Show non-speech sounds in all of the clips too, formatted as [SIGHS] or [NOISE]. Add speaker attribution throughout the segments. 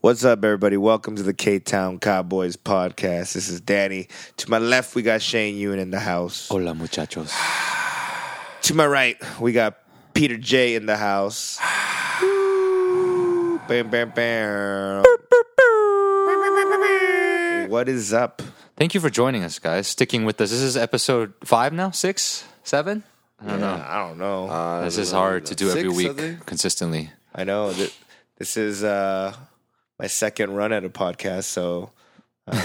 Speaker 1: What's up, everybody? Welcome to the K Town Cowboys podcast. This is Danny. To my left, we got Shane Ewan in the house.
Speaker 2: Hola, muchachos.
Speaker 1: To my right, we got Peter J in
Speaker 2: [SIGHS]
Speaker 1: the house. bam, bam, bam. What is up?
Speaker 2: Thank you for joining us, guys. Sticking with us. This is episode five now, six, seven. I don't know. Uh,
Speaker 1: I don't know.
Speaker 2: this is hard to do every
Speaker 3: Six, I
Speaker 2: week
Speaker 3: think.
Speaker 2: consistently.
Speaker 1: I know that this is uh, my second run at a podcast, so
Speaker 2: [LAUGHS]
Speaker 1: um,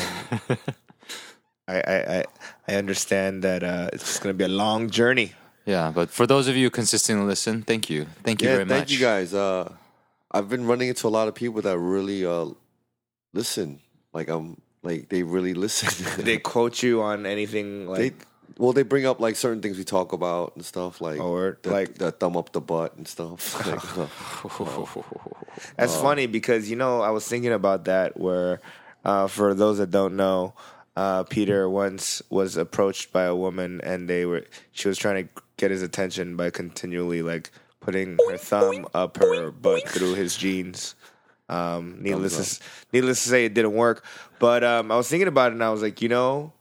Speaker 1: I, I I I understand that uh, it's going to be a long journey.
Speaker 2: Yeah, but for those of you who consistently listen, thank you, thank you
Speaker 3: yeah,
Speaker 2: very
Speaker 3: thank
Speaker 2: much.
Speaker 3: you guys. Uh, I've been running into a lot of people that really uh, listen. Like I'm, like they really listen.
Speaker 1: [LAUGHS] They quote you on anything
Speaker 3: they,
Speaker 1: like
Speaker 3: well, they bring up like certain things we talk about and stuff like
Speaker 1: Oh, word.
Speaker 3: the,
Speaker 1: Like-
Speaker 3: the thumb up the butt and stuff. [LAUGHS]
Speaker 1: [LAUGHS]
Speaker 3: Like, uh,
Speaker 1: That's funny because you know I was thinking about that. Where, uh, for those that don't know, uh, Peter once was approached by a woman, and they were she was trying to get his attention by continually like putting her thumb up her butt through his jeans. Um, needless, to, s- needless to say, it didn't work. But um, I was thinking about it, and I was like, you know,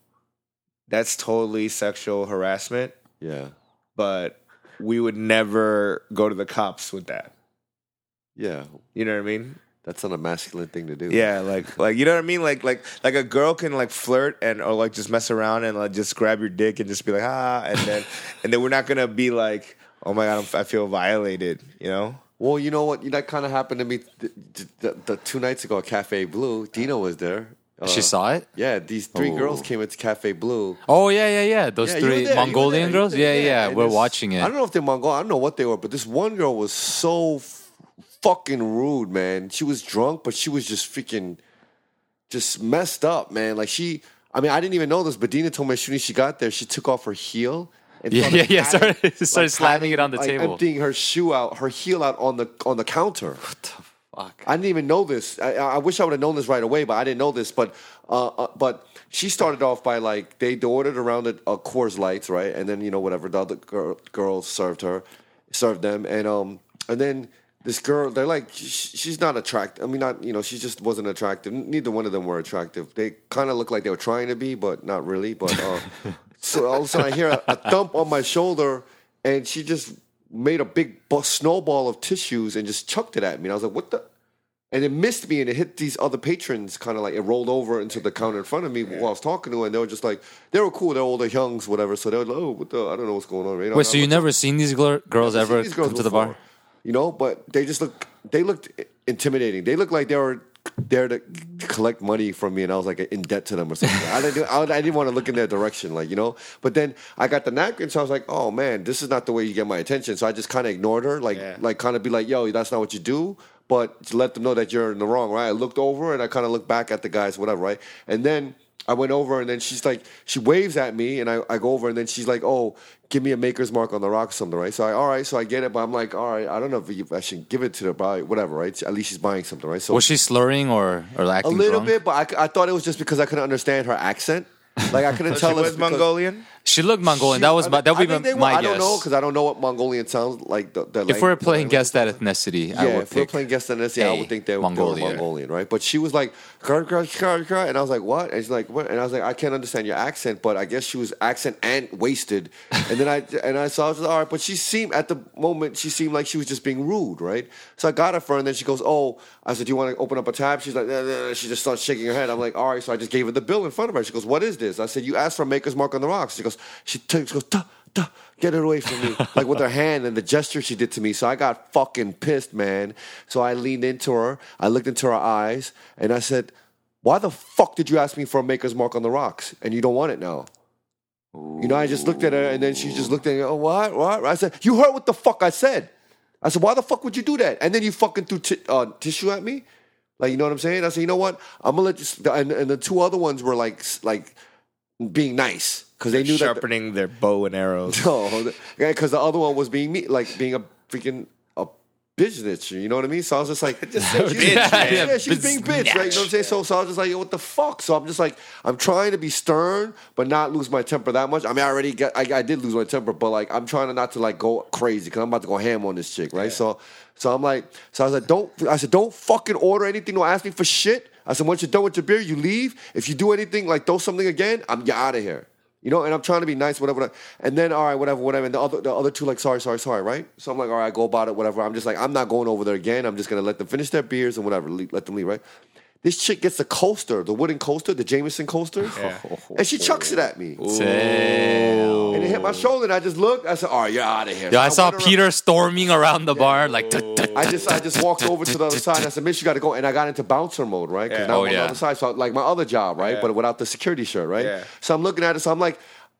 Speaker 1: that's totally sexual harassment.
Speaker 3: yeah,
Speaker 1: But we would never go to the cops with that.
Speaker 3: yeah,
Speaker 1: You know what I mean?
Speaker 3: that's not a masculine thing to do.
Speaker 1: Yeah, like like you know what I mean? Like like like a girl can like flirt and or like just mess around and like just grab your dick and just be like ah and
Speaker 3: [LAUGHS]
Speaker 1: then and then we're not gonna be like oh my god I'm, I feel violated you know
Speaker 3: Well, you know what? That kind of happened to me th- th- the, the two nights ago at Cafe Blue. Dino was there. Uh,
Speaker 2: she saw it.
Speaker 3: Yeah, these three
Speaker 2: Oh.
Speaker 3: girls came into Cafe Blue.
Speaker 2: Oh yeah, yeah, yeah. Those three
Speaker 3: Yeah, you were there, you were there,
Speaker 2: Mongolian
Speaker 3: you
Speaker 2: girls.
Speaker 3: were
Speaker 2: Yeah,
Speaker 3: there.
Speaker 2: yeah.
Speaker 3: And
Speaker 2: We're
Speaker 3: this-
Speaker 2: watching it.
Speaker 3: I don't know if they're Mongol. I don't know what they were, but this one girl was so f- fucking rude, man. She was drunk, but she was just freaking, just messed up, man. Like she, I mean, I didn't even know this, but Dina told me as soon as she got there, she took off her heel. And
Speaker 2: Yeah, [LAUGHS] yeah,
Speaker 3: started
Speaker 2: yeah. Started,
Speaker 3: patting-
Speaker 2: started slamming it on the
Speaker 3: like,
Speaker 2: table.
Speaker 3: emptying her shoe out, her heel out on the on the counter.
Speaker 2: Fuck.
Speaker 3: I didn't even know this. I, I wish I would have known this right away, but I didn't know this. But uh, uh, but she started off by like they ordered around the uh, Coors Lights, right? And then you know whatever the other girl, girls served her, served them, and um and then this girl they're like sh- she's not attractive. I mean not you know she just wasn't attractive. Neither one of them were attractive. They kind of looked like they were trying to be, but not really. But uh, so all of a sudden I hear a, a thump on my shoulder, and she just made a big bu- snowball of tissues and just chucked it at me. And I was like, what the and it missed me and it hit these other patrons kind of like it rolled over into the counter in front of me while I was talking to her and they were just like they were cool they're older youngs whatever so they were like oh what the I don't know what's going on right
Speaker 2: Wait, so you never seen these gl- girls ever
Speaker 3: these
Speaker 2: come to the
Speaker 3: before,
Speaker 2: bar?
Speaker 3: you know but they just look they looked intimidating they looked like they were there to collect money from me and I was like in debt to them or something I didn't I, I didn't want to look in their direction like you know but then I got the napkin so I was like oh man this is not the way you get my attention so I just kind of ignored her like
Speaker 1: Yeah.
Speaker 3: like like kind of be like, yo, that's not what you do, but to let them know that you're in the wrong, right? I looked over and I kind of looked back at the guys, whatever, right? And then I went over and then she's like, she waves at me and I, I go over and then she's like, oh, give me a maker's mark on the rock or something, right? So I, all right, so I get it, but I'm like, all right, I don't know if you- I should give it to the buy, whatever, right? At least she's buying something, right? So
Speaker 2: Was she slurring or or
Speaker 3: a
Speaker 2: acting
Speaker 3: little
Speaker 2: drunk?
Speaker 3: bit, but I c- I, thought it was just because I couldn't understand her accent. Like
Speaker 2: [LAUGHS]
Speaker 3: I couldn't
Speaker 1: So
Speaker 3: tell
Speaker 1: she
Speaker 3: us
Speaker 1: was Mongolian
Speaker 2: She looked Mongolian. that was my, that would be my,
Speaker 3: I
Speaker 2: guess.
Speaker 3: don't know because I don't know what Mongolian sounds like. The, the
Speaker 2: if we're
Speaker 3: language-
Speaker 2: playing guess that ethnicity, I
Speaker 3: Yeah,
Speaker 2: would
Speaker 3: if we're
Speaker 2: pick-
Speaker 3: playing guest on this, yeah, I
Speaker 2: A,
Speaker 3: would think they were
Speaker 2: Mongolia.
Speaker 3: Mongolian. Mongolian, right? But she was like, "Grr, grr, grr, grr," and I was like, what? And she's like, what? And I was like, I can't understand your accent, but I guess she was accent and wasted. And then I [LAUGHS] and I saw, I was like, all right, but she seemed at the moment she seemed like she was just being rude, right? So I got her for her, and then she goes, oh, I said, do you want to open up a tab? She's like, "Nah, nah, nah." she just starts shaking her head. I'm like, all right, so I just gave her the bill in front of her. She goes, what is this? I said, you asked for a Maker's Mark on the rocks. She goes, she, took she goes. "Duh, duh, get it away from me. like with her hand and the gesture she did to me. So I got fucking pissed, man. So I leaned into her. I looked into her eyes and I said, Why the fuck did you ask me for a maker's mark on the rocks? And you don't want it now. You know, I just looked at her and then she just looked at me, oh, what, what? I said, You heard what the fuck I said. I said, Why the fuck would you do that? And then you fucking threw ti- uh, tissue at me. Like, you know what I'm saying? I said, You know what? I'm gonna let you. s- And, and the two other ones were like, s- like being nice because they knew that. the-
Speaker 1: sharpening
Speaker 3: [LAUGHS]
Speaker 1: their bow and arrows.
Speaker 3: no, because the other one was being me, like being a freaking a bitch snitcher. You know what I mean? So I was just like,
Speaker 1: said
Speaker 3: she-
Speaker 1: bitch,
Speaker 3: yeah,
Speaker 1: man.
Speaker 3: she was
Speaker 2: Bitch
Speaker 3: being bitch, right? You know what I'm saying? So, so I was just like, yo, what the fuck? So I'm just like, I'm trying to be stern, but not lose my temper that much. I mean, I already got, I, I did lose my temper, but like, I'm trying to not to like go crazy because I'm about to go ham on this chick, right? So, so I'm like, so I was like, don't, I said, don't fucking order anything. Don't ask me for shit. I said, once you're done with your beer, you leave. If you do anything, like throw something again, I'm you out of here. You know, and I'm trying to be nice, whatever. whatever. And then, all right, whatever, whatever. And the other, the other two, like, sorry, sorry, sorry, right? So I'm like, all right, go about it, whatever. I'm just like, I'm not going over there again. I'm just gonna let them finish their beers and whatever. le- Let them leave, right? This chick gets the coaster, the wooden coaster, the Jameson coaster, [LAUGHS] and she chucks it at me,
Speaker 2: Damn.
Speaker 3: and it hit my shoulder. And I just looked. I said, all right, you're out of here. So
Speaker 2: Yo, I saw
Speaker 3: went around-
Speaker 2: Peter storming around the bar like. "Tut, tut,
Speaker 3: I just I just walked over to the other side. And I said, "Miss, you got to go." And I got into bouncer mode, right? Because
Speaker 1: Yeah.
Speaker 3: now
Speaker 2: Oh,
Speaker 3: I'm on
Speaker 2: yeah.
Speaker 3: the other side, so like my other job, right?
Speaker 1: Yeah.
Speaker 3: But without the security shirt, right?
Speaker 1: Yeah.
Speaker 3: So I'm looking at it, so I'm like,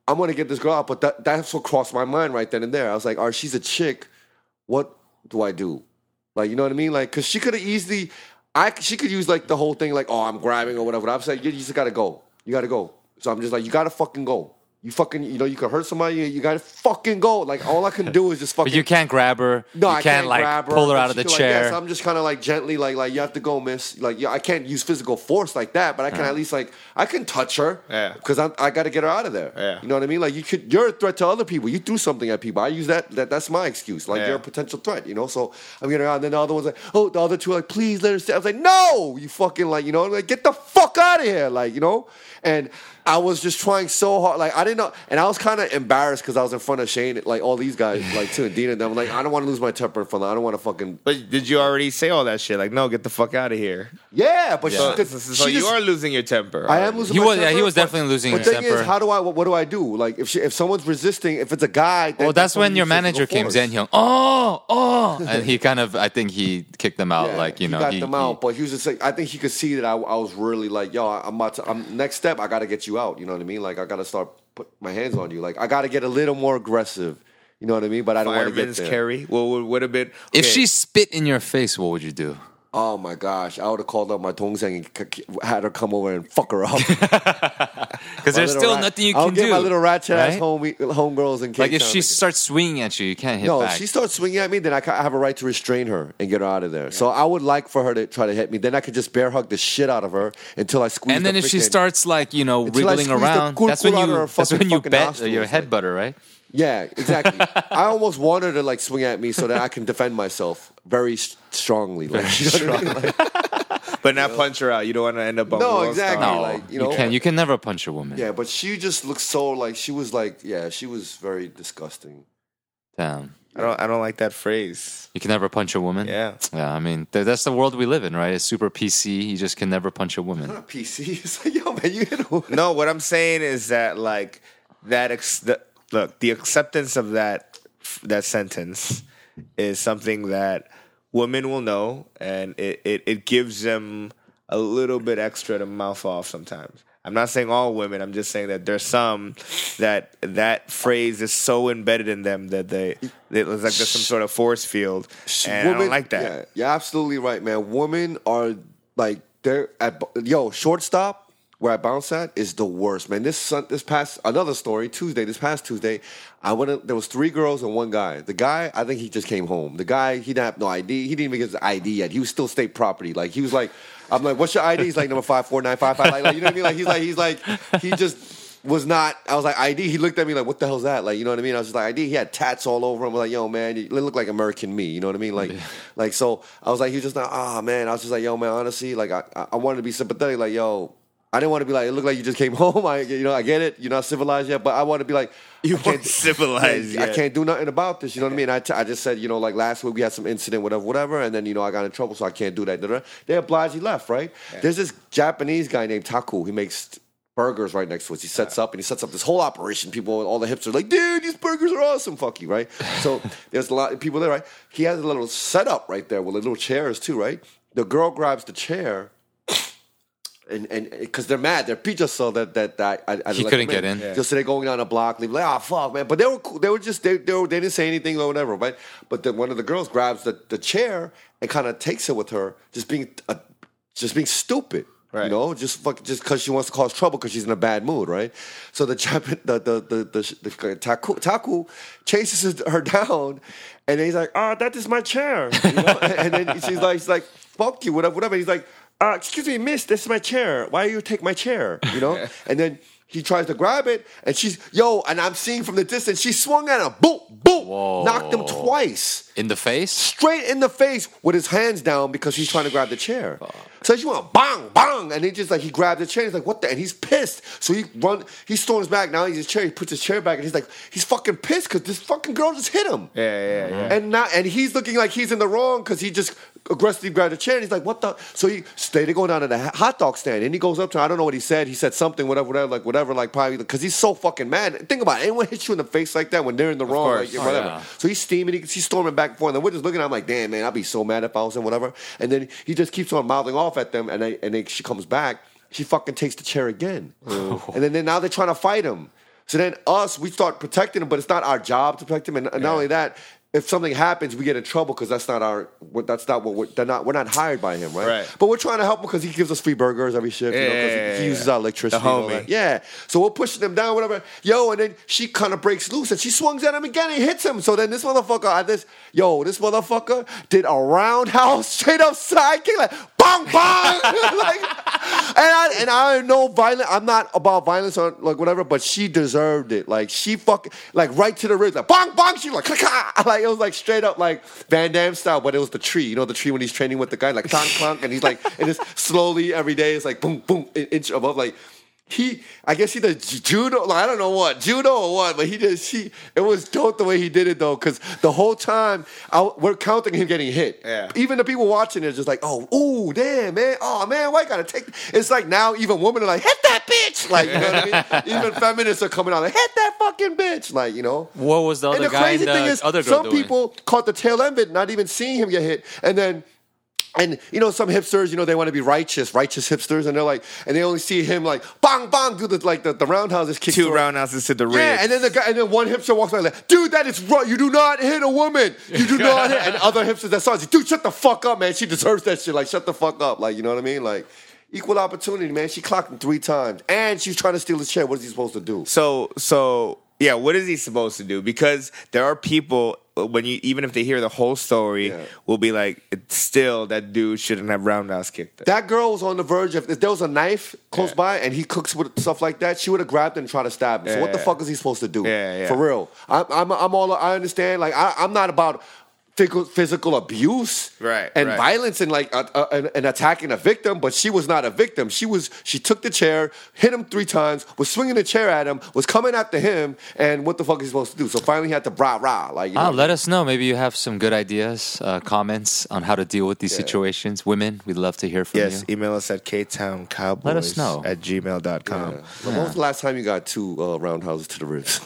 Speaker 3: I'm gonna get this girl out. But that, that's what crossed my mind right then and there. I was like, "All right, she's a chick. What do I do?" Like, you know what I mean? Like, because she could have easily, I she could use like the whole thing, like, "Oh, I'm grabbing" or whatever. But I'm saying, "You just gotta go. You gotta go." So I'm just like, "You gotta fucking go." You fucking, you know, you could hurt somebody. You, you gotta fucking go. Like all I can do is just fucking.
Speaker 2: But you can't grab her.
Speaker 3: No,
Speaker 2: you
Speaker 3: I
Speaker 2: can't,
Speaker 3: can't
Speaker 2: like
Speaker 3: grab her,
Speaker 2: pull her
Speaker 3: but
Speaker 2: out of
Speaker 3: she
Speaker 2: the
Speaker 3: could, like, yes,
Speaker 2: chair.
Speaker 3: I'm just kind of like gently, like like you have to go, miss. Like yeah, I can't use physical force like that, but I can
Speaker 2: Uh-huh.
Speaker 3: at least like I can touch her.
Speaker 1: Yeah.
Speaker 3: Because I I got to get her out of there.
Speaker 1: Yeah.
Speaker 3: You know what I mean? Like you could, you're a threat to other people. You do something at people. I use that. that that's my excuse. Like
Speaker 1: Yeah.
Speaker 3: you're a potential threat. You know. So I'm getting her out, and then the other one's like, oh, the other two are like, please let her stay. I was like, no, you fucking like you know, like get the fuck out of here, like you know. And I was just trying so hard, like I didn't know, and I was kind of embarrassed because I was in front of Shane, like all these guys, like too, and Dean and them. Like I don't want to lose my temper in front of. I don't want to fucking
Speaker 1: But did you already say all that shit? Like, no, get the fuck out of here.
Speaker 3: Yeah, but
Speaker 1: So,
Speaker 3: she could.
Speaker 1: so-
Speaker 3: she
Speaker 1: so you
Speaker 3: just-
Speaker 1: are losing your temper.
Speaker 3: I am losing.
Speaker 2: He
Speaker 3: my
Speaker 2: was- yeah,
Speaker 3: temper,
Speaker 2: he was
Speaker 3: but-
Speaker 2: definitely losing
Speaker 3: But
Speaker 2: his
Speaker 3: thing
Speaker 2: temper.
Speaker 3: is, how do I? What, what do I do? Like, if she, if someone's resisting, if it's a guy, then
Speaker 2: well, that's
Speaker 3: when
Speaker 2: when
Speaker 3: you
Speaker 2: your
Speaker 3: use physical
Speaker 2: manager came
Speaker 3: force.
Speaker 2: in. He went, oh, oh,
Speaker 3: [LAUGHS]
Speaker 2: and he kind of, I think he kicked them out.
Speaker 3: Yeah,
Speaker 2: like you
Speaker 3: he
Speaker 2: know,
Speaker 3: got
Speaker 2: he-
Speaker 3: them
Speaker 2: he-
Speaker 3: out. But he was just like, I think he could see that I, I was really like, yo, I'm about to. I'm next step. I got to get you out. You know what I mean? Like, I got to start put my hands on you. Like, I got to get a little more aggressive. You know what I mean? But I don't want to get
Speaker 1: Fireman's
Speaker 3: there.
Speaker 1: carry. Well, would, would have been
Speaker 2: If
Speaker 1: okay.
Speaker 2: she spit in your face, what would you [LAUGHS] do?
Speaker 3: oh my gosh, I would have called up my Tongzeng and k- k- had her come over and fuck
Speaker 2: [LAUGHS]
Speaker 3: her up.
Speaker 2: Because
Speaker 3: My
Speaker 2: there's
Speaker 3: little
Speaker 2: still
Speaker 3: rat-
Speaker 2: nothing you
Speaker 3: I'll
Speaker 2: can
Speaker 3: give
Speaker 2: do.
Speaker 3: my little ratchet ass
Speaker 2: right?
Speaker 3: home homegirls and
Speaker 2: Like if she starts swinging at you, you can't hit
Speaker 3: No,
Speaker 2: back.
Speaker 3: if she starts swinging at me, then I ca- I have a right to restrain her and get her out of there. So I would like for her to try to hit me. Then I could just bear hug the shit out of her until I squeeze.
Speaker 2: and then
Speaker 3: the
Speaker 2: if she
Speaker 3: freaking-
Speaker 2: starts like you know
Speaker 3: Until I
Speaker 2: wriggling
Speaker 3: squeeze the
Speaker 2: around,
Speaker 3: cool
Speaker 2: that's when
Speaker 3: cool out of
Speaker 2: you
Speaker 3: her
Speaker 2: that's
Speaker 3: fucking
Speaker 2: when you
Speaker 3: fucking
Speaker 2: bet
Speaker 3: nostrils,
Speaker 2: your
Speaker 3: like-
Speaker 2: head butter, right?
Speaker 3: yeah, exactly. I almost want her to like swing at me so that I can defend myself very s- strongly. Like, [LAUGHS] you know what I mean? Like,
Speaker 1: but not punch her out. You don't want to end up on
Speaker 3: No,
Speaker 1: World
Speaker 3: exactly.
Speaker 1: Star.
Speaker 2: No,
Speaker 3: like, you
Speaker 2: you,
Speaker 3: know,
Speaker 2: can you can never punch a woman.
Speaker 3: yeah, but she just looked so like she was like yeah, she was very disgusting.
Speaker 2: Damn.
Speaker 1: I don't. I don't like that phrase.
Speaker 2: You can never punch a woman.
Speaker 1: Yeah.
Speaker 2: yeah. I mean, th- that's the world we live in, right? It's super PC. You just can never punch a woman.
Speaker 3: Not [LAUGHS] PC. It's like yo man, you hit a woman.
Speaker 1: No, what I'm saying is that like that. Ex- the, look, the acceptance of that that sentence is something that women will know, and it it, it gives them a little bit extra to mouth off sometimes. I'm not saying all women. I'm just saying that there's some that that phrase is so embedded in them that they it looks like there's some sort of force field, and I don't
Speaker 3: Women-
Speaker 1: like that.
Speaker 3: Yeah, you're absolutely right, man. Women are like they're at yo shortstop where I bounce at is the worst, man. This sun, this past another story Tuesday, this past Tuesday, I went. in- There was three girls and one guy. The guy, I think he just came home. The guy, he didn't have no ID. He didn't even get his ID yet. He was still state property. Like he was like, I'm like, what's your ID? He's like number five four nine five five. Like, like you know what I mean? Like he's like he's like he just was not. I was like ID. He looked at me like, "What the hell's that?" Like, you know what I mean? I was just like ID. He had tats all over him. I was like, "Yo, man, you look like American me." You know what I mean? Like, like so. I was like, he was just like, "Ah, man." I was just like, "Yo, man, honestly, like, I, I- I wanted to be sympathetic. Like, yo, I didn't want to be like, it looked like you just came [LAUGHS] home. I, you know, I get it. You're not civilized yet, but I want to be like,
Speaker 1: You
Speaker 3: I can't-
Speaker 1: weren't civilized
Speaker 3: I
Speaker 1: yet.
Speaker 3: can't do nothing about this. You know what I mean? I, t- I just said, you know, like last week we had some incident, whatever, whatever, and then you know I got in trouble, so I can't do that. da, da, da. They obliged. He left, right? There's this Japanese guy named Taku. He makes burgers right next to us. He sets up and he sets up this whole operation. People, all the hips are like, dude, these burgers are awesome. Fuck you, right? So [LAUGHS] there's a lot of people there, right? He has a little setup right there with little chairs too, right? The girl grabs the chair [SNIFFS] and and because they're mad, they're pizza so that that that I, I didn't
Speaker 2: He
Speaker 3: let
Speaker 2: couldn't
Speaker 3: them
Speaker 2: get in. Yeah.
Speaker 3: Just so they're going down a block, leave like ah fuck man. But they were cool. they were just they they, were, they didn't say anything or whatever. But but then one of the girls grabs the, the chair and kind of takes it with her, just being uh, just being stupid.
Speaker 1: Right.
Speaker 3: You know, just fuck, just because she wants to cause trouble because she's in a bad mood, right? So the Japan, [LAUGHS] the the the, the, the taku taku chases his- her [LAUGHS] down, and then he's like, "Ah, that is my chair," you know? [LAUGHS] and then she's like, "She's like, fuck you, whatever, whatever." He's like, uh, "Excuse me, miss, this is my chair. Why you take my chair?" You know, and then. He tries to grab it, and she's yo, and I'm seeing from the distance. She swung at him, boom, boom, knocked him twice
Speaker 2: in the face.
Speaker 3: straight in the face with his hands down because he's trying to grab the chair. So she went bang, bang, and he just like he grabbed the chair. He's like, what the? And he's pissed. So he run, he storms back. Now he's his chair. He puts his chair back, and he's like, he's fucking pissed because this fucking girl just hit him.
Speaker 1: Yeah, yeah, yeah.
Speaker 3: And now, and he's looking like he's in the wrong because he just aggressively grabbed a chair. And he's like, "What the?" So he, so they go down to the h- hot dog stand, and he goes up to. her. I don't know what he said. He said something, whatever, whatever, like whatever, like probably because he's so fucking mad. Think about it. anyone hits you in the face like that when they're in the wrong,
Speaker 1: course. Oh,
Speaker 3: like, whatever.
Speaker 2: yeah.
Speaker 3: So he's steaming, he, he's storming back and forth, and we're just looking. at him like, "Damn, man, I'd be so mad if I was in whatever." And then he just keeps on mouthing off at them, and they, and they, she comes back. She fucking takes the chair again,
Speaker 1: Oh.
Speaker 3: and then, then now they're trying to fight him. So then us, we start protecting him, but it's not our job to protect him. And not only that, if something happens, we get in trouble because that's not our what- that's not what we're, they're not we're not hired by him, right?
Speaker 1: Right.
Speaker 3: But we're trying to help him because he gives us free burgers every shift. you know, 'cause
Speaker 1: Yeah, yeah,
Speaker 3: he, he
Speaker 1: yeah.
Speaker 3: uses our electricity.
Speaker 1: The
Speaker 3: and all
Speaker 1: homie.
Speaker 3: that. Yeah. So we're pushing him down, whatever. Yo, and then she kind of breaks loose and she swings at him again and hits him. So then this motherfucker, I this yo, this motherfucker did a roundhouse [LAUGHS] straight up side kick, like bang bang, [LAUGHS] like. And I and I know violent. I'm not about violence or like whatever, but she deserved it. Like she fucking like right to the ribs, like bang bang. She like "Ka-ka!" [LAUGHS] like it was like straight up like Van Damme style, but it was the tree. You know the tree when he's training with the guy, like clunk clunk, and he's like and it's slowly every day. It's like boom boom, an inch above, like he I guess he did ju- judo I don't know what judo or what but he just he it was dope the way he did it though because the whole time I, we're counting him getting hit
Speaker 1: Yeah.
Speaker 3: even the people watching is just like oh ooh damn man oh man why gotta take it's like now even women are like hit that bitch like you know what I mean even feminists are coming out like hit that fucking bitch like you know
Speaker 2: What was the other
Speaker 3: and the
Speaker 2: guy?
Speaker 3: crazy
Speaker 2: in the
Speaker 3: thing is,
Speaker 2: other girl
Speaker 3: some
Speaker 2: doing?
Speaker 3: people caught the tail end of it, not even seeing him get hit, and then. And you know some hipsters, you know they want to be righteous, righteous hipsters, and they're like, and they only see him like bang bang do the like the, the roundhouses kick.
Speaker 1: Two
Speaker 3: through.
Speaker 1: roundhouses to the ribs.
Speaker 3: Yeah, and then the guy, and then one hipster walks by like, dude, that is wrong. You do not hit a woman. You do not hit. And other hipsters that saw it, dude, shut the fuck up, man. She deserves that shit. Like, shut the fuck up. Like, you know what I mean? Like, equal opportunity, man. She clocked him three times, and she's trying to steal his chair. What is he supposed to do?
Speaker 1: So so yeah, what is he supposed to do? Because there are people uh, when you even if they hear the whole story,
Speaker 3: Yeah.
Speaker 1: will be like, it's still that dude shouldn't have roundhouse kicked. It.
Speaker 3: That girl was on the verge of if there was a knife close
Speaker 1: Yeah.
Speaker 3: by and he cooks with stuff like that, she would have grabbed him and tried to stab him. so what the
Speaker 1: Yeah.
Speaker 3: fuck is he supposed to do?
Speaker 1: Yeah, yeah.
Speaker 3: For real, I'm, I'm, I'm all I understand. Like I, I'm not about physical, physical abuse
Speaker 1: Right,
Speaker 3: and
Speaker 1: right.
Speaker 3: violence and like uh, uh, and, and attacking a victim, but she was not a victim. She was she took the chair, hit him three times, was swinging the chair at him, was coming after him, and what the fuck is he supposed to do? So finally, he had to rah rah like you know,
Speaker 2: Ah, let us know. Maybe you have some good ideas, uh, comments on how to deal with these situations. Women, we'd love to hear from
Speaker 1: Yes,
Speaker 2: you.
Speaker 1: email us at ktowncowboys
Speaker 2: Let us know.
Speaker 1: at [LAUGHS] gmail.com.
Speaker 3: So When was the last time you got two uh, roundhouses to the ribs?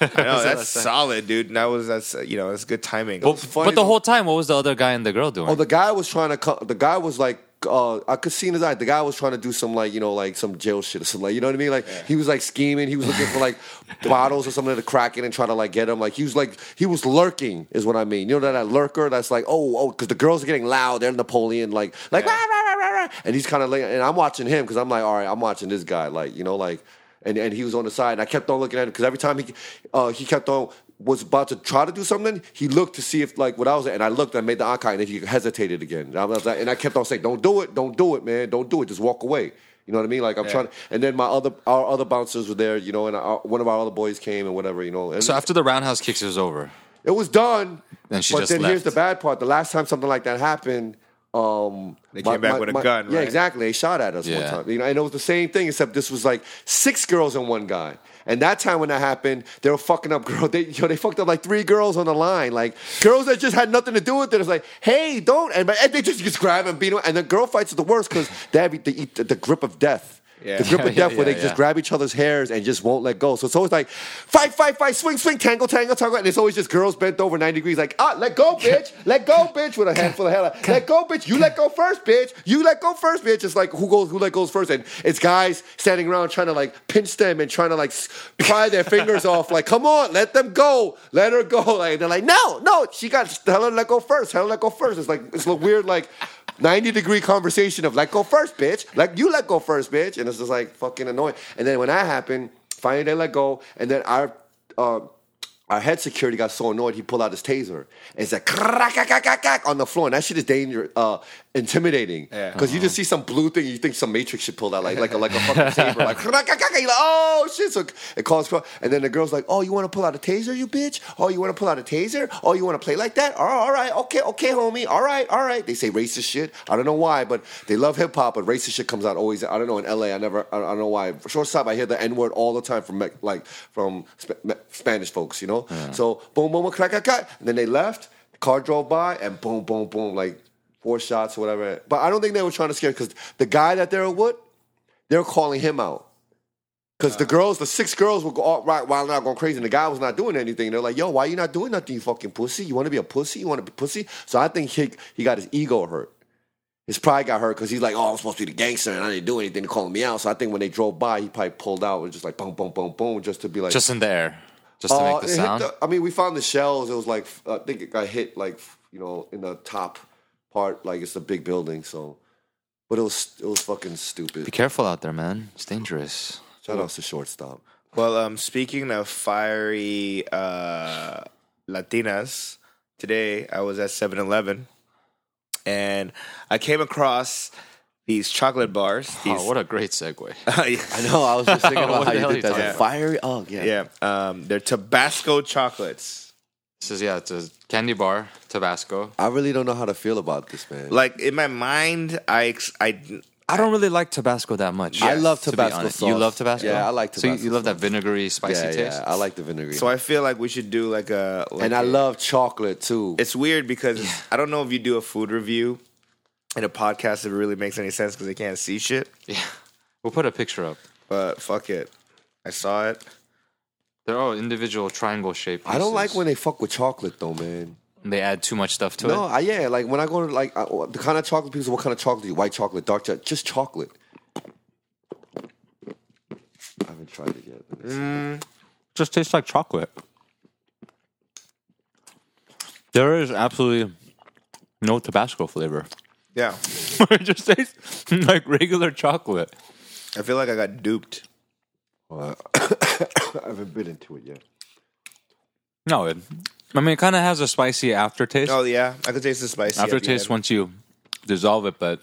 Speaker 3: [LAUGHS]
Speaker 1: I know, that's solid, dude. And that was that's uh, you know, that's good timing.
Speaker 2: Well,
Speaker 3: funny
Speaker 2: but the
Speaker 3: though.
Speaker 2: whole time, what was the other guy and the girl doing?
Speaker 3: Oh, the guy was trying to. Co- the guy was like, uh, I could see in his eye. The guy was trying to do some like, you know, like some jail shit or something. Like, you know what I mean? Like he was like scheming. He was looking for like [LAUGHS] bottles or something to crack in and try to like get him. Like he was like he was lurking is what I mean. You know that, that lurker that's like, oh, oh, because the girls are getting loud. They're Napoleon like like rah, rah, rah, rah, rah. and he's kind of like, and I'm watching him because I'm like, all right, I'm watching this guy. Like you know, like and and he was on the side, and I kept on looking at him because every time he uh, he kept on was about to try to do something, he looked to see if like what I was, and I looked, and I made the eye contact, and then he hesitated again, and I, was like, and I kept on saying, "Don't do it, don't do it, man, don't do it, just walk away." You know what I mean? Like I'm trying, and then my other our other bouncers were there, you know, and our, one of our other boys came and whatever, you know. And
Speaker 2: so after the roundhouse kicks was over,
Speaker 3: it was done.
Speaker 2: Then she
Speaker 3: but
Speaker 2: just
Speaker 3: then
Speaker 2: left.
Speaker 3: here's the bad part: the last time something like that happened, um,
Speaker 1: They came back with a gun,
Speaker 3: Yeah,
Speaker 1: right?
Speaker 3: exactly. They shot at us one
Speaker 2: Yeah.
Speaker 3: time, you know, and it was the same thing, except this was like six girls and one guy. And that time when that happened, they were fucking up [LAUGHS] girls. They, you know, they fucked up like three girls on the line, like girls that just had nothing to do with it. It's like, hey, don't, and, and they just, just grab and beat them. And the girl fights are the worst because they have the, the, the grip of death.
Speaker 1: Yeah.
Speaker 2: [LAUGHS]
Speaker 3: The grip of
Speaker 2: Yeah,
Speaker 3: death where
Speaker 2: yeah,
Speaker 3: they just
Speaker 2: yeah.
Speaker 3: grab each other's hairs and just won't let go. So it's always like fight, fight, fight, swing, swing, tangle, tangle, tangle, and it's always just girls bent over ninety degrees, like ah, let go, bitch, let go, bitch, with a handful of hair, like, let go, bitch, you let go first, bitch, you let go first, bitch. It's like who goes, who let goes first, and it's guys standing around trying to like pinch them and trying to like s- pry their fingers off, like come on, let them go, let her go, like they're like no, no, she got tell her to let go first, tell her to let go first. It's like it's a weird like. 90 degree conversation of let go first, bitch. Like you let go first, bitch. And it's just like fucking annoying. And then when that happened, finally they let go. And then our uh, our head security got so annoyed he pulled out his taser. And it's like crack, crack, crack, crack, crack on the floor. And that shit is dangerous, uh, intimidating. Because
Speaker 1: Yeah.
Speaker 3: you just see some blue thing, you think some matrix shit pulled out, like like a like a fucking saber, like [LAUGHS] crack, crack, crack, you're like, oh shit. So it calls for and then the girl's like, Oh, you wanna pull out a taser, you bitch? Oh, you wanna pull out a taser? Oh, you wanna play like that? Oh, all right, okay, okay, homie. All right, all right. They say racist shit. I don't know why, but they love hip hop, but racist shit comes out always. I don't know in LA. I never. I don't I don't know why. Shortstop. I hear the N word all the time from Mex- like from Sp- Me- Spanish folks. You know. So boom, boom, boom, crack, crack, crack. And then they left. Car drove by, and boom, boom, boom, like four shots or whatever. But I don't think they were trying to scare because the guy that they were with, they were calling him out. Because the girls, the six girls were go- all right, wild out going crazy, and the guy was not doing anything. They're like, yo, why you not doing nothing, you fucking pussy? You want to be a pussy? You want to be pussy? So I think he, he got his ego hurt. His pride got hurt because he's like, oh, I'm supposed to be the gangster, and I didn't do anything to call me out. So I think when they drove by, he probably pulled out and just like, boom, boom, boom, boom, just to be like,
Speaker 2: Just in the air, just to
Speaker 3: uh,
Speaker 2: make the
Speaker 3: it hit
Speaker 2: sound.
Speaker 3: the- I mean, we found the shells. It was like, I think it got hit like, you know, in the top part. Like it's a big building, so. But it was, it was fucking
Speaker 2: Be
Speaker 3: stupid.
Speaker 2: careful out there, man. It's dangerous.
Speaker 3: Shout out to [LAUGHS] shortstop.
Speaker 1: Well, um, speaking of fiery uh, Latinas, today I was at 7 Eleven and I came across these chocolate bars. These,
Speaker 2: Oh, what a great segue.
Speaker 1: [LAUGHS]
Speaker 3: I know. I was just [LAUGHS] thinking
Speaker 2: What
Speaker 3: about how
Speaker 2: the
Speaker 3: you
Speaker 2: hell
Speaker 3: did
Speaker 2: are
Speaker 3: that.
Speaker 2: you
Speaker 3: Like, Fiery. Oh yeah.
Speaker 1: yeah, um, they're Tabasco chocolates.
Speaker 2: This is yeah, it's a candy bar, Tabasco.
Speaker 3: I really don't know how to feel about this, man.
Speaker 1: Like in my mind, I, ex- I
Speaker 2: I don't really like Tabasco that much.
Speaker 3: I love
Speaker 2: to be
Speaker 3: Tabasco
Speaker 2: honest.
Speaker 3: sauce.
Speaker 2: You love Tabasco?
Speaker 3: Yeah, I like
Speaker 2: So you,
Speaker 3: Tabasco
Speaker 2: you love that vinegary, spicy
Speaker 3: yeah,
Speaker 2: taste?
Speaker 3: yeah. I like the vinegary.
Speaker 1: so I feel like we should do like a like
Speaker 3: and I
Speaker 1: a-
Speaker 3: love chocolate too.
Speaker 1: it's weird because it's- I don't know if you do a food review in a podcast if it really makes any sense because they can't see shit.
Speaker 2: [LAUGHS] Yeah. We'll put a picture up.
Speaker 1: But fuck it, I saw it.
Speaker 2: They're all individual triangle shaped.
Speaker 3: I don't like
Speaker 2: pieces.
Speaker 3: when they fuck with chocolate though, man.
Speaker 2: they add too much stuff to it.
Speaker 3: No, I, yeah, like when I go to like I, oh, the kind of chocolate people, what kind of chocolate? do you- White chocolate, dark chocolate, just chocolate. I haven't tried it yet. Let me see.
Speaker 4: just tastes like chocolate. There is absolutely no Tabasco flavor. [LAUGHS]
Speaker 1: Yeah,
Speaker 4: it just tastes [LAUGHS] like regular chocolate.
Speaker 1: I feel like I got duped.
Speaker 3: [COUGHS] I haven't been into it yet.
Speaker 4: No, it, I mean, it kind of has a spicy aftertaste.
Speaker 1: Oh yeah, I could taste the spice.
Speaker 4: aftertaste once you dissolve it, but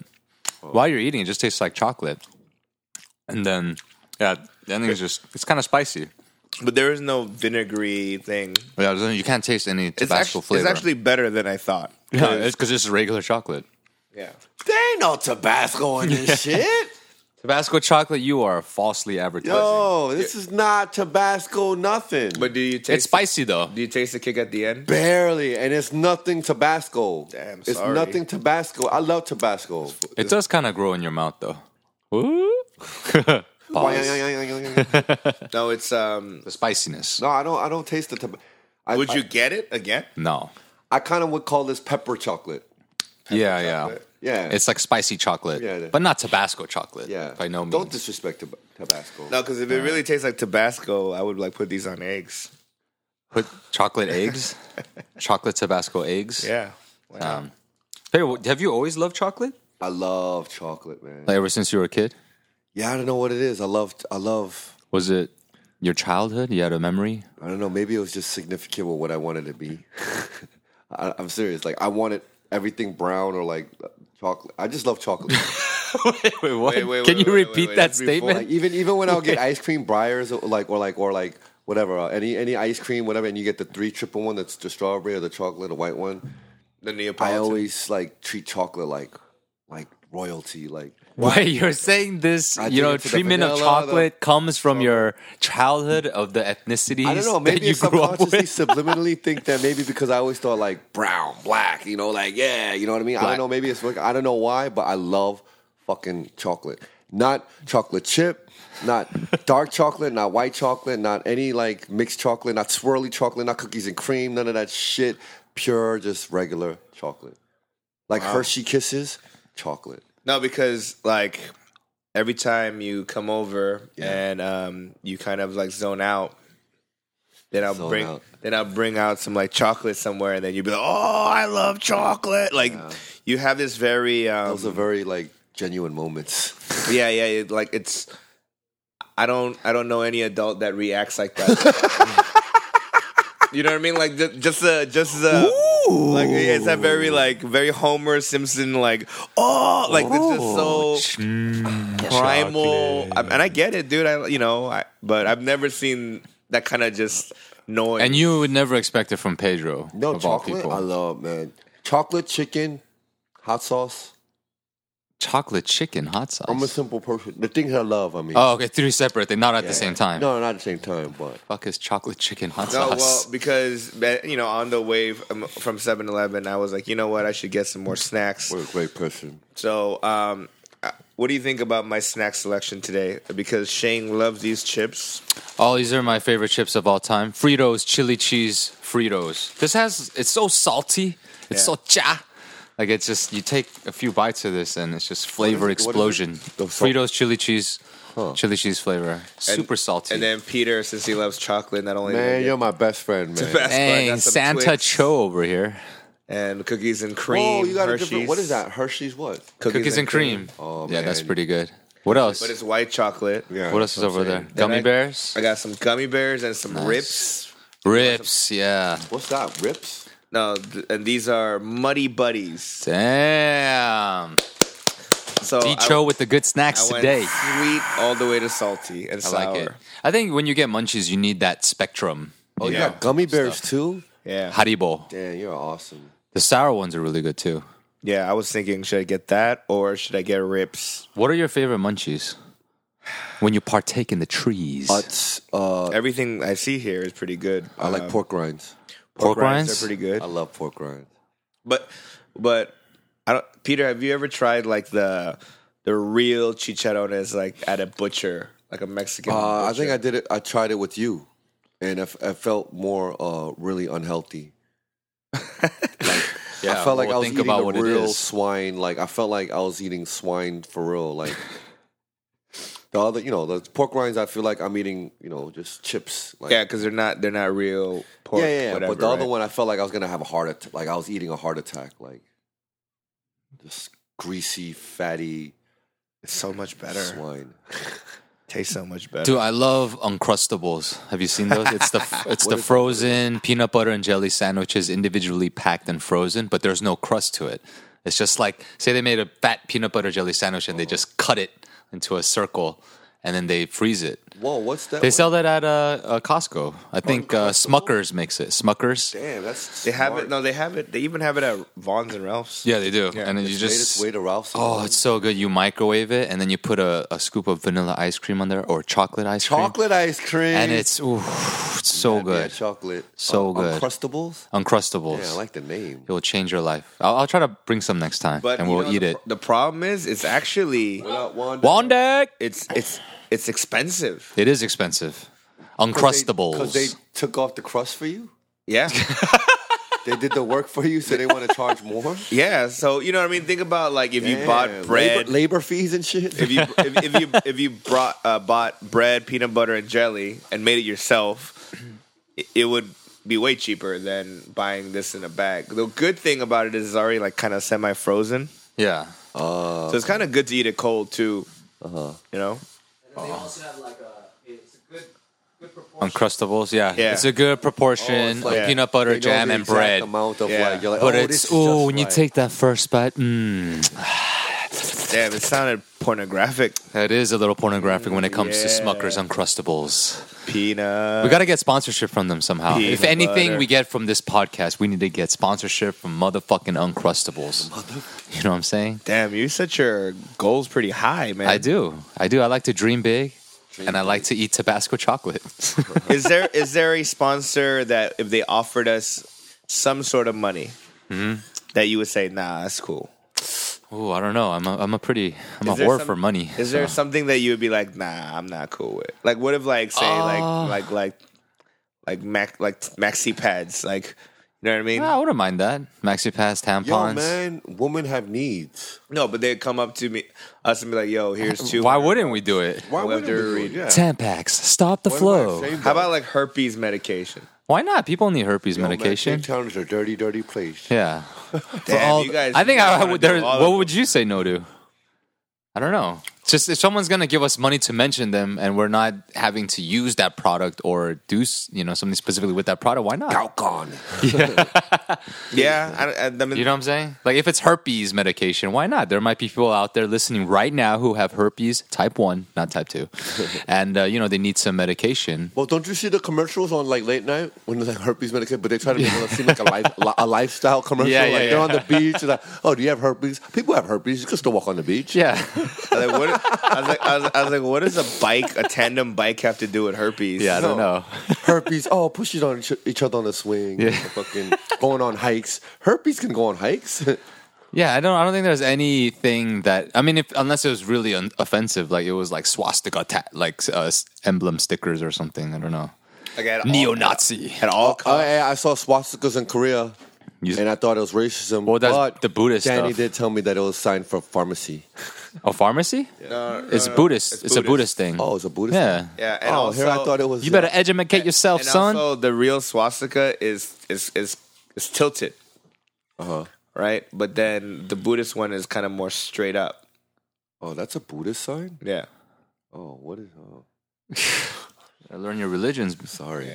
Speaker 4: while you're eating, it just tastes like chocolate. And then, yeah, the ending is just, it's kind of spicy.
Speaker 1: but there is no vinegary thing.
Speaker 2: Yeah, there's no- you can't taste any
Speaker 1: It's,
Speaker 2: Tabasco
Speaker 1: actu-
Speaker 2: flavor.
Speaker 1: it's actually better than I thought.
Speaker 4: [LAUGHS] Yeah, it's because it's regular chocolate.
Speaker 1: Yeah,
Speaker 3: There ain't no Tabasco in [LAUGHS] this shit.
Speaker 4: Tabasco chocolate, you are falsely advertising.
Speaker 3: Yo, this is not Tabasco. Nothing.
Speaker 1: but do you taste?
Speaker 4: it's spicy though.
Speaker 1: Do you taste the kick at the end?
Speaker 3: Barely, and it's nothing Tabasco.
Speaker 1: Damn,
Speaker 3: it's
Speaker 1: sorry.
Speaker 3: nothing Tabasco. I love Tabasco.
Speaker 4: It does kind of grow in your mouth though. Ooh.
Speaker 3: no,
Speaker 4: Pause.
Speaker 3: I
Speaker 1: No, it's um.
Speaker 2: the spiciness.
Speaker 3: don't. I don't taste the Tabasco.
Speaker 1: Would you get it again?
Speaker 4: No.
Speaker 3: I, kind of would call this pepper chocolate.
Speaker 4: yeah,
Speaker 1: chocolate.
Speaker 4: yeah.
Speaker 3: Yeah,
Speaker 4: It's like spicy chocolate,
Speaker 3: Yeah, it is.
Speaker 4: but not Tabasco chocolate.
Speaker 3: yeah.
Speaker 4: by no means.
Speaker 3: Don't disrespect Tab- Tabasco.
Speaker 1: No, because if it really tastes like Tabasco, I would like put these on eggs.
Speaker 2: Put chocolate
Speaker 3: [LAUGHS]
Speaker 2: eggs, chocolate Tabasco eggs.
Speaker 1: Yeah. Wow.
Speaker 2: Um, hey, wh- have you always loved chocolate?
Speaker 3: I love chocolate, man.
Speaker 2: Like ever since you were a kid?
Speaker 3: Yeah, I don't know what it is. I love. I love.
Speaker 2: Was it your childhood? You had a [LAUGHS] memory?
Speaker 3: I don't know. Maybe it was just significant with what I wanted to be. [LAUGHS] I, I'm serious. Like I wanted everything brown or like chocolate. I just
Speaker 4: [LAUGHS]
Speaker 3: love chocolate.
Speaker 4: wait, wait, what?
Speaker 1: Wait, wait,
Speaker 4: Can
Speaker 1: wait,
Speaker 4: you
Speaker 1: wait,
Speaker 4: repeat
Speaker 1: wait,
Speaker 4: that
Speaker 1: wait, before
Speaker 4: statement?
Speaker 3: Like even even when I'll get ice cream briars or like or like or like whatever uh, any any ice cream whatever and you get the three triple one that's the strawberry or the chocolate the white one
Speaker 1: the
Speaker 3: I
Speaker 1: Neapolitan.
Speaker 3: always like treat chocolate like like royalty like
Speaker 4: Wait, [LAUGHS] you're saying this,
Speaker 3: I
Speaker 4: you
Speaker 3: think
Speaker 4: know,
Speaker 3: it's the
Speaker 4: treatment of
Speaker 3: vanilla, the-
Speaker 4: chocolate comes from your childhood of the ethnicities
Speaker 3: I don't know maybe
Speaker 4: that you
Speaker 3: you
Speaker 4: grew up
Speaker 3: subconsciously
Speaker 4: with? [LAUGHS]
Speaker 3: subliminally think that maybe because I always thought like brown black you know like yeah you know what I mean I don't
Speaker 4: Black.
Speaker 3: know maybe it's like I don't know why but I love fucking chocolate not chocolate chip not dark chocolate not white chocolate not any like mixed chocolate not swirly chocolate not cookies and cream none of that shit pure just regular chocolate like Hershey kisses chocolate
Speaker 1: No, because like every time you come over and um, you kind of like zone out, Then I'll
Speaker 3: Sold
Speaker 1: bring
Speaker 3: out.
Speaker 1: then I'll bring out some like chocolate somewhere, and then you'll be like, "Oh, I love chocolate!" Like you have this very um,
Speaker 3: Those are very like genuine moments. [LAUGHS]
Speaker 1: yeah, yeah, it, like it's. I don't, I don't know any adult that reacts like that. you know what I mean? Like ju- just the, just the, like yeah, it's that very like very Homer Simpson like oh like it's just so
Speaker 4: Mm,
Speaker 1: primal. I, and I get it, dude. I you know, I, but I've never seen that kind of just noise.
Speaker 4: And you would never expect it from Pedro.
Speaker 3: No
Speaker 4: of all
Speaker 3: chocolate.
Speaker 4: people.
Speaker 3: I love man. Chocolate chicken, hot sauce.
Speaker 4: chocolate chicken hot sauce.
Speaker 3: I'm a simple person. The things I love. I mean,
Speaker 4: oh, okay, three separate. They're not at the same time.
Speaker 3: No, not at the same time, but
Speaker 4: Fuck is chocolate chicken hot
Speaker 1: No, Oh, well,
Speaker 4: sauce.
Speaker 1: because you know, on the way from 7-Eleven, I was like, you know what, I should get some more snacks.
Speaker 3: what a great person.
Speaker 1: So, um, uh, what do you think about my snack selection today? Because Shane loves these chips.
Speaker 4: All these are my favorite chips of all time: Fritos, chili cheese Fritos. This has it's so salty. It's
Speaker 1: Yeah.
Speaker 4: so cha. Like it's just you take a few bites of this and it's just flavor
Speaker 3: What is it- what is
Speaker 4: explosion.
Speaker 3: it? The salt-
Speaker 4: Fritos, chili cheese, chili cheese flavor, super salty.
Speaker 1: And then Peter, since he loves chocolate, not only [LAUGHS]
Speaker 3: Man, you're my best friend, man.
Speaker 1: best, but I
Speaker 4: Dang,
Speaker 1: got some
Speaker 4: Santa
Speaker 1: Twix
Speaker 4: Cho over here.
Speaker 1: and cookies and cream.
Speaker 3: Oh, you got
Speaker 1: Hershey's,
Speaker 3: a different. What is that? Hershey's what?
Speaker 4: Cookies, and cream.
Speaker 3: Oh,
Speaker 4: yeah, that's
Speaker 3: man.
Speaker 4: pretty good. What else?
Speaker 1: But it's white chocolate.
Speaker 3: Yeah,
Speaker 4: what else is
Speaker 3: that's
Speaker 4: over
Speaker 3: what I'm
Speaker 4: there?
Speaker 3: saying.
Speaker 1: Then
Speaker 4: Gummy
Speaker 1: I-
Speaker 4: bears,
Speaker 1: I got some gummy bears and some rips.
Speaker 4: rips. Yeah.
Speaker 3: What's that? Rips.
Speaker 1: No, th- and these are muddy buddies.
Speaker 4: Damn.
Speaker 1: So
Speaker 4: D
Speaker 1: I-
Speaker 4: Cho with the good snacks
Speaker 1: I went
Speaker 4: today.
Speaker 1: sweet all the way to salty and
Speaker 4: I
Speaker 1: sour.
Speaker 4: like it. I think when you get munchies, you need that spectrum.
Speaker 3: Oh, you
Speaker 1: Yeah.
Speaker 3: got gummy bears too.
Speaker 1: Yeah,
Speaker 4: Haribo.
Speaker 3: Damn, you're awesome.
Speaker 4: The sour ones are really good too.
Speaker 1: yeah. I was thinking, should I get that or should I get rips?
Speaker 4: What are your favorite munchies? When you partake in the trees,
Speaker 3: But uh,
Speaker 1: Everything I see here is pretty good.
Speaker 3: I like pork rinds.
Speaker 4: pork
Speaker 1: are
Speaker 4: rinds.
Speaker 1: pretty uh, good.
Speaker 3: I love pork rinds.
Speaker 1: But but I don't Peter, have you ever tried like the the real chicharrones like at a butcher, like a Mexican
Speaker 3: Uh, I
Speaker 1: butcher?
Speaker 3: think I did it. I tried it with you, and I, f- I felt more uh, really unhealthy.
Speaker 4: yeah,
Speaker 3: I felt like
Speaker 4: we'll
Speaker 3: I was
Speaker 4: think
Speaker 3: eating
Speaker 4: about
Speaker 3: a
Speaker 4: what
Speaker 3: real
Speaker 4: it is.
Speaker 3: swine. Like I felt like I was eating swine for real. Like the other, you know, the pork rinds. I feel like I'm eating, you know, just chips. Like,
Speaker 1: yeah, because they're not they're not real pork.
Speaker 3: yeah, yeah. yeah.
Speaker 1: whatever,
Speaker 3: but the other
Speaker 1: right?
Speaker 3: one, I felt like I was gonna have a heart attack. Like I was eating a heart attack. Like just greasy, fatty
Speaker 1: it's so much better.
Speaker 3: swine.
Speaker 1: Tastes so much better.
Speaker 4: Dude, I love Uncrustables. Have you seen those? It's
Speaker 3: [LAUGHS]
Speaker 4: the it's the
Speaker 3: is
Speaker 4: frozen peanut butter and jelly sandwiches, individually packed and frozen, but there's no crust to it. It's just like say they made a fat peanut butter jelly sandwich and they
Speaker 3: Uh-huh.
Speaker 4: just cut it into a circle and then they freeze it.
Speaker 3: Whoa, what's that?
Speaker 4: They
Speaker 3: What-
Speaker 4: sell that at uh, uh, Costco. I think uh, Smuckers makes it. Smuckers.
Speaker 3: Damn, that's
Speaker 1: they have
Speaker 3: smart.
Speaker 1: it. No, they have it. They even have it at Vaughn's and Ralph's.
Speaker 4: Yeah, they do. and then you
Speaker 3: It's latest
Speaker 4: just
Speaker 3: way to Ralph's.
Speaker 4: oh, it's so good. You microwave it and then you put a, a scoop of vanilla ice cream on there or chocolate ice cream,
Speaker 3: chocolate ice cream
Speaker 4: and it's ooh, it's so
Speaker 3: Yeah,
Speaker 4: good.
Speaker 3: chocolate.
Speaker 4: So
Speaker 3: Um,
Speaker 4: good.
Speaker 3: Uncrustables.
Speaker 4: Uncrustables.
Speaker 3: Yeah, I like the name.
Speaker 4: it will change your life. I'll, I'll try to bring some next time,
Speaker 1: But
Speaker 4: and
Speaker 1: you
Speaker 4: we'll
Speaker 1: know,
Speaker 4: eat
Speaker 1: the,
Speaker 4: it.
Speaker 1: pro- The problem is, it's actually
Speaker 3: Without Wanda.
Speaker 4: Wandek.
Speaker 1: it's it's it's expensive.
Speaker 4: It is expensive.
Speaker 3: Because
Speaker 4: Uncrustables.
Speaker 3: they took off the crust for you.
Speaker 1: Yeah,
Speaker 3: [LAUGHS] They did the work for you, so they want to charge
Speaker 4: [LAUGHS]
Speaker 3: more.
Speaker 1: yeah. So you know what I mean. Think about like if you
Speaker 3: Damn,
Speaker 1: bought bread,
Speaker 3: labor, labor fees and shit.
Speaker 1: if
Speaker 4: [LAUGHS]
Speaker 1: you if, if you if you brought uh, bought bread, peanut butter, and jelly and made it yourself, it, it would be way cheaper than buying this in a bag. The good thing about it is it's already like kind of semi frozen,
Speaker 4: yeah.
Speaker 3: Uh,
Speaker 1: so
Speaker 4: Uh-huh.
Speaker 1: it's kind of good to eat it cold too. You know,
Speaker 5: They also have like a it's a good good proportion.
Speaker 4: Uncrustables. Yeah.
Speaker 1: Yeah.
Speaker 4: It's a good proportion
Speaker 3: It's like-
Speaker 4: of peanut
Speaker 3: they
Speaker 4: butter,
Speaker 3: know
Speaker 4: jam,
Speaker 3: the
Speaker 4: and
Speaker 3: exact
Speaker 4: bread.
Speaker 3: Amount of
Speaker 1: Yeah.
Speaker 3: like, you're like,
Speaker 4: But
Speaker 3: oh, this
Speaker 4: it's
Speaker 3: is
Speaker 4: oh,
Speaker 3: just
Speaker 4: when you
Speaker 3: right.
Speaker 4: take that first bite, mm,
Speaker 1: damn, it sounded pornographic.
Speaker 4: it is a little pornographic when it comes to
Speaker 1: yeah.
Speaker 4: Smuckers Uncrustables.
Speaker 1: Peanut.
Speaker 4: We got to get sponsorship from them somehow.
Speaker 1: Peanut
Speaker 4: If anything
Speaker 1: butter.
Speaker 4: we get from this podcast, we need to get sponsorship from motherfucking Uncrustables. You know what I'm saying?
Speaker 1: Damn, you set your goals pretty high, man.
Speaker 4: I do. I do. I like to dream big. and I like to eat Tabasco chocolate. [LAUGHS]
Speaker 1: Is there is there a sponsor that if they offered us some sort of money
Speaker 4: Mm-hmm.
Speaker 1: that you would say, nah, that's cool?
Speaker 4: Ooh, I don't know. I'm a, I'm a pretty I'm
Speaker 1: Is
Speaker 4: a
Speaker 1: there
Speaker 4: whore
Speaker 1: some-
Speaker 4: for money.
Speaker 1: Is
Speaker 4: [LAUGHS]
Speaker 1: there something that you would be like, nah, I'm not cool with? Like,
Speaker 4: Oh.
Speaker 1: what if, like, say, like, like, like, like, Mac, like maxi pads, like, know what I mean?
Speaker 4: Yeah, I wouldn't mind that. Maxi pads,
Speaker 3: Yo,
Speaker 4: tampons.
Speaker 3: man, women have needs.
Speaker 1: No, but they come up to me, us, and be like, "Yo, here's two.
Speaker 4: Why wouldn't we do it?
Speaker 3: Why
Speaker 1: We have
Speaker 3: would
Speaker 1: to read.
Speaker 3: Yeah.
Speaker 4: Tampax, stop the
Speaker 3: What am I
Speaker 4: flow.
Speaker 3: ashamed
Speaker 1: How
Speaker 3: of?
Speaker 1: about like herpes medication?
Speaker 4: Why not? People need herpes
Speaker 3: Yo, man,
Speaker 4: medication.
Speaker 3: Cape Town is a dirty, dirty place.
Speaker 4: Yeah. For
Speaker 1: Damn,
Speaker 4: all-
Speaker 1: you guys-
Speaker 4: I think
Speaker 1: you
Speaker 4: I,
Speaker 1: wanna
Speaker 4: would.
Speaker 1: do
Speaker 4: There,
Speaker 1: all of
Speaker 4: what
Speaker 1: them.
Speaker 4: would you say no to? I don't know. It's just if someone's gonna give us money to mention them, and we're not having to use that product or do s- you know something specifically with that product, why not?
Speaker 3: Alcon.
Speaker 1: Yeah, I, I, I mean,
Speaker 4: You know what I'm saying? Like if it's herpes medication, why not? There might be people out there listening right now who have herpes type 1, not type
Speaker 3: [LAUGHS]
Speaker 4: 2. and uh, you know they need some medication.
Speaker 3: Well, don't you see the commercials on like late night when there's like herpes medication, but they try to make it seem like a, life, li-
Speaker 4: [LAUGHS]
Speaker 3: a lifestyle commercial.
Speaker 4: Yeah, yeah,
Speaker 3: like
Speaker 4: yeah.
Speaker 3: they're on the beach. and Like, oh, do you have herpes? People have herpes. You can still walk on the beach.
Speaker 4: [LAUGHS] Yeah.
Speaker 1: I was like, what, I, was like, I, was, I was like, what does a bike, a tandem bike, have to do with herpes?
Speaker 4: yeah, I don't know.
Speaker 3: herpes. Oh, push it on each, each other on the swing.
Speaker 4: Yeah.
Speaker 3: Fucking going on hikes. Herpes can go
Speaker 4: [LAUGHS]
Speaker 3: on hikes.
Speaker 4: Yeah, I don't I don't think there's anything that I mean if unless it was really un- offensive like it was like swastika ta- like uh, s- emblem stickers or something, I don't know.
Speaker 1: Like, at all-
Speaker 4: Neo-Nazi.
Speaker 1: at all
Speaker 3: Oh,
Speaker 1: costs.
Speaker 3: yeah, I saw swastikas in Korea,
Speaker 4: You-
Speaker 3: and I thought it was racism.
Speaker 4: Well, that's
Speaker 3: but
Speaker 4: the Buddhist
Speaker 3: Danny
Speaker 4: stuff.
Speaker 3: did tell me that it was signed for pharmacy.
Speaker 4: A pharmacy?
Speaker 1: No, no,
Speaker 4: It's
Speaker 1: no.
Speaker 4: Buddhist. It's, a
Speaker 1: Buddhist.
Speaker 4: Buddhist thing.
Speaker 3: Oh, it's a Buddhist.
Speaker 4: yeah.
Speaker 1: Yeah, and
Speaker 3: And oh,
Speaker 1: also,
Speaker 3: here I thought it was.
Speaker 4: You better educate yourself,
Speaker 1: and
Speaker 4: son.
Speaker 1: also the real swastika is is is is tilted,
Speaker 3: Uh-huh.
Speaker 1: right? But then the Buddhist one is kind of more straight up.
Speaker 3: Oh, that's a Buddhist sign.
Speaker 1: Yeah.
Speaker 3: Oh, what is? Oh,
Speaker 4: Learn your religions,
Speaker 3: sorry.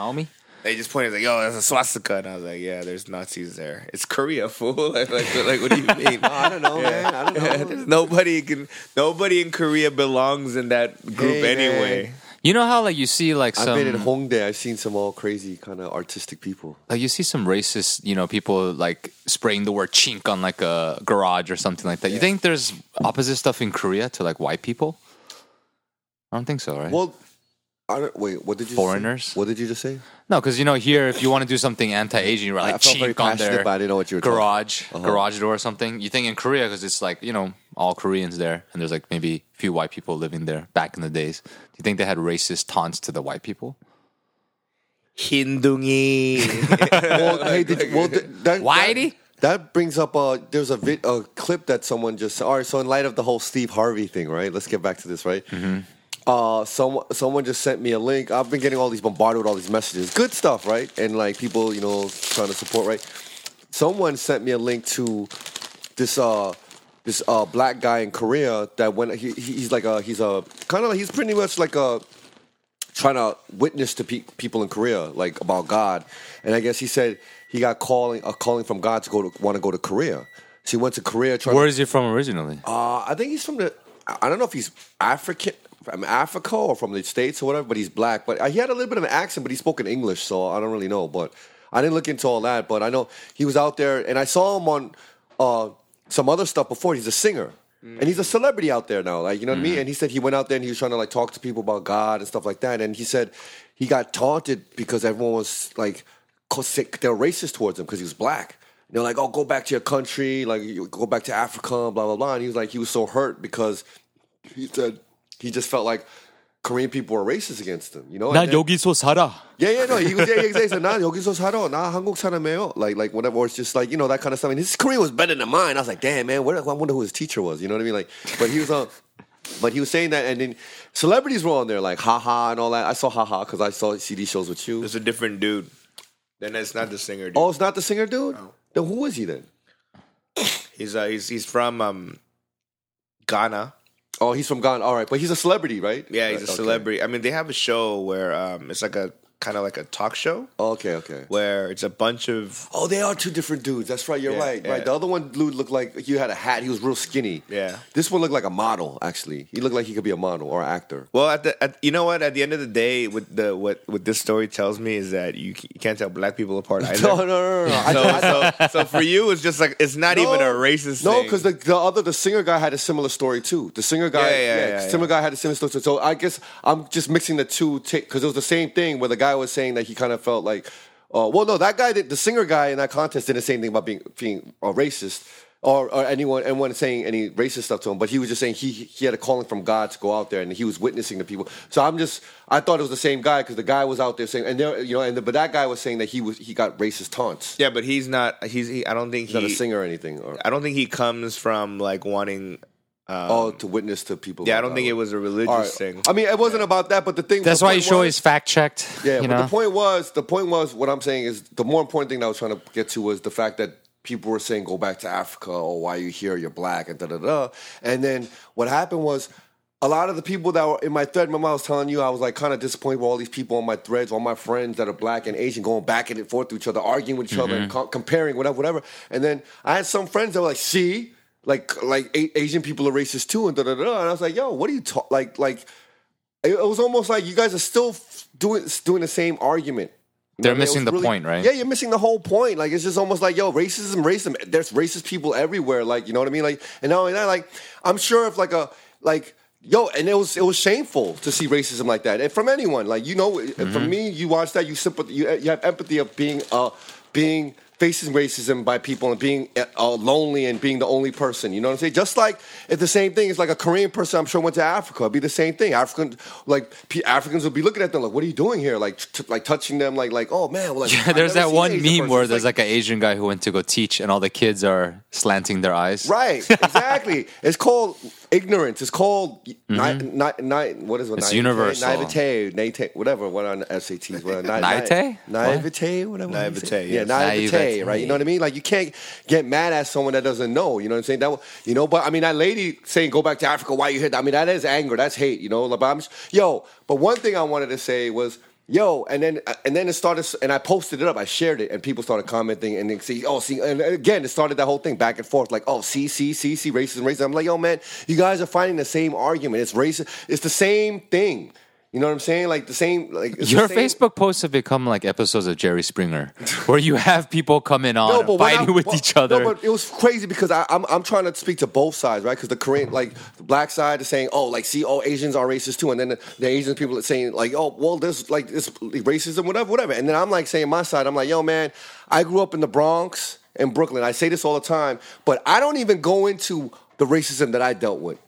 Speaker 4: homie.
Speaker 1: They just pointed like, "Yo, that's a swastika," and I was like, "Yeah, there's Nazis there. It's Korea, fool. [LAUGHS] Like, like, like what do you mean?
Speaker 3: I don't
Speaker 4: [LAUGHS]
Speaker 3: know, man. I don't know.
Speaker 1: There's nobody can. Nobody in Korea belongs in that group
Speaker 3: Hey, man.
Speaker 1: anyway.
Speaker 4: You know how like you see like
Speaker 3: I've
Speaker 4: some
Speaker 3: been in Hongdae. I've seen some all crazy kind of artistic people.
Speaker 4: like you see some racist, you know, people like spraying the word chink on like a garage or something like that. You think there's opposite stuff in Korea to like white people? I don't think so, right?
Speaker 3: Well, I don't, wait. What did you? just say?
Speaker 4: Foreigners?
Speaker 3: What did you just say?
Speaker 4: no, because you know here, if you want to do something anti-Asian, you're like
Speaker 3: I felt very
Speaker 4: chink on
Speaker 3: passionate,
Speaker 4: their
Speaker 3: but I didn't know what you were talking- Uh-huh.
Speaker 4: garage, garage door or something. You think in Korea because it's like you know all Koreans there, and there's like maybe a few white people living there back in the days. Do you think they had racist taunts to the white people?
Speaker 1: [LAUGHS] Hindungi.
Speaker 3: well, hey, did you, well, th- that,
Speaker 4: Whitey?
Speaker 3: That, that brings up a there's a vid, a clip that someone just all right. So in light of the whole Steve Harvey thing, right? Let's get back to this, right? Uh, someone someone just sent me a link. I've been getting all these bombarded with all these messages, good stuff, right? And like people, you know, trying to support, right? Someone sent me a link to this uh this uh black guy in Korea that when he he- he's like a he's a kind of he's pretty much like a trying to witness to pe- people in Korea, like about God. And I guess he said he got calling a calling from God to go to want to go to Korea. So he went to Korea. Trying
Speaker 4: Where is you from originally?
Speaker 3: uh, I think he's from the. I I don't know if he's African from Africa or from the states or whatever, but he's black. But uh, he had a little bit of an accent, but he spoke in English, so I don't really know. But I didn't look into all that. But I know he was out there, and I saw him on uh, some other stuff before. He's a singer. And he's a celebrity out there now, like you know what I mean. And he said he went out there and he was trying to like talk to people about God and stuff like that. And he said he got taunted because everyone was like co- sick- they were racist towards him because he was black. They're like, "Oh, go back to your country, like you go back to Africa, blah blah blah." And he was like, he was so hurt because he said he just felt like Korean people were racist against him. You know? And then-
Speaker 4: 여기서 살아.
Speaker 3: yeah, yeah, no. He was yeah, yeah, exactly. He said, "나 여기서 살아, 나 한국 사람이에요." Like, like whatever. Or it's just like you know that kind of stuff. And his Korean was better than mine. I was like, "Damn, man, where, I wonder who his teacher was." You know what I mean? Like, but he was on. But he was saying that, and then celebrities were on there, like haha and all that. I saw haha because I saw CD shows with you.
Speaker 1: it's a different dude. Then it's not the singer. Dude.
Speaker 3: Oh, it's not the singer dude. Then who is he then?
Speaker 1: He's uh, he's he's from um, Ghana.
Speaker 3: Oh, he's from Ghana. All right, but he's a celebrity, right?
Speaker 1: Yeah, he's a
Speaker 3: Okay.
Speaker 1: celebrity. I mean, they have a show where um, it's like a kind of like a talk show
Speaker 3: Okay, okay.
Speaker 1: where it's a bunch of
Speaker 3: Oh, they are two different dudes. That's right. You're
Speaker 1: Yeah,
Speaker 3: right.
Speaker 1: yeah.
Speaker 3: Right. The other one dude looked like he had a hat. He was real skinny.
Speaker 1: Yeah.
Speaker 3: This one looked like a model. Actually, he looked like he could be a model or an actor.
Speaker 1: well, at the at, you know what? At the end of the day, what the what what this story tells me is that you, c- you can't tell black people apart either.
Speaker 3: [LAUGHS] No, no, no,
Speaker 1: [LAUGHS]
Speaker 3: no. no. I,
Speaker 1: So,
Speaker 3: I-
Speaker 1: so, so for you, it's just like it's not
Speaker 3: no.
Speaker 1: even a racist.
Speaker 3: No,
Speaker 1: thing.
Speaker 3: because the, the other the singer guy had a similar story too. The singer guy,
Speaker 1: Yeah, yeah, yeah,
Speaker 3: similar guy had a similar story. too. So I guess I'm just mixing the two because it was the same thing where the guy was saying that he kind of felt like, uh, well, no, that guy, did, the singer guy in that contest didn't say anything about being being uh, racist. or, or anyone anyone saying any racist stuff to him, but he was just saying he he had a calling from God to go out there and he was witnessing the people. So I'm just I thought it was the same guy because the guy was out there saying and there you know and the, but that guy was saying that he was he got racist taunts.
Speaker 1: Yeah, but he's not. He's. He, I don't think
Speaker 3: He's not
Speaker 1: he.
Speaker 3: a singer or anything. Or,
Speaker 1: I don't think he comes from like wanting.
Speaker 3: oh, to witness to people.
Speaker 1: Yeah, I
Speaker 3: like
Speaker 1: don't
Speaker 3: that.
Speaker 1: think it was a religious
Speaker 3: All right.
Speaker 1: thing.
Speaker 3: I mean, it wasn't about that, but the thing.
Speaker 4: That's
Speaker 3: the
Speaker 4: why
Speaker 3: point
Speaker 4: you show
Speaker 3: was-
Speaker 4: is fact checked.
Speaker 3: Yeah,
Speaker 4: you
Speaker 3: but
Speaker 4: know?
Speaker 3: the point was, the point was, what I'm saying is, the more important thing that I was trying to get to was the fact that people were saying, "Go back to Africa," or "Why are you here? You're black," and da da da. And then what happened was, a lot of the people that were in my thread, remember I was telling you, I was like kind of disappointed with all these people on my threads, all my friends that are black and Asian, going back and forth to each other, arguing with each other,
Speaker 4: Mm-hmm.
Speaker 3: and co- comparing whatever, whatever. And then I had some friends that were like, "See." Like, like A- Asian people are racist too, and da da da. And I was like, "Yo, what are you talk like, like?" it, it was almost like you guys are still f- doing doing the same argument. You
Speaker 4: They're
Speaker 3: what I mean? It
Speaker 4: missing
Speaker 3: was
Speaker 4: the point, right?
Speaker 3: Yeah, you're missing the whole point. Like it's just almost like, yo, racism, racism. There's racist people everywhere. Like you know what I mean? Like and not only that, like I'm sure if like a like yo, and it was it was shameful to see racism like that and from anyone. Like you know, for me, you watch that, you sympathy, you, you have empathy of being uh being facing racism by people and being uh, lonely and being the only person. You know what I'm saying? Just like it's the same thing. It's like a Korean person I'm sure went to Africa. It'd be the same thing. African like P- Africans would be looking at them like, "What are you doing here?" Like t- like touching them like like oh man. Well, like,
Speaker 4: Yeah,
Speaker 3: I've
Speaker 4: [LAUGHS] there's that
Speaker 3: never seen
Speaker 4: one
Speaker 3: an
Speaker 4: meme
Speaker 3: Asian person.
Speaker 4: where
Speaker 3: It's
Speaker 4: there's like, an Asian guy who went to go teach, and all the kids are slanting their eyes.
Speaker 3: Right,
Speaker 4: [LAUGHS]
Speaker 3: exactly. it's called ignorance. It's called ni- ni- ni- what is it?
Speaker 4: Mm-hmm. It's
Speaker 3: naivete?
Speaker 4: universal.
Speaker 3: Naivete, naivete, whatever. What on SATs? What on, ni-
Speaker 4: Naivete?
Speaker 3: ni- naivete, whatever. you
Speaker 1: Naivete,
Speaker 3: say. yeah,
Speaker 1: yes.
Speaker 3: naivete,
Speaker 4: Naivete.
Speaker 3: Right, you know what I mean? Like you can't get mad at someone that doesn't know. You know what I'm saying? That you know, but I mean, that lady saying go back to Africa. Why you here? I mean, that is anger. That's hate. You know, like, but I'm yo. But one thing I wanted to say was. Yo, and then uh, and then it started, and I posted it up. I shared it, and people started commenting, and then see, oh, see, and again, it started that whole thing back and forth, like, oh, see, see, see, see, racism, racism. I'm like, yo, man, you guys are fighting the same argument. It's racist. It's the same thing. You know what I'm saying? Like the same, like it's the
Speaker 4: Your
Speaker 3: same-
Speaker 4: Facebook posts have become like episodes of Jerry
Speaker 3: [LAUGHS]
Speaker 4: Springer, where you have people coming on
Speaker 3: but when
Speaker 4: fighting
Speaker 3: I-
Speaker 4: with
Speaker 3: well,
Speaker 4: each other.
Speaker 3: No, but it was crazy because I, I'm I'm trying to speak to both sides, right? Because the Korean, like the black side, is saying, "Oh, like see, all Asians are racist too," and then the, the Asian people are saying, "Like, oh, well, there's like this racism, whatever, whatever." And then I'm like saying my side, I'm like, "Yo, man, I grew up in the Bronx in Brooklyn. I say this all the time, but I don't even go into the racism that I dealt with."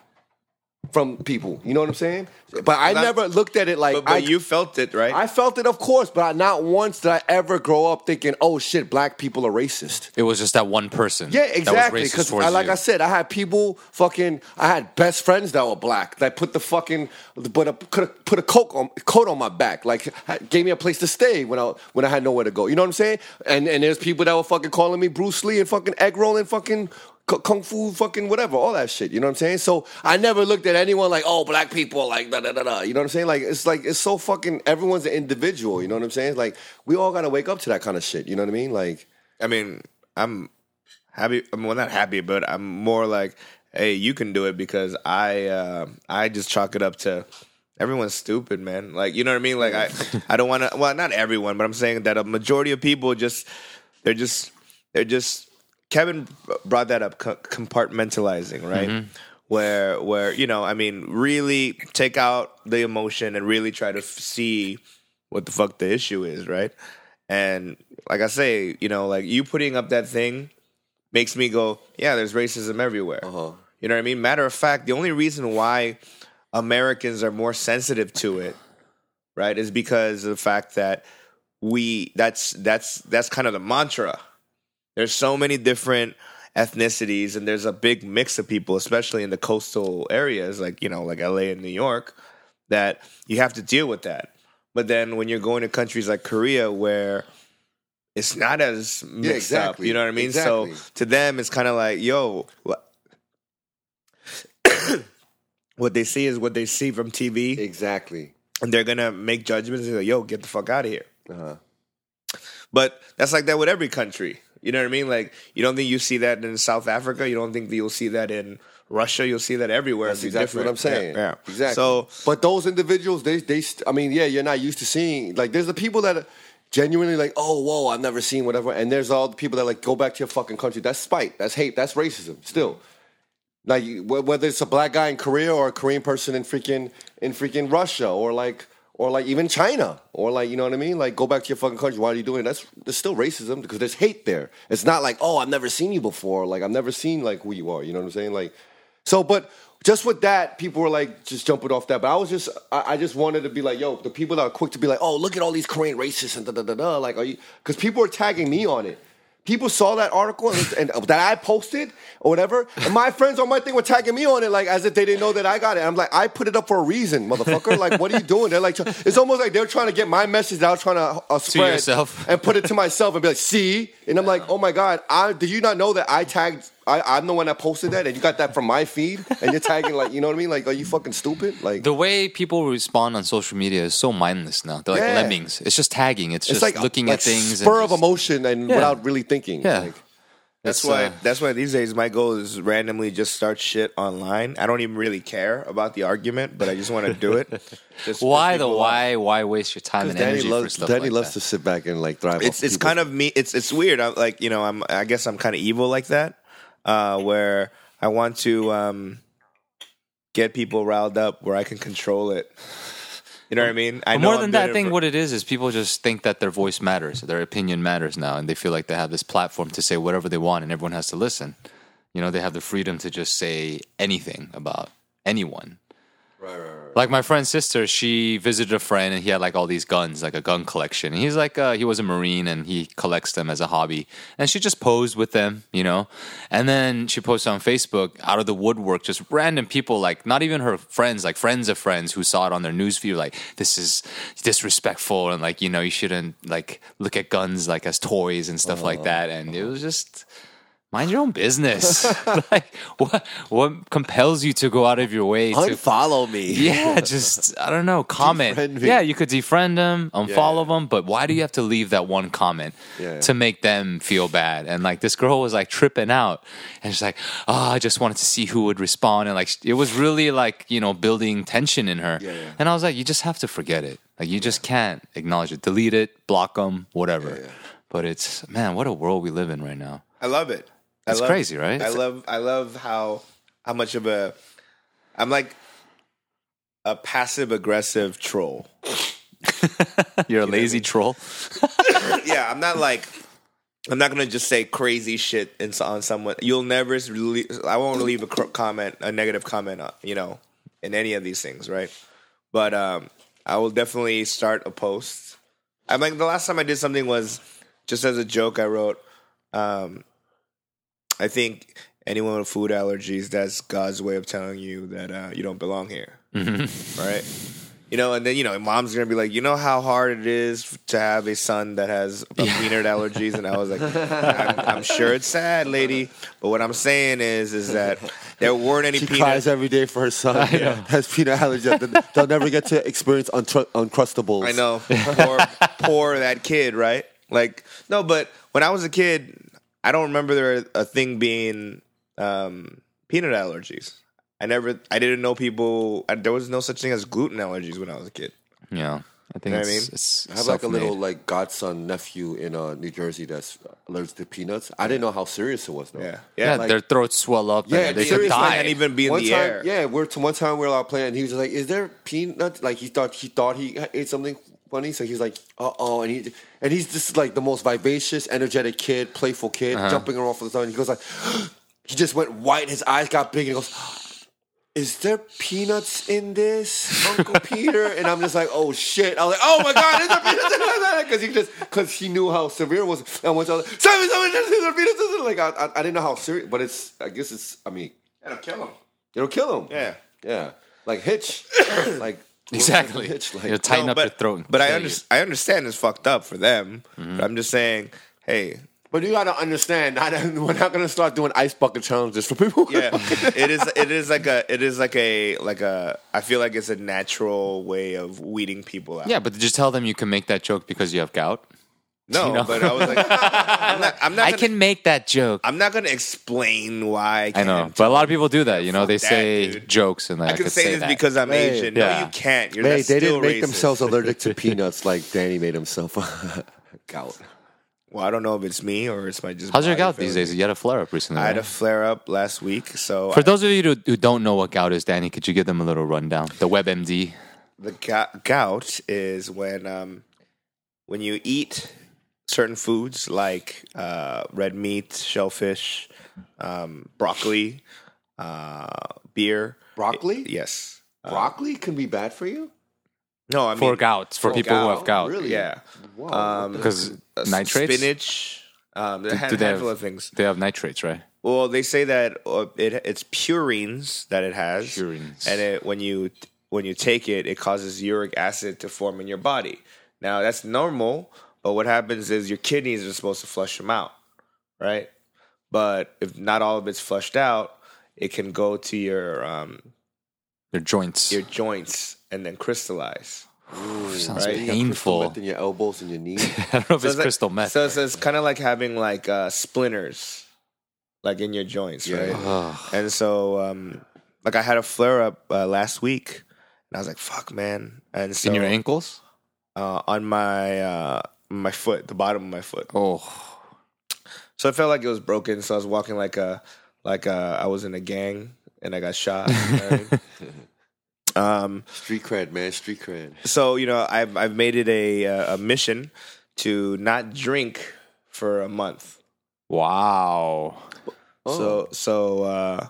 Speaker 3: From people, you know what I'm saying, but I
Speaker 1: That's-
Speaker 3: never looked at it like
Speaker 1: but but
Speaker 3: I,
Speaker 1: you felt it, right?
Speaker 3: I felt it, of course, but I, not once did I ever grow up thinking, "Oh shit, black people are racist."
Speaker 4: it was just that one person.
Speaker 3: Yeah,
Speaker 4: that was
Speaker 3: exactly.
Speaker 4: racist
Speaker 3: Because
Speaker 4: towards
Speaker 3: like
Speaker 4: you.
Speaker 3: I said, I had people fucking. I had best friends that were black that put the fucking, but a, could have put a coat on coat on my back, like had- gave me a place to stay when I when I had nowhere to go. You know what I'm saying? And and there's people that were fucking calling me Bruce Lee and fucking egg rolling fucking. cu- Kung Fu, fucking whatever, all that shit. You know what I'm saying? So I never looked at anyone like, oh, black people, like da da da da. You know what I'm saying? Like it's like it's so fucking. Everyone's an individual. You know what I'm saying? Like we all gotta wake up to that kind of shit. You know what I mean? Like
Speaker 1: I mean, I'm happy. I'm well, not happy, but I'm more like, hey, you can do it because I, uh, I just chalk it up to everyone's stupid, man. Like, you know what I mean? Like, I, I don't want to. Well, not everyone, but I'm saying that a majority of people just, they're just, they're just. Kevin brought that up, co- compartmentalizing, right? Where, where you know, I mean, really take out the emotion and really try to f- see what the fuck the issue is, right? And like I say, you know, like you putting up that thing makes me go, yeah, there's racism everywhere.
Speaker 4: Uh-huh.
Speaker 1: You know what I mean? Matter of fact, the only reason why Americans are more sensitive to it, right, is because of the fact that we that's that's that's kind of the mantra. There's so many different ethnicities and there's a big mix of people, especially in the coastal areas like, you know, like LA and New York, that you have to deal with that. But then when you're going to countries like Korea where it's not as mixed
Speaker 3: exactly.
Speaker 1: up, you know what I mean?
Speaker 3: Exactly.
Speaker 1: So to them, it's kind of like, yo, what, what they see is what they see from TV,
Speaker 3: exactly.
Speaker 1: and they're gonna make judgments. And go, yo, get the fuck out of here.
Speaker 3: Uh-huh.
Speaker 1: But that's like that with every country. You know what I mean? Like you don't think you see that in South Africa. You don't think that you'll see that in Russia. You'll see that everywhere.
Speaker 3: That's
Speaker 1: It'd be
Speaker 3: exactly what I'm
Speaker 1: different.
Speaker 3: saying.
Speaker 1: Yeah, yeah.
Speaker 3: exactly.
Speaker 1: So
Speaker 3: but those individuals, they, they, st- I mean, yeah, you're not used to seeing. Like, there's the people that are genuinely like, oh, whoa, I've never seen whatever, and there's all the people that like go back to your fucking country. That's spite. That's hate. That's racism. Still, like you- wh- whether it's a black guy in Korea or a Korean person in freaking in freaking Russia or like. or like even China, or like you know what I mean. Like go back to your fucking country. Why are you doing? That's there's still racism because there's hate there. It's not like oh I've never seen you before. Like I've never seen like who you are. You know what I'm saying? Like so, but just with that, people were like just jumping off that. But I was just I, I just wanted to be like yo, the people that are quick to be like oh look at all these Korean racists and da da da da. Like are you? Because people were tagging me on it. People saw that article and, [LAUGHS] and that I posted or whatever, and my friends on my thing were tagging me on it like as if they didn't know that I got it. I'm like, I put it up for a reason, motherfucker. Like, what are you doing? They're like, it's almost like they're trying to get my message that I was trying to uh, spread
Speaker 4: yourself.
Speaker 3: [LAUGHS] and put it to myself and be like, see. And I'm like, oh my god, I did you not know that I tagged? I, I'm the one that posted that, and you got that from my feed, and you're tagging like, you know what I mean? Like, are you fucking stupid? Like,
Speaker 4: The way people respond on social media is so mindless now. They're like
Speaker 3: Yeah.
Speaker 4: lemmings. It's just tagging. It's,
Speaker 3: it's
Speaker 4: just
Speaker 3: like uh,
Speaker 4: looking
Speaker 3: like
Speaker 4: at things.
Speaker 3: spur
Speaker 4: and
Speaker 3: of
Speaker 4: just-
Speaker 3: emotion, and without really thinking.
Speaker 4: Yeah.
Speaker 3: Like,
Speaker 1: That's
Speaker 4: It's,
Speaker 1: why.
Speaker 4: uh,
Speaker 1: that's why these days my goal is randomly just start shit online. I don't even really care about the argument, but I just want to do
Speaker 3: [LAUGHS]
Speaker 1: it. Just for
Speaker 4: Why the
Speaker 1: people.
Speaker 4: why? Why waste your time and
Speaker 3: Danny
Speaker 4: energy for
Speaker 3: loves
Speaker 4: stuff
Speaker 3: Danny
Speaker 4: like
Speaker 3: loves
Speaker 4: that?
Speaker 3: to sit back and like thrive.
Speaker 1: It's it's kind of me. It's it's weird. I'm like you know. I'm. I guess I'm kind of evil like that, uh, where I want to um, get people riled up where I can control it. You know what I mean? I
Speaker 4: But more
Speaker 1: I'm doing
Speaker 4: than that, I
Speaker 1: it
Speaker 4: think
Speaker 1: for-
Speaker 4: what it is is people just think that their voice matters, their opinion matters now, and they feel like they have this platform to say whatever they want, and everyone has to listen. You know, they have the freedom to just say anything about anyone. Right, right, right. Like my friend's sister, she visited a friend, and he had like all these guns, like a gun collection. And he's like, uh, he was a marine, and he collects them as a hobby. And she just posed with them, you know. And then she posted on Facebook, out of the woodwork, just random people, like not even her friends, like friends of friends who saw it on their newsfeed, like this is disrespectful, and like you know you shouldn't like look at guns like as toys and stuff like that. And it was just mind your own business. [LAUGHS] like what what compels you to go out of your way to
Speaker 1: [LAUGHS]
Speaker 3: unfollow me. [LAUGHS]
Speaker 4: yeah, [LAUGHS] just I don't know. Comment.
Speaker 3: Defriend me.
Speaker 4: Yeah, you could defriend them, unfollow them, but why do you have to leave that one comment
Speaker 3: Yeah.
Speaker 4: to make them feel bad? And like this girl was like tripping out, and she's like, "Oh, I just wanted to see who would respond." And like it was really like you know building tension in her.
Speaker 3: Yeah, yeah.
Speaker 4: And I was like, you just have to forget it. Like you just can't acknowledge it. Delete it, block them, whatever. But it's man, what a world we live in right
Speaker 3: [LAUGHS]
Speaker 4: now.
Speaker 1: I love it. I
Speaker 4: It's
Speaker 1: love-
Speaker 4: crazy, right?
Speaker 1: I love I love how how much of a I'm like a passive aggressive troll.
Speaker 4: You're a lazy troll.
Speaker 1: [LAUGHS] yeah, I'm not like I'm not gonna just say crazy shit in, on someone. You'll never really, I won't leave a cr- comment, a negative comment, uh, you know, in any of these things, right? But um, I will definitely start a post. I'm like the last time I did something was just as a joke. I wrote, um, I think anyone with food allergies, that's God's way of telling you that uh, you don't belong here,
Speaker 3: Mm-hmm.
Speaker 1: right? You know, and then you know, mom's gonna be like, you know how hard it is to have a son that has a peanut allergies, and I was
Speaker 3: [LAUGHS]
Speaker 1: like, I'm, I'm sure it's sad, lady, but what I'm saying is, is that there weren't any
Speaker 3: She
Speaker 1: peanuts.
Speaker 3: cries every day for her son. Has peanut allergy. They'll never get to experience untru- uncrustables.
Speaker 1: I know,
Speaker 4: [LAUGHS]
Speaker 1: poor, poor that kid, right? Like, no, but when I was a kid, I don't remember there a thing being um, peanut allergies. I never, I didn't know people. I, there was no such thing as gluten allergies when I was a kid.
Speaker 4: Yeah, I think
Speaker 1: know what I
Speaker 4: it's,
Speaker 1: mean?
Speaker 4: it's
Speaker 3: I have like a
Speaker 4: self-made.
Speaker 3: little like godson nephew in uh, New Jersey that's allergic to peanuts. I didn't know how serious it was though.
Speaker 1: Yeah,
Speaker 4: Yeah,
Speaker 1: yeah. like,
Speaker 4: their throats swell up.
Speaker 3: Yeah,
Speaker 4: and they could
Speaker 3: seriously,
Speaker 4: die.
Speaker 1: can't even be in
Speaker 3: One
Speaker 1: the
Speaker 3: time,
Speaker 1: air.
Speaker 3: yeah, we're to one time we were out playing, and he was like, "Is there peanut?" Like he thought he thought he ate something funny, so he was like, "Uh oh!" And he and he's just like the most vivacious, energetic kid, playful kid,
Speaker 1: Uh-huh.
Speaker 3: jumping around for the sun. He goes like, [GASPS] he just went white, his eyes got big, and he goes. Is there peanuts in this, Uncle Peter? And I'm just like, oh shit! I was like, oh my god, is there peanuts in this? [LAUGHS] Because he just, because he knew how severe it was. And once I was like, Simon, Simon, is there peanuts in this? Like, I, I, I didn't know how serious, but it's, I guess it's, I mean,
Speaker 1: that'll kill them.
Speaker 3: It'll kill him.
Speaker 1: Yeah.
Speaker 3: Yeah.
Speaker 1: [COUGHS]
Speaker 3: Like Hitch. like
Speaker 4: [LAUGHS] Exactly.
Speaker 3: Hitch. Like,
Speaker 4: You'll tighten
Speaker 1: No,
Speaker 4: up your throat. and
Speaker 1: But I,
Speaker 4: kill you.
Speaker 1: under- I understand it's fucked up for them. But I'm just saying, hey,
Speaker 3: but you gotta understand, I don't- we're not gonna start doing ice bucket challenges for people. [LAUGHS]
Speaker 4: [LAUGHS]
Speaker 1: yeah, it is. It is like a. It is like a. Like a. I feel like it's a natural way of weeding people out.
Speaker 4: Yeah, but just tell them you can make that joke because you have gout.
Speaker 1: No,
Speaker 4: you know?
Speaker 1: but I was
Speaker 4: [LAUGHS]
Speaker 1: like, I'm not. I'm not
Speaker 4: I
Speaker 1: gonna,
Speaker 4: can make that joke. i
Speaker 1: I'm not gonna explain why. I,
Speaker 4: know,
Speaker 1: can't.
Speaker 4: but a lot of people do that. You know, they
Speaker 1: that,
Speaker 4: say
Speaker 1: dude.
Speaker 4: jokes and like,
Speaker 1: I can say, this
Speaker 4: that.
Speaker 1: because I'm
Speaker 3: Hey,
Speaker 1: Asian.
Speaker 4: yeah.
Speaker 1: No, you can't. You're
Speaker 3: Hey,
Speaker 1: that's
Speaker 3: they
Speaker 1: still
Speaker 3: didn't make
Speaker 1: racist.
Speaker 3: themselves allergic
Speaker 1: [LAUGHS]
Speaker 3: to peanuts like Danny made himself. [LAUGHS] Gout.
Speaker 1: Well, I don't know if it's me or it's my just.
Speaker 4: How's your
Speaker 1: body
Speaker 4: gout these
Speaker 1: feeling.
Speaker 4: days? You had a flare up recently.
Speaker 1: I had a
Speaker 4: right?
Speaker 1: flare up last week, so
Speaker 4: For
Speaker 1: I-
Speaker 4: those of you who- who don't know what gout is, Danny, could you give them a little rundown? The WebMD.
Speaker 1: the gou- gout is when um, when you eat certain foods like uh, red meat, shellfish, um, broccoli, uh, beer.
Speaker 3: Broccoli?
Speaker 1: Yes. Uh,
Speaker 3: Broccoli can be bad for you? Oh,
Speaker 1: no, I mean
Speaker 2: for gout for people who
Speaker 1: gout,
Speaker 2: have gout.
Speaker 3: Really?
Speaker 1: Yeah.
Speaker 3: Whoa.
Speaker 1: Um,
Speaker 2: Because
Speaker 1: uh, s-
Speaker 2: nitrates,
Speaker 1: spinach. Um, a
Speaker 2: do
Speaker 1: hand,
Speaker 2: they have-
Speaker 1: handful of things.
Speaker 2: they have nitrates, right?
Speaker 1: Well, they say that uh, it it's purines that it has,
Speaker 2: Purines.
Speaker 1: and it when you when you take it, it causes uric acid to form in your body. Now that's normal, but what happens is your kidneys are supposed to flush them out, right? But if not all of it's flushed out, it can go to your um,
Speaker 2: Their joints.
Speaker 4: [LAUGHS]
Speaker 1: your joints and then crystallize.
Speaker 2: sounds
Speaker 1: right?
Speaker 2: painful.
Speaker 3: Within your elbows and your knees.
Speaker 2: I don't know if it's
Speaker 1: like-
Speaker 2: crystal meth.
Speaker 1: So, so it's kind of like having like uh, splinters, like in your joints, [LAUGHS]
Speaker 3: Yeah.
Speaker 1: right? And so, um, like I had a flare up uh, last week, and I was like, "Fuck, man!" And so
Speaker 2: in your ankles?
Speaker 1: uh, on my uh, my foot, the bottom of my foot.
Speaker 2: Oh,
Speaker 1: So I felt like it was broken. So I was walking like a like a, I was in a gang and I got shot. you know
Speaker 2: [LAUGHS]
Speaker 1: what I mean? um,
Speaker 3: Street cred, man. Street cred.
Speaker 1: so you know, I've I've made it a uh, a mission to not drink for a month.
Speaker 2: wow. Oh.
Speaker 1: So so uh,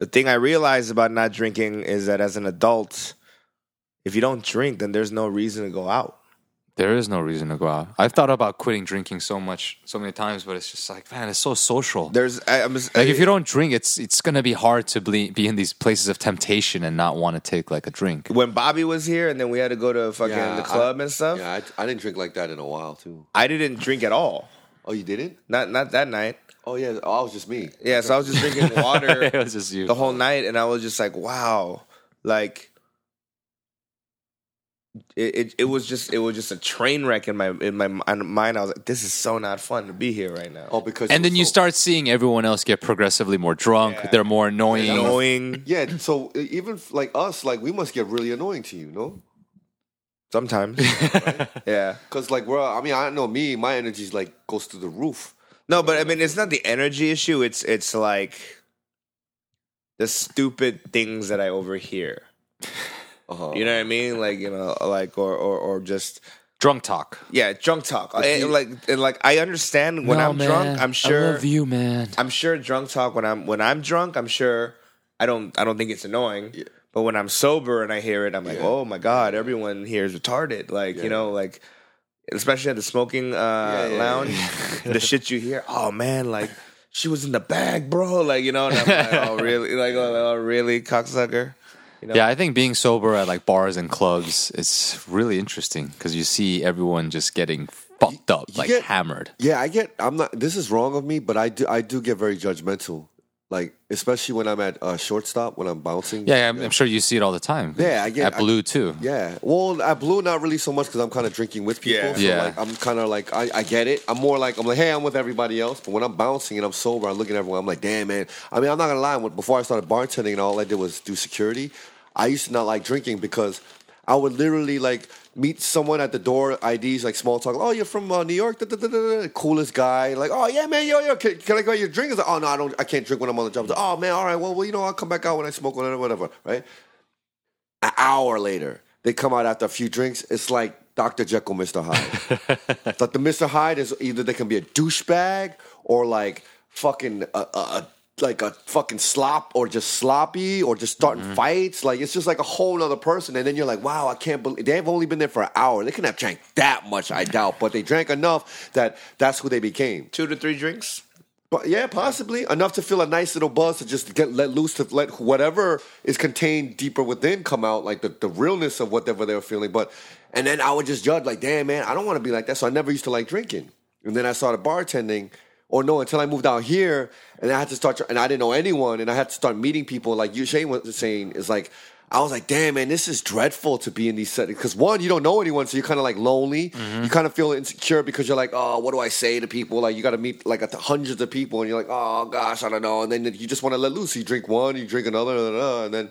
Speaker 1: the thing I realized about not drinking is that as an adult, if you don't drink, then there's no reason to go out.
Speaker 2: There is no reason to go out. I've thought about quitting drinking so much, so many times, but it's just like, man, it's so social.
Speaker 1: There's I, I'm just-
Speaker 2: like if you don't drink, it's it's gonna be hard to ble- be in these places of temptation and not want to take like a drink.
Speaker 1: when Bobby was here, and then we had to go to fucking
Speaker 3: Yeah,
Speaker 1: the club and stuff.
Speaker 3: Yeah, I, I didn't drink like that in a while, too.
Speaker 1: I didn't drink at all.
Speaker 3: Oh, you didn't?
Speaker 1: Not not that night.
Speaker 3: Oh, yeah. Oh, I was just me.
Speaker 1: Yeah, so I was
Speaker 2: [LAUGHS]
Speaker 1: just drinking
Speaker 2: it
Speaker 1: water
Speaker 2: was just you.
Speaker 1: the whole night, and I was just like, wow, like. It, it it was just it was just a train wreck in my in my in mind. I was like, this is so not fun to be here right now.
Speaker 3: Oh, because.
Speaker 2: and
Speaker 3: it
Speaker 2: then
Speaker 3: was
Speaker 2: you
Speaker 3: so-
Speaker 2: start seeing everyone else get progressively more drunk.
Speaker 1: Yeah.
Speaker 2: They're more annoying.
Speaker 1: annoying.
Speaker 3: Yeah, so e, even like us, like we must get really annoying to you, no?
Speaker 2: [LAUGHS]
Speaker 1: Sometimes. yeah.
Speaker 3: Because like we're, I mean, I know me, my energy's like goes through the roof.
Speaker 1: No, but I mean it's not the energy issue, it's it's like the stupid things that I overhear.
Speaker 3: Uh-huh.
Speaker 1: You know what I mean? Like, you know, like or or, or just
Speaker 2: Drunk talk.
Speaker 1: yeah, drunk talk. And, like and like I understand when
Speaker 2: No,
Speaker 1: I'm
Speaker 2: man.
Speaker 1: drunk, I'm
Speaker 2: I
Speaker 1: sure
Speaker 2: love you, man.
Speaker 1: I'm sure drunk talk when I'm when I'm drunk, I'm sure I don't I don't think it's annoying. But when I'm sober and I hear it, I'm like, oh my god, everyone here is retarded. Like you know, like especially at the smoking uh,
Speaker 3: yeah, yeah.
Speaker 1: lounge, [LAUGHS] the shit you hear. Oh man, like she was in the bag, bro. Like you know, and I'm like,
Speaker 3: [LAUGHS]
Speaker 1: oh really? Like oh, oh, really, cocksucker.
Speaker 2: Yeah, I think being sober at like bars and clubs it's really interesting because you see everyone just getting fucked up,
Speaker 3: you
Speaker 2: like
Speaker 3: get-
Speaker 2: hammered.
Speaker 3: Yeah, I get. I'm not. This is wrong of me, but I do. I do get very judgmental. Like especially when I'm at uh, shortstop when I'm bouncing.
Speaker 2: Yeah, I'm, I'm sure you see it all the time.
Speaker 3: Yeah, I get-
Speaker 2: at Blue too.
Speaker 3: Yeah. Well, at Blue, not really so much because I'm kind of drinking with people.
Speaker 1: Yeah.
Speaker 3: So
Speaker 2: Yeah.
Speaker 3: Like, I'm kind of like I, I get it. I'm more like I'm like hey, I'm with everybody else. But when I'm bouncing and I'm sober, I'm looking at everyone. I'm like, damn man. I mean, I'm not gonna lie. When, before I started bartending and all I did was do security, I used to not like drinking because I would literally like meet someone at the door, IDs, like small talk. Oh, you're from uh, New York, da, da, da, da, da. coolest guy. Like, oh yeah, man, yo, yo, can, can I go get your drink? It's Like, oh no, I don't, I can't drink when I'm on the job. It's Like, oh man, all right, well, well, you know, I'll come back out when I smoke, whatever, whatever, right? an hour later, they come out after a few drinks. It's like Dr. Jekyll, Mr. Hyde. It's like the Mr. Hyde is either they can be a douchebag or like fucking a, a, a like a fucking slop or just sloppy or just starting fights. Like it's just like a whole nother person. And then you're like, wow, I can't believe they've only been there for an hour. They couldn't have drank that much, I doubt. But they drank enough that that's who they became.
Speaker 1: Two to three drinks.
Speaker 3: But yeah, possibly enough to feel a nice little buzz to just get let loose to let whatever is contained deeper within come out, like the, the realness of whatever they were feeling. But and then I would just judge, like, damn man, I don't want to be like that. So I never used to like drinking. And then I started bartending, or no, until I moved out here and I had to start tr- and I didn't know anyone and I had to start meeting people. Like you Shane was saying, is like I was like, damn, man, this is dreadful to be in these settings. Because one, you don't know anyone, so you're kind of like lonely. You kind of feel insecure because you're like, oh, what do I say to people? Like, you got to meet like a- hundreds of people, and you're like, oh, gosh, I don't know. And then you just want to let loose. You drink one, you drink another, da, da, da, and then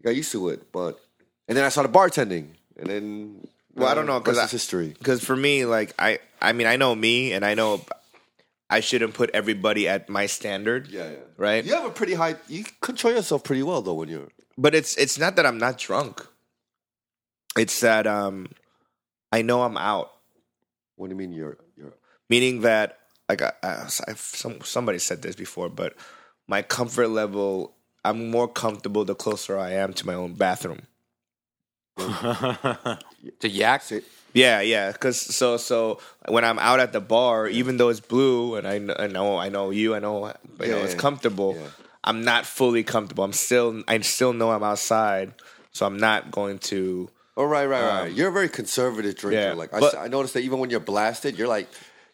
Speaker 3: you got used to it. But, and then I started bartending. And then,
Speaker 1: Well, I don't know because
Speaker 3: because history.
Speaker 1: Because for me, like I, I mean, I know me, and I know I shouldn't put everybody at my standard.
Speaker 3: Yeah, yeah.
Speaker 1: Right.
Speaker 3: You have a pretty high, you control yourself pretty well, though, when you're.
Speaker 1: But it's it's not that I'm not drunk. it's that um, I know I'm out,
Speaker 3: What do you mean you're you're
Speaker 1: meaning that like I, I, I've, some somebody said this before, but my comfort level, I'm more comfortable the closer I am to my own bathroom.
Speaker 4: To yak.
Speaker 3: say,
Speaker 1: Yeah, yeah. Cause so so when I'm out at the bar, even though it's blue and I, kn- I know I know you, I know you know it's
Speaker 3: yeah,
Speaker 1: comfortable.
Speaker 3: yeah.
Speaker 1: I'm not fully comfortable. I'm still I still know I'm outside, so I'm not going to.
Speaker 3: Oh right, right, right.
Speaker 4: Um,
Speaker 3: you're a very conservative drinker.
Speaker 1: yeah,
Speaker 3: like I,
Speaker 1: but-
Speaker 3: s- I noticed that even when you're blasted, you're like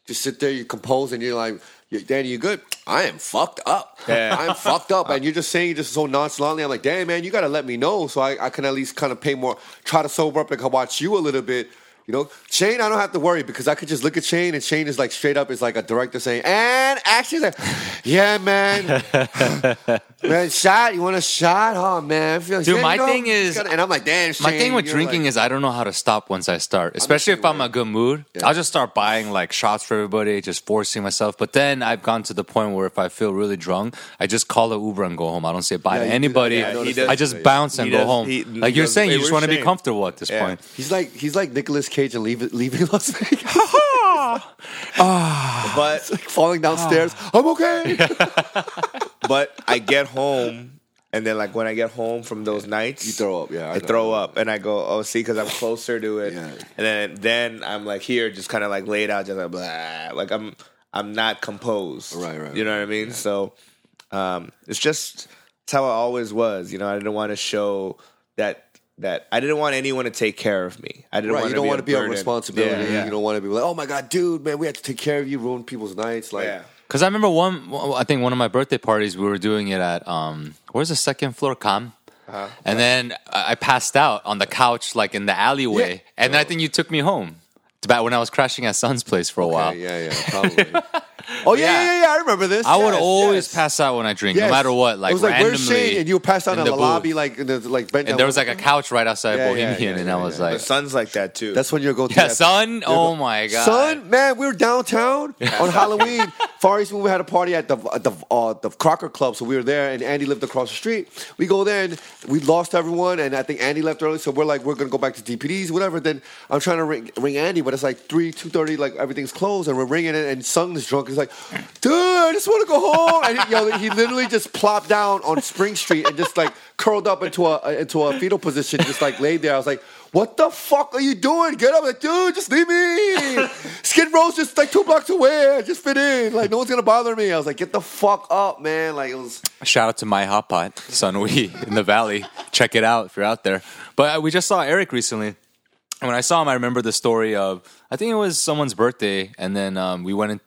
Speaker 3: just sit there, you compose, and you're like, "Yeah, "Danny, you good? I am fucked up.
Speaker 1: Yeah.
Speaker 3: I'm
Speaker 4: [LAUGHS]
Speaker 3: fucked up." And you're just saying it just so nonchalantly. I'm like, "Damn, man, you gotta let me know so I, I can at least kind of pay more, try to sober up and can watch you a little bit." You know, Shane, I don't have to worry because I could just look at Shane, and Shane is like straight up is like a director saying, "And action!" Like, yeah,
Speaker 4: [LAUGHS]
Speaker 3: man, man, shot. You want a shot? Oh man, I feel-
Speaker 4: Dude,
Speaker 3: Yeah,
Speaker 4: my
Speaker 3: you know,
Speaker 4: thing
Speaker 3: you
Speaker 4: is-
Speaker 3: gotta-" and I'm like, "Damn."
Speaker 4: My
Speaker 3: Shane,
Speaker 4: thing with
Speaker 3: you're
Speaker 4: drinking
Speaker 3: like-
Speaker 4: is I don't know how to stop once I start, especially if
Speaker 3: same
Speaker 4: I'm in a good mood. I'll just start buying like shots for everybody, just forcing myself. But then I've gone to the point where if I feel really drunk, I just call an Uber and go home. I don't say bye
Speaker 3: Yeah,
Speaker 4: to
Speaker 3: you do that.
Speaker 4: anybody.
Speaker 3: Yeah, I
Speaker 4: I,
Speaker 3: noticed that.
Speaker 4: just bounce and
Speaker 1: He
Speaker 4: go
Speaker 1: does-
Speaker 4: home.
Speaker 1: he-
Speaker 4: like
Speaker 1: he
Speaker 4: you're
Speaker 1: does-
Speaker 4: saying,
Speaker 1: it
Speaker 4: you
Speaker 1: was
Speaker 4: just want to be
Speaker 1: Shane.
Speaker 4: comfortable at this
Speaker 1: Yeah.
Speaker 4: point.
Speaker 3: He's like he's like Nicolas Cage and leaving leaving
Speaker 4: [LAUGHS]
Speaker 3: Las Vegas, [LAUGHS] Ah,
Speaker 1: But
Speaker 3: falling downstairs.
Speaker 4: Ah.
Speaker 3: I'm
Speaker 4: [LAUGHS]
Speaker 3: okay.
Speaker 1: but I get home, and then like when I get home from those nights,
Speaker 3: You throw up, yeah, I
Speaker 1: I,
Speaker 3: know.
Speaker 1: throw up, and I go, oh, see, because I'm closer to it,
Speaker 3: Yeah.
Speaker 1: and then then I'm like here, just kind of like laid out, just like blah, like I'm I'm not composed,
Speaker 3: Right, right,
Speaker 1: You know what I mean? So, um, it's just it's how I always was. You know, I didn't want to show that. That I didn't want anyone to take care of me. I didn't
Speaker 3: Right,
Speaker 1: want
Speaker 3: you
Speaker 1: to
Speaker 3: don't
Speaker 1: be
Speaker 3: want to be a
Speaker 1: burden.
Speaker 3: responsibility.
Speaker 1: Yeah, yeah.
Speaker 3: You don't want to be like, oh my god, dude, man, we had to take care of you, ruin people's nights. Like,
Speaker 1: yeah.
Speaker 4: Because I remember one, I think one of my birthday parties, we were doing it at, um, where's the second floor, Com?
Speaker 3: Uh-huh.
Speaker 4: and then I I passed out on the couch, like in the alleyway. And then I think you took me home. It's about when I was crashing at Son's place for a
Speaker 3: yeah,
Speaker 4: while.
Speaker 3: yeah, yeah,
Speaker 4: [LAUGHS]
Speaker 3: probably. oh yeah, yeah, yeah, yeah, I remember this.
Speaker 4: I would
Speaker 3: Yes,
Speaker 4: always
Speaker 3: yes.
Speaker 4: pass out when I drink,
Speaker 3: Yes.
Speaker 4: no matter what. Like,
Speaker 3: it was like
Speaker 4: randomly,
Speaker 3: where's Shane? And you would pass out in,
Speaker 4: in the
Speaker 3: the
Speaker 4: booth.
Speaker 3: lobby, like in the, like bent down
Speaker 4: And there was
Speaker 3: with-
Speaker 4: like a couch right outside
Speaker 3: Yeah, yeah,
Speaker 4: Bohemian,
Speaker 3: yeah,
Speaker 4: and
Speaker 3: yeah,
Speaker 4: I was
Speaker 3: yeah.
Speaker 1: The
Speaker 4: like,
Speaker 1: sun's like that too.
Speaker 3: That's when you go. through
Speaker 4: [LAUGHS] "Yeah,
Speaker 3: that-
Speaker 4: son, oh my god,
Speaker 3: Son, man, we were
Speaker 4: [LAUGHS]
Speaker 3: downtown on Halloween. Far East Moon, we had a party at the at the uh, the Crocker Club, so we were there, and Andy lived across the street. We go there, and we lost everyone, and I think Andy left early, so we're like, we're gonna go back to DPDs, whatever. Then I'm trying to ring, ring Andy, but it's like three, two thirty, like everything's closed, and we're ringing it, and Sung is drunk. He's like, dude, I just want to go home. And he, yo, he literally just plopped down on Spring Street and just like curled up into a into a fetal position, just like laid there. I was like. What the fuck are you doing? Get up, like, dude, just leave
Speaker 1: [LAUGHS]
Speaker 3: me. Skid Row's just like two blocks away. I just fit in. Like, no one's gonna bother me. I was like, get the fuck up, man. Like, it was.
Speaker 4: Shout out to my hot pot, Sun Wee in the Valley. Check it out if you're out there. But uh, we just saw Eric recently. And when I saw him, I remember the story of I think it was someone's birthday, and then um, we went in,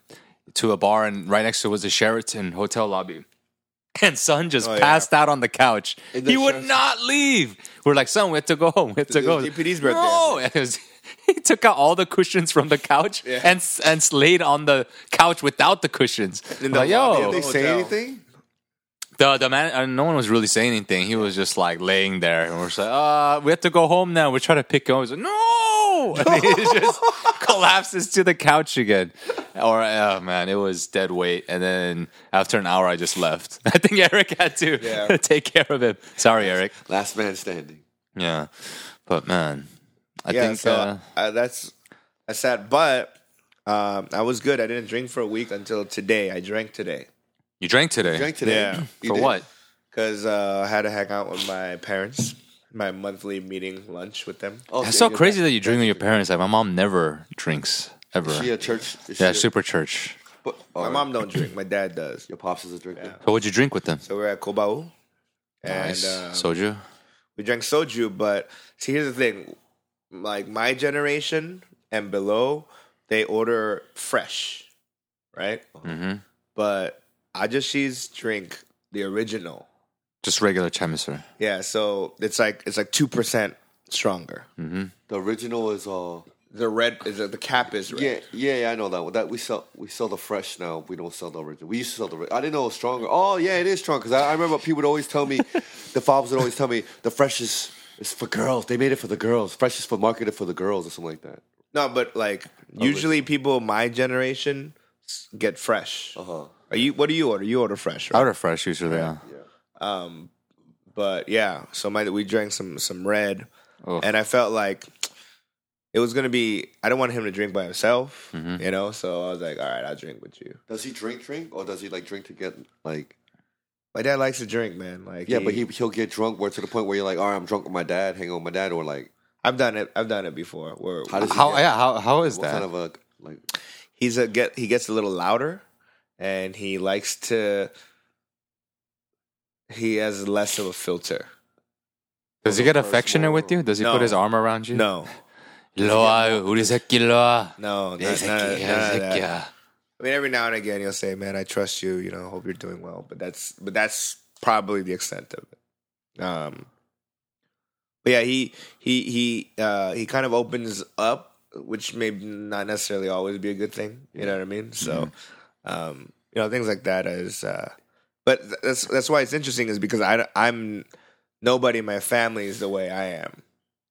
Speaker 4: to a bar, and right next to it was the Sheraton hotel lobby. [LAUGHS] And Sun just
Speaker 1: Oh, yeah.
Speaker 4: passed out on the couch.
Speaker 3: In the
Speaker 4: he would
Speaker 3: Sheraton.
Speaker 4: not leave. We're like, Son, we have to go home. We have to
Speaker 1: It
Speaker 4: go.
Speaker 1: was DPD's birthday,
Speaker 4: No, And [LAUGHS] it was- he took out all the cushions from the couch and s- and laid on the couch without the cushions.
Speaker 1: In the
Speaker 4: Like, yo,
Speaker 1: lobby of
Speaker 3: Did they say
Speaker 1: Hotel.
Speaker 3: anything?
Speaker 4: the the man, uh, no one was really saying anything. He was just like laying there, and we're just like, "Uh, we have to go home now. We're trying to pick him." up." He's like, "No!" [LAUGHS] And
Speaker 3: [LAUGHS]
Speaker 4: he just collapses to the couch again. Or oh man, it was dead weight. And then after an hour, I just left. [LAUGHS] I think Eric had to
Speaker 1: Yeah.
Speaker 4: [LAUGHS] take care of him. Sorry, Eric.
Speaker 3: Last man standing.
Speaker 4: Yeah, but man, I
Speaker 1: yeah,
Speaker 4: think
Speaker 1: so
Speaker 4: uh,
Speaker 1: uh, that's that's sad. But um, I was good. I didn't drink for a week until today. I drank today
Speaker 4: you drank today.
Speaker 3: Drank today.
Speaker 1: Yeah.
Speaker 3: You
Speaker 4: for
Speaker 3: did?
Speaker 4: what?
Speaker 1: because uh, I had to hang out with my parents. My monthly meeting lunch with them.
Speaker 3: Oh,
Speaker 4: That's
Speaker 3: yeah,
Speaker 4: so
Speaker 3: you're
Speaker 4: crazy
Speaker 3: back.
Speaker 4: that you drink with your parents. Like my mom never drinks ever.
Speaker 3: Is she a church? Is
Speaker 4: yeah,
Speaker 3: she a-
Speaker 4: super church.
Speaker 3: but-
Speaker 1: My
Speaker 3: alright.
Speaker 1: mom don't drink. My dad does.
Speaker 3: Your pops is a drinker.
Speaker 4: So what'd you drink with them?
Speaker 1: So we're at Kobau, and
Speaker 4: nice
Speaker 3: um,
Speaker 1: uh,
Speaker 4: soju.
Speaker 1: we drank soju. But see, here's the thing: like my generation and below, they order fresh, right?
Speaker 4: Mhm.
Speaker 1: But Ajashi's drink the original.
Speaker 4: Just regular chemiser.
Speaker 1: Yeah, so it's like it's like two percent stronger.
Speaker 3: The original is uh.
Speaker 1: The red is the cap is red.
Speaker 3: Yeah, yeah, yeah, I know that one. That we sell, we sell the fresh now. We don't sell the original. We used to sell the. ori- I didn't know it was stronger. Oh yeah, it is strong because I, I remember people would always tell me, [LAUGHS] the fobs would always tell me the fresh is, is for girls. They made it for the girls. Fresh is for marketed for the girls or something like that.
Speaker 1: No, but like usually people my generation s- get fresh.
Speaker 3: Uh huh.
Speaker 1: Are you? What do you order? You order fresh, right?
Speaker 4: Out of fresh usually. Yeah.
Speaker 1: Um, but yeah, so my we drank some some red,
Speaker 4: Oh.
Speaker 1: and I felt like it was gonna be. I don't want him to drink by himself, you know. So I was like, all right, I'll drink with you.
Speaker 3: Does he drink, drink, or does he like drink to get like?
Speaker 1: My dad likes to drink, man. Like,
Speaker 3: Yeah, but he he'll get drunk where to the point where you're like, all right, I'm drunk with my dad, hang out with my dad, or like,
Speaker 1: I've done it. I've done it before. Where
Speaker 3: how does he
Speaker 4: How
Speaker 3: get-
Speaker 4: yeah, how how is
Speaker 3: what
Speaker 4: that?
Speaker 3: kind of a like?
Speaker 1: he's a get he gets a little louder and he likes to he has less of a filter
Speaker 4: Does he get affectionate with you? Does he
Speaker 1: No.
Speaker 4: put his arm around you?
Speaker 1: no
Speaker 4: 일로와 우리 새끼 일로와.
Speaker 1: no not, not,
Speaker 4: 새끼야,
Speaker 1: none of that.
Speaker 4: 새끼야.
Speaker 1: i mean every now and again he'll say man i trust you you know hope you're doing well but that's but that's probably the extent of it um but yeah he he he uh he kind of opens up which may not necessarily always be a good thing you know what i mean so um, you know things like that is uh, but th- that's that's why it's interesting is because I I'm nobody in my family is the way I am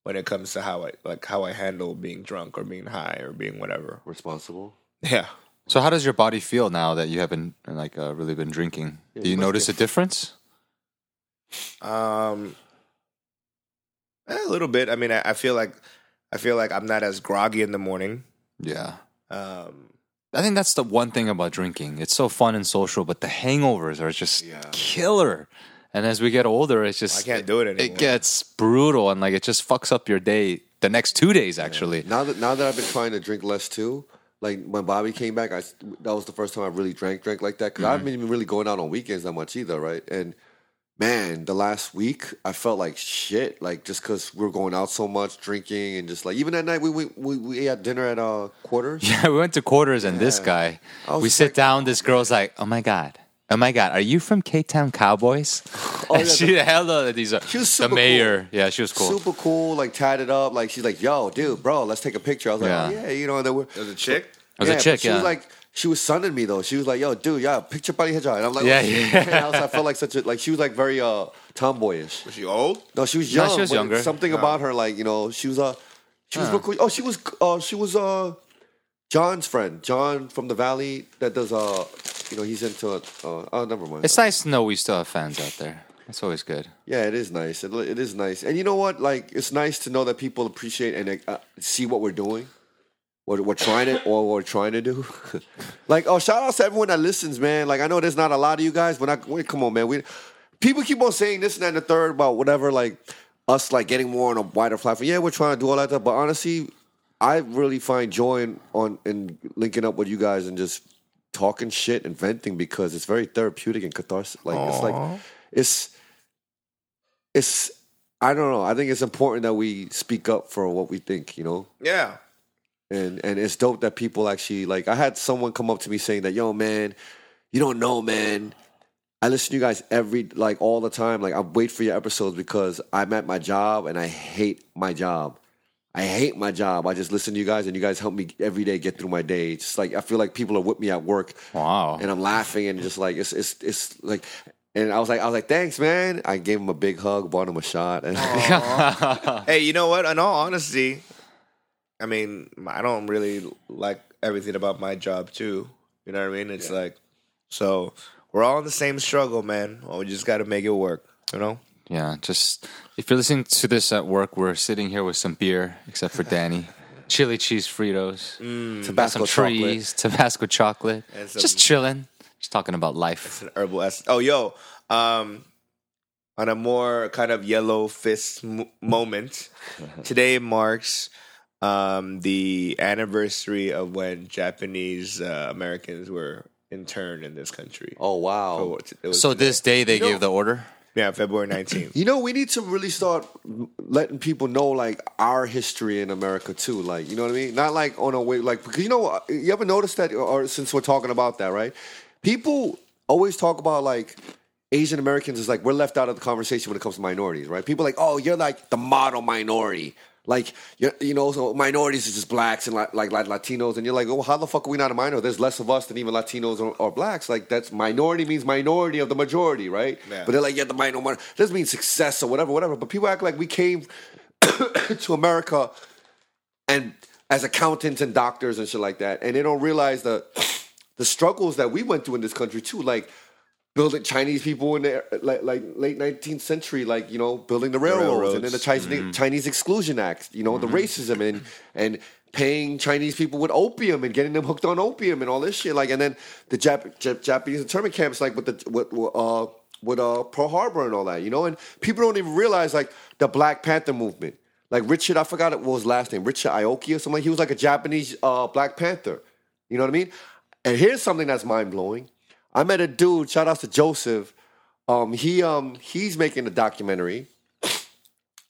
Speaker 1: when it comes to how I like how I handle being drunk or being high or being whatever [LAUGHS]
Speaker 3: responsible.
Speaker 1: yeah
Speaker 4: So how does your body feel now that you haven't like uh, really been drinking? Do you
Speaker 3: you must
Speaker 4: notice a difference?
Speaker 1: um eh, a little bit I mean I, I feel like I feel like I'm not as groggy in the morning
Speaker 4: Yeah.
Speaker 1: um
Speaker 4: I think that's the one thing about drinking. It's so fun and social, but the hangovers are just killer. And as we get older, it's just
Speaker 1: I can't do it anymore
Speaker 4: It gets brutal and like it just fucks up your day the next two days actually.
Speaker 3: Now that now that I've been trying to drink less too, like when Bobby came back, I s- that was the first time I really drank drank like that because I haven't even really going out on weekends that much either, right? And man, the last week I felt like shit, like just because we were going out so much, drinking, and just like even that night we we we, we had dinner at uh quarters.
Speaker 4: Yeah, [LAUGHS] we went to quarters and this guy.
Speaker 3: I was
Speaker 4: We
Speaker 3: just
Speaker 4: sit
Speaker 3: like-
Speaker 4: down. This girl's like, "Oh my god, oh my god, are you from Cape Town
Speaker 3: [LAUGHS]
Speaker 4: Cowboys?" [LAUGHS] and
Speaker 3: Oh, yeah,
Speaker 4: she hella these are
Speaker 3: She was
Speaker 4: the
Speaker 3: super
Speaker 4: mayor.
Speaker 3: cool.
Speaker 4: Yeah, she was cool.
Speaker 3: Super cool, like tied it up. Like she's like, "Yo, dude, bro, let's take a picture." I was like,
Speaker 4: Yeah.
Speaker 3: "Oh, "Yeah, you know." And then we're,
Speaker 1: There's a chick
Speaker 4: It was a
Speaker 3: but
Speaker 4: chick,
Speaker 3: She
Speaker 4: yeah.
Speaker 3: was like, she was sunning me though. She was like, "Yo, dude, yeah, picture body headshot." And I'm like,
Speaker 4: Yeah,
Speaker 3: "Oh, shit."
Speaker 4: yeah.
Speaker 3: And I, was, I felt like such a like she was like very uh tomboyish.
Speaker 1: was she old
Speaker 3: No, she was
Speaker 4: No,
Speaker 3: young.
Speaker 4: she was
Speaker 3: but
Speaker 4: younger.
Speaker 3: Something about her, like you know, she was uh, she was real cool. Oh, she was uh, she was uh, John's friend, John from the Valley that does uh, you know, he's into uh, oh, never mind.
Speaker 4: it's nice to know we still have fans out there. That's always good.
Speaker 3: Yeah, it is nice. It, it is nice, and you know what? Like, it's nice to know that people appreciate and uh, see what we're doing, what we're trying to, or we're trying to do. [LAUGHS] like, oh, shout out to everyone that listens, man. Like, I know there's not a lot of you guys, but I, wait, come on, man. We people keep on saying this and that and the third about whatever, like us, like getting more on a wider platform. Yeah, we're trying to do all that stuff, but honestly, I really find joy in, on in linking up with you guys and just talking shit and venting because it's very therapeutic and catharsis. Like, it's like it's it's I don't know. I think it's important that we speak up for what we think, you know.
Speaker 1: yeah
Speaker 3: And and it's dope that people actually like. I had someone come up to me saying that, "Yo, man, you don't know, man. I listen to you guys every like all the time. Like I wait for your episodes because I'm at my job and I hate my job. I hate my job. I just listen to you guys and you guys help me every day get through my day. It's just like I feel like people are with me at work
Speaker 4: Wow.
Speaker 3: and I'm laughing and just like it's it's it's like and I was like I was like thanks man. I gave him a big hug, bought him a shot, [LAUGHS] and
Speaker 4: Oh,
Speaker 1: Hey, you know what? In all honesty, I mean, I don't really like everything about my job too. You know what I mean? It's like, so we're all in the same struggle, man. Well, we just got to make it work. You know?
Speaker 4: Yeah, just if you're listening to this at work, we're sitting here with some beer, except for
Speaker 3: [LAUGHS]
Speaker 4: Danny. Chili cheese Fritos, got
Speaker 3: Mm, Tabasco
Speaker 4: some
Speaker 3: chocolate.
Speaker 4: trees, [LAUGHS] Tabasco chocolate,
Speaker 1: And some-
Speaker 4: just chilling, just talking about life.
Speaker 1: It's an herbal essence. Oh, yo. Um, on a more kind of yellow fist m-
Speaker 3: [LAUGHS]
Speaker 1: moment, today marks um, the anniversary of when Japanese uh, Americans were interned in this country.
Speaker 3: Oh wow.
Speaker 1: So it was
Speaker 4: So
Speaker 1: today.
Speaker 4: this day they gave the order.
Speaker 1: yeah, February nineteenth.
Speaker 3: [LAUGHS] You know, we need to really start letting people know like our history in America too. Like, you know what I mean? Not like on a way like because you know you ever noticed that or since we're talking about that, right? People always talk about like Asian Americans is like we're left out of the conversation when it comes to minorities, right? People are like, oh, you're like the model minority. Like you, you know, so minorities is just blacks and like, like like Latinos, and you're like, oh, how the fuck are we not a minority? There's less of us than even Latinos or, or blacks. Like that's minority means minority of the majority, right?
Speaker 1: Yeah.
Speaker 3: But they're like, yeah, the minor one doesn't mean success or whatever, whatever. But people act like we came [COUGHS] to America and as accountants and doctors and shit like that, and they don't realize the the struggles that we went through in this country too. Like building Chinese people in the like, like late nineteenth century, like you know, building the railroads, and then the Chinese Chinese Exclusion Act, you know, the racism and and paying Chinese people with opium and getting them hooked on opium and all this shit, like, and then the Jap- Jap- Japanese internment camps, like with the with, with, uh with uh Pearl Harbor and all that, you know, and people don't even realize like the Black Panther movement. Like Richard, I forgot what was his last name, Richard Aoki or something. He was like a Japanese uh, Black Panther. You know what I mean? And here's something that's mind blowing. I met a dude. Shout out to Joseph. Um, he um he's making a documentary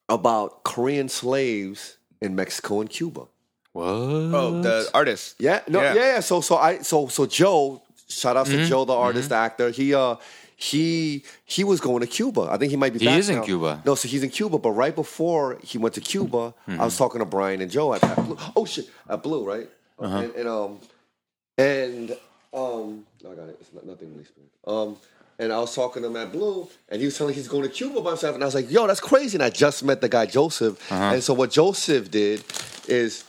Speaker 3: about Korean slaves in Mexico and Cuba.
Speaker 1: Oh, the artist.
Speaker 3: Yeah, no, yeah.
Speaker 1: Yeah.
Speaker 3: yeah. So, so I, so, so Joe, shout out to Joe, the artist, the actor. He, uh, he, he was going to Cuba. I think he might be. He back
Speaker 4: is in
Speaker 3: now.
Speaker 4: Cuba.
Speaker 3: No, so he's in Cuba. But right before he went to Cuba, I
Speaker 4: Hmm.
Speaker 3: was talking to Brian and Joe at, at Blue. Oh shit, at Blue, right?
Speaker 4: Uh-huh.
Speaker 3: And, and um, and um, no, I got it. It's not, nothing really special. Um, and I was talking to him at Blue, and he was telling me he's going to Cuba by himself, and I was like, "Yo, that's crazy!" And I just met the guy Joseph,
Speaker 4: Uh-huh.
Speaker 3: and so what Joseph did is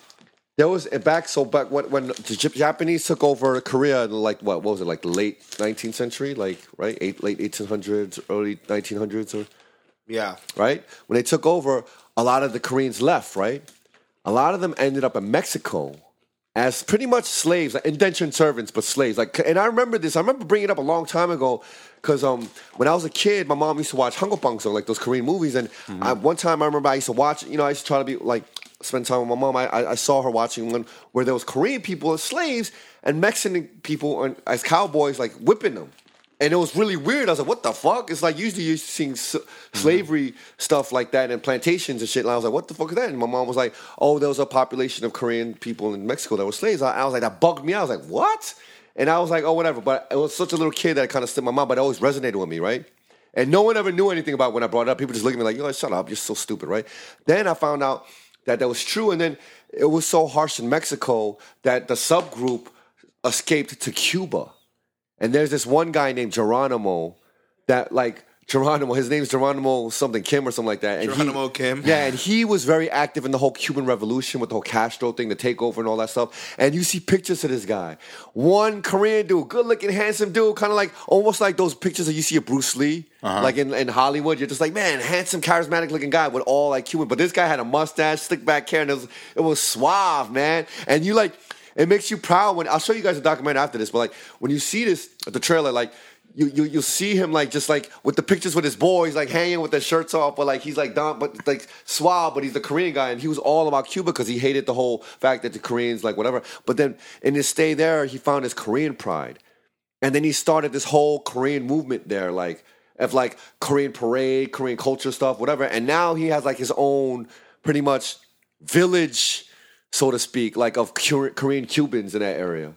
Speaker 3: there was and back so back when when the Jap- Japanese took over Korea in like what, what was it like late nineteenth century, like right eight late eighteen hundreds, early nineteen hundreds, or
Speaker 1: Yeah.
Speaker 3: right? When they took over, a lot of the Koreans left, right? A lot of them ended up in Mexico as pretty much slaves, like indentured servants, but slaves. Like, and I remember this. I remember bringing it up a long time ago because um, when I was a kid, my mom used to watch Hangopangso, like those Korean movies. And I, one time, I remember I used to watch. You know, I used to try to be like spend time with my mom. I, I, I saw her watching one where there was Korean people as slaves and Mexican people and- as cowboys, like whipping them. And it was really weird. I was like, "What the fuck?" It's like usually you're seeing s- slavery stuff like that and plantations and shit. And I was like, "What the fuck is that?" And my mom was like, "Oh, there was a population of Korean people in Mexico that were slaves." I, I was like, "That bugged me." I was like, "What?" And I was like, "Oh, whatever." But I was such a little kid that it kind of slipped my mind, but it always resonated with me, right? And no one ever knew anything about when I brought it up. People just looked at me like, "Yo, shut up! You're so stupid," right? Then I found out that that was true, and then it was so harsh in Mexico that the subgroup escaped to Cuba. And there's this one guy named Geronimo that like Geronimo, his name's Geronimo something Kim or something like that. And he-
Speaker 1: Geronimo Kim.
Speaker 3: Yeah, and he was very active in the whole Cuban Revolution with the whole Castro thing, the takeover and all that stuff. And you see pictures of this guy. One Korean dude, good looking, handsome dude, kind of like almost like those pictures that you see of Bruce Lee,
Speaker 1: Uh-huh.
Speaker 3: like in, in Hollywood. You're just like, man, handsome, charismatic looking guy with all like Cuban. But this guy had a mustache, slick back hair, and it was, it was suave, man. And you like, it makes you proud when I'll show you guys a documentary after this, but like when you see this the trailer, like you you you'll see him like just like with the pictures with his boys, like hanging with their shirts off, but like he's like Don, but like suave, but he's the Korean guy, and he was all about Cuba because he hated the whole fact that the Koreans like whatever. But then in his stay there, he found his Korean pride. And then he started this whole Korean movement there, like of like Korean parade, Korean culture stuff, whatever. And now he has like his own pretty much village, so to speak, like of Kore- Korean Cubans in that area.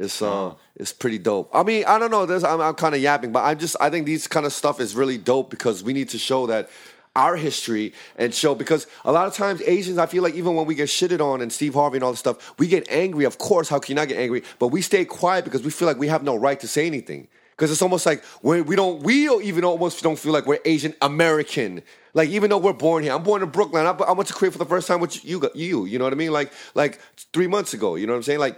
Speaker 3: It's uh, it's pretty dope. I mean, I don't know. There's, I'm, I'm kind of yapping, but I just I think these kind of stuff is really dope because we need to show that our history and show because a lot of times Asians, I feel like even when we get shitted on and Steve Harvey and all this stuff, we get angry. Of course, how can you not get angry? But we stay quiet because we feel like we have no right to say anything. Because it's almost like we're, we don't, we don't even almost don't feel like we're Asian American. Like even though we're born here, I'm born in Brooklyn. I, I went to Korea for the first time with you, you, you know what I mean? Like like three months ago, you know what I'm saying? Like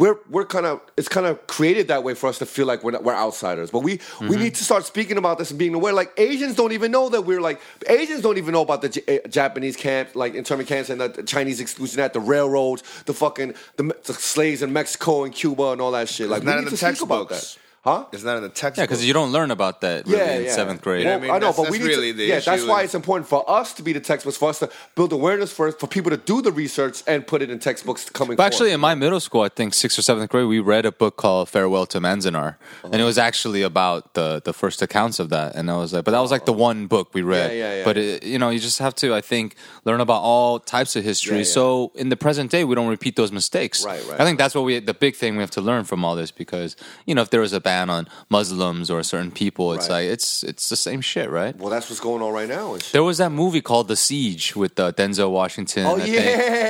Speaker 3: we're we're kind of it's kind of created that way for us to feel like we're not, we're outsiders. But we
Speaker 1: Mm-hmm.
Speaker 3: we need to start speaking about this and being aware. Like Asians don't even know that we're like Asians don't even know about the J- eh, Japanese camp, like internment camps, and the, the Chinese exclusion at the railroads, the fucking the, me- the slaves in Mexico and Cuba and all that shit. Like we
Speaker 1: not
Speaker 3: need
Speaker 1: in the
Speaker 3: to speak about that,
Speaker 1: textbooks.
Speaker 3: huh?
Speaker 1: It's not in the text.
Speaker 4: Yeah, because you don't learn about that really in seventh grade.
Speaker 1: Yeah,
Speaker 3: Well,
Speaker 1: I
Speaker 3: I,
Speaker 1: mean,
Speaker 3: know,
Speaker 1: that's-
Speaker 3: but we
Speaker 1: that's
Speaker 3: need
Speaker 1: really
Speaker 3: to,
Speaker 1: the
Speaker 3: yeah, that's
Speaker 1: issue
Speaker 3: why
Speaker 1: is-
Speaker 3: it's important for us to be the textbooks, for us to build awareness for for people to do the research and put it in textbooks coming.
Speaker 4: But actually,
Speaker 3: forward.
Speaker 4: in my middle school, I think sixth or seventh grade, we read a book called Farewell to Manzanar, and it was
Speaker 3: Oh.
Speaker 4: actually about the the first accounts of that. And I was like, but that was like the one book we read.
Speaker 3: Oh. Yeah, yeah, yeah.
Speaker 4: But it, you know, you just have to, I think, learn about all types of history.
Speaker 3: Yeah, yeah.
Speaker 4: So in the present day, we don't repeat those mistakes.
Speaker 3: Right, right,
Speaker 4: I think that's what we the big thing we have to learn from all this because you know, if there was a ban on Muslims or certain people, it's
Speaker 3: Right.
Speaker 4: like it's it's the same shit, right?
Speaker 3: well, that's what's going on right now. And shit.
Speaker 4: There was that movie called The Siege with uh, Denzel Washington.
Speaker 3: Oh,
Speaker 4: I think.
Speaker 3: yeah,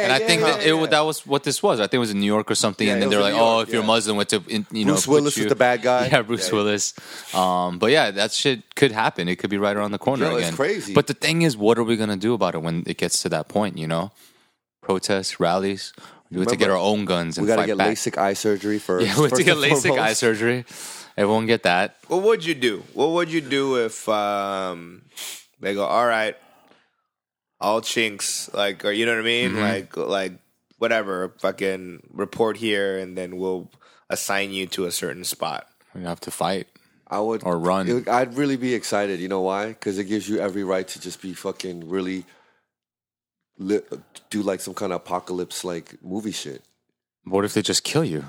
Speaker 4: and I
Speaker 3: yeah,
Speaker 4: think
Speaker 3: yeah,
Speaker 4: that, it,
Speaker 3: yeah.
Speaker 4: that was what this was. I think it was in New York or something.
Speaker 3: Yeah,
Speaker 4: and
Speaker 3: it
Speaker 4: then
Speaker 3: was
Speaker 4: they're like,
Speaker 3: in New
Speaker 4: "Oh,
Speaker 3: York,
Speaker 4: if you're
Speaker 3: yeah.
Speaker 4: Muslim, what to in, you
Speaker 3: Bruce
Speaker 4: know?" put
Speaker 3: Willis
Speaker 4: you-
Speaker 3: is the bad guy.
Speaker 4: [LAUGHS] Yeah, Bruce
Speaker 3: Yeah.
Speaker 4: Willis. Um, but yeah, that shit could happen. It could be right around the corner
Speaker 3: Yo, it's
Speaker 4: again.
Speaker 3: crazy.
Speaker 4: But the thing is, what are we gonna do about it when it gets to that point? You know, protests, rallies. We went to get
Speaker 3: Remember-
Speaker 4: our own guns and
Speaker 3: We got to
Speaker 4: fight
Speaker 3: get
Speaker 4: back.
Speaker 3: LASIK eye surgery first.
Speaker 4: Yeah, [LAUGHS] we went to
Speaker 3: first
Speaker 4: get
Speaker 3: and
Speaker 4: LASIK eye
Speaker 3: foremost.
Speaker 4: surgery. Everyone get that.
Speaker 1: What would you do? What would you do if um, they go, all right, all chinks, like, or you know what I mean,
Speaker 3: Mm-hmm.
Speaker 1: like, like whatever, fucking report here, and then we'll assign you to a certain spot.
Speaker 4: We have to fight.
Speaker 3: I would
Speaker 4: Or run.
Speaker 3: it- I'd really be excited. You know why? Because it gives you every right to just be fucking really li- do like some kind of apocalypse like movie shit.
Speaker 4: What if they just kill you?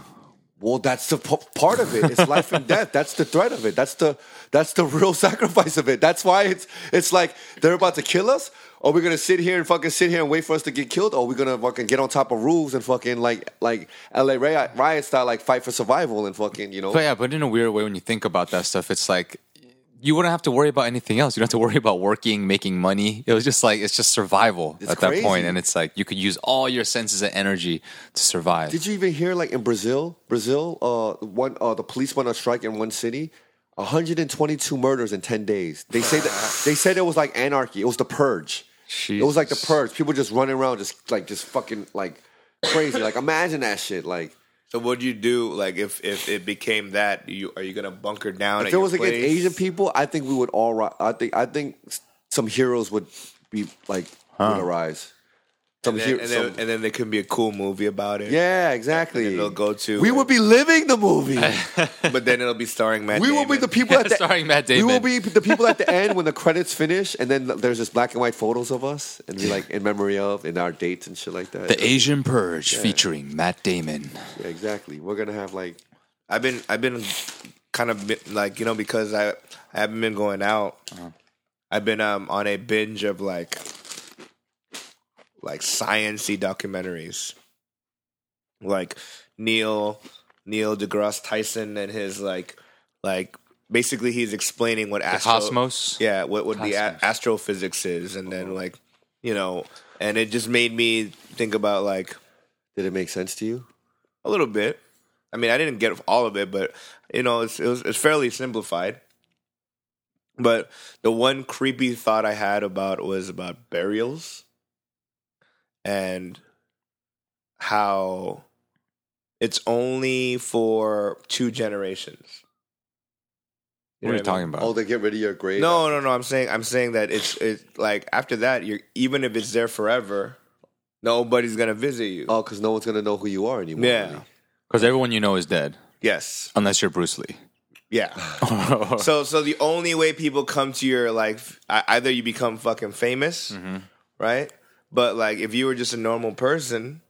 Speaker 3: Well, that's the p- part of it. It's life
Speaker 4: [LAUGHS]
Speaker 3: and death. That's the threat of it. That's the that's the real [LAUGHS] sacrifice of it. That's why it's it's like they're about to kill us. Are we gonna sit here and fucking sit here and wait for us to get killed? Or are we gonna fucking get on top of rules and fucking like like L.A. riot, riot style like fight for survival and fucking you know?
Speaker 4: But yeah, but in a weird way, when you think about that stuff, it's like you wouldn't have to worry about anything else. You don't have to worry about working, making money. It was just like it's just survival
Speaker 3: It's
Speaker 4: at that
Speaker 3: crazy.
Speaker 4: point, and it's like you could use all your senses and energy to survive.
Speaker 3: Did you even hear like in Brazil, Brazil, uh, one uh, the police went on strike in one city, 122 murders in 10 days. They say
Speaker 1: [LAUGHS]
Speaker 3: that they said it was like anarchy. It was the purge. It was like the
Speaker 4: Jesus.
Speaker 3: purge. People just running around, just like just fucking like crazy. like imagine that shit. Like
Speaker 1: So, what do you do? Like, if if it became that, you are you gonna bunker down? at
Speaker 3: if it
Speaker 1: your
Speaker 3: was against
Speaker 1: place?
Speaker 3: Asian people, I think we would all. ri- I think I think s- some heroes would be like would arise. Some
Speaker 1: and then,
Speaker 3: hero-
Speaker 1: and, then,
Speaker 3: some-
Speaker 1: and then there could be a cool movie about it.
Speaker 3: yeah, exactly.
Speaker 1: and it'll go to-
Speaker 3: We would be living the movie.
Speaker 1: [LAUGHS] but then it'll be
Speaker 3: [LAUGHS]
Speaker 1: starring Matt.
Speaker 3: We will be
Speaker 1: Damon.
Speaker 3: the people
Speaker 4: [LAUGHS]
Speaker 3: at the
Speaker 4: Starring Matt
Speaker 3: We will
Speaker 4: Damon.
Speaker 3: be the
Speaker 4: [LAUGHS]
Speaker 3: people at the end when the credits finish, and then there's just black and white photos of us, and we like in memory of, and our dates and shit like that.
Speaker 4: the Asian Purge featuring Matt Damon.
Speaker 3: yeah, exactly. We're gonna have like
Speaker 1: I've been I've been kind of been, like you know because I I haven't been going out.
Speaker 4: Uh-huh.
Speaker 1: I've been um on a binge of like like sciency documentaries, like Neil Neil deGrasse Tyson and his like like basically he's explaining what astro-
Speaker 4: cosmos?
Speaker 1: yeah what what the a-
Speaker 4: Cosmos. Uh-huh.
Speaker 1: astrophysics is and then like you know and it just made me think about like
Speaker 3: did it make sense to you?
Speaker 1: a little bit. I mean, I didn't get all of it, but you know, it's it was, it's fairly simplified. But the one creepy thought I had about was about burials and how it's only for two generations.
Speaker 4: What are you
Speaker 1: know I mean?
Speaker 4: talking about?
Speaker 3: Oh, they get rid of your grade.
Speaker 1: No, no, no. I'm saying I'm saying that it's it's like after that, you're even if it's there forever, nobody's gonna visit you.
Speaker 3: oh, because no one's gonna know who you are anymore.
Speaker 1: yeah.
Speaker 3: really.
Speaker 4: Because everyone you know is dead,
Speaker 1: Yes.
Speaker 4: unless you're Bruce Lee.
Speaker 1: Yeah.
Speaker 4: [LAUGHS]
Speaker 1: so so the only way people come to your like f- I- either you become fucking famous, right? But like if you were just a normal person,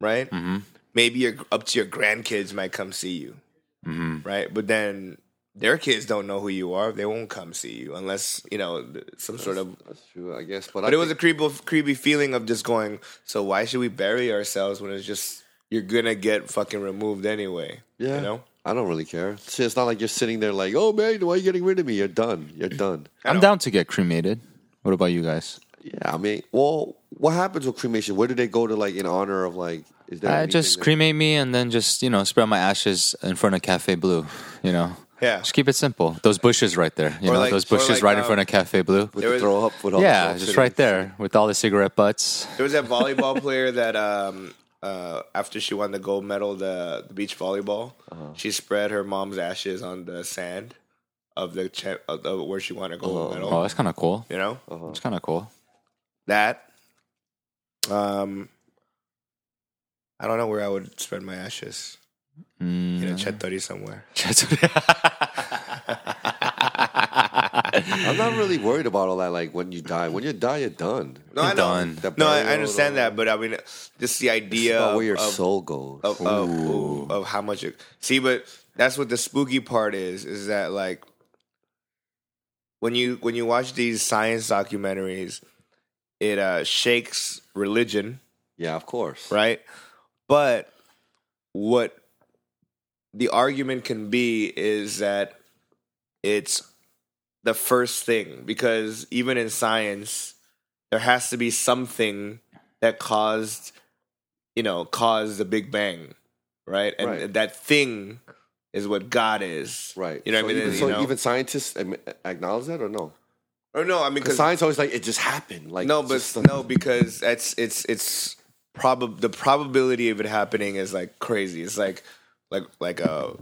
Speaker 1: right?
Speaker 4: Mm. Mm-hmm,
Speaker 1: Maybe your up to your grandkids might come see you,
Speaker 4: mm-hmm.
Speaker 1: right? But then their kids don't know who you are. They won't come see you unless you know th- some sort of.
Speaker 3: that's true. I guess, but,
Speaker 1: But
Speaker 3: I
Speaker 1: it was a
Speaker 3: think
Speaker 1: creepy, creepy feeling of just going. So why should we bury ourselves when it's just you're gonna get fucking removed anyway?
Speaker 3: yeah.
Speaker 1: You know.
Speaker 3: I don't really care. Shit, it's not like you're sitting there like, oh man, why are you getting rid of me? You're done.
Speaker 4: [LAUGHS]
Speaker 3: You're done.
Speaker 4: I'm down to get cremated. What about you guys?
Speaker 3: Yeah, I mean, well, what happens with cremation? Where do they go to like in honor of like? Is there
Speaker 4: I
Speaker 3: anything
Speaker 4: Uh, just
Speaker 3: that-
Speaker 4: cremate me and then just you know spread my ashes in front of Cafe Blue. You know,
Speaker 1: Yeah.
Speaker 4: Just keep it simple. Those bushes right there. You
Speaker 1: Or
Speaker 4: know,
Speaker 1: like-
Speaker 4: those
Speaker 1: or
Speaker 4: bushes
Speaker 1: like,
Speaker 4: right in
Speaker 1: um,
Speaker 4: front of Cafe Blue.
Speaker 3: with
Speaker 1: There
Speaker 3: the
Speaker 1: was-
Speaker 3: throw up with all
Speaker 4: yeah,
Speaker 3: the
Speaker 4: just right there with all the cigarette butts.
Speaker 1: There was that volleyball [LAUGHS] player that um, uh, after she won the gold medal, the, the beach volleyball,
Speaker 3: Uh-huh.
Speaker 1: she spread her mom's ashes on the sand of the cha- of the, where she won a gold
Speaker 3: Uh-huh.
Speaker 1: medal.
Speaker 4: Oh, that's kind of cool.
Speaker 1: You know
Speaker 4: That's kind of cool.
Speaker 1: that. Um, I don't know where I would spread my ashes. In
Speaker 4: Mm. [LAUGHS]
Speaker 1: a chetari somewhere.
Speaker 3: I'm not really worried about all that. Like when you die, when you die, you're done.
Speaker 1: No, I know.
Speaker 4: Done.
Speaker 3: That
Speaker 1: No, I, I
Speaker 3: burial,
Speaker 1: understand
Speaker 3: though.
Speaker 1: that, but I mean, just the uh,
Speaker 3: It's
Speaker 1: idea
Speaker 3: about
Speaker 1: of,
Speaker 3: where your
Speaker 1: of-
Speaker 3: soul goes.
Speaker 1: of of, ooh, of how much it see but that's what the spooky part is is that like when you when you watch these science documentaries it uh shakes religion
Speaker 3: yeah, of course.
Speaker 1: right but what the argument can be is that it's the first thing because even in science there has to be something that caused you know caused the big bang right and
Speaker 3: Right.
Speaker 1: that thing is what god is
Speaker 3: Right.
Speaker 1: you know
Speaker 3: so
Speaker 1: what i mean
Speaker 3: Even,
Speaker 1: And,
Speaker 3: so
Speaker 1: you know-
Speaker 3: even scientists am- acknowledge that or no?
Speaker 1: or no i mean
Speaker 3: Because
Speaker 1: because
Speaker 3: science always like it just happened. Like
Speaker 1: no
Speaker 3: it's
Speaker 1: but
Speaker 3: just-
Speaker 1: no because that's it's it's probab the probability of it happening is like crazy. It's like like like a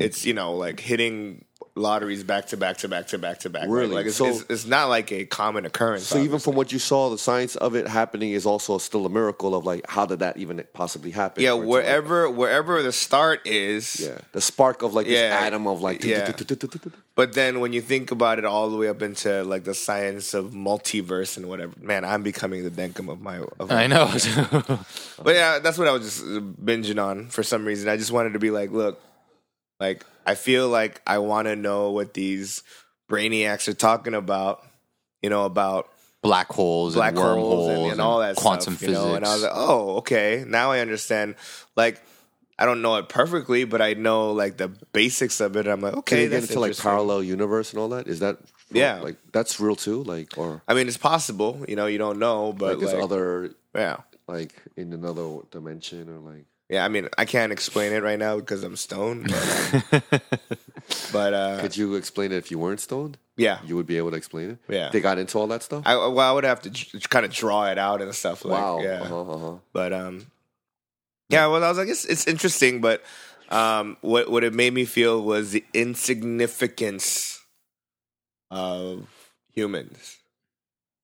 Speaker 1: it's you know like hitting lotteries back to back to back to back to back. right?
Speaker 3: Really?
Speaker 1: Like it's,
Speaker 3: So-
Speaker 1: it's, it's not like a common occurrence.
Speaker 3: So even
Speaker 1: obviously.
Speaker 3: from what you saw, the science of it happening is also still a miracle of like how did that even possibly happen?
Speaker 1: yeah,
Speaker 3: Or it's like-
Speaker 1: wherever wherever the start is,
Speaker 3: yeah, the spark of like this
Speaker 1: Yeah.
Speaker 3: atom of like
Speaker 1: Yeah. But then when you think about it all the way up into like the science of multiverse and whatever, man, I'm becoming the Denkum of my. Of my
Speaker 4: I know. [LAUGHS]
Speaker 1: But yeah, that's what I was just uh, binging on for some reason. I just wanted to be like, look, like I feel like I want to know what these brainiacs are talking about. You know about
Speaker 4: Black holes
Speaker 1: black
Speaker 4: and wormholes
Speaker 1: holes and, and all that
Speaker 4: quantum
Speaker 1: stuff,
Speaker 4: physics.
Speaker 1: You know? And I was like, oh, okay, now I understand. Like, I don't know it perfectly, but I know like the basics of it. I'm like,
Speaker 3: Can
Speaker 1: okay,
Speaker 3: you get
Speaker 1: that's
Speaker 3: into like
Speaker 1: interesting.
Speaker 3: parallel universe and all that? Is that real?
Speaker 1: Yeah.
Speaker 3: Like that's real too. Like or
Speaker 1: I mean, it's possible. You know, you don't know, but
Speaker 3: like,
Speaker 1: like,
Speaker 3: it's other
Speaker 1: yeah,
Speaker 3: like in another dimension or like
Speaker 1: yeah. I mean, I can't explain it right now because I'm stoned. But,
Speaker 3: [LAUGHS]
Speaker 1: but, uh,
Speaker 3: could you explain it if you weren't stoned?
Speaker 1: yeah,
Speaker 3: You would be able to explain it.
Speaker 1: Yeah.
Speaker 3: They got into all that stuff.
Speaker 1: I well, I would have to kind of draw it out and stuff. Like,
Speaker 3: wow.
Speaker 1: Yeah.
Speaker 3: Uh-huh, uh-huh.
Speaker 1: But um, yeah. Well, I was like, it's it's interesting, but um, what what it made me feel was the insignificance of humans.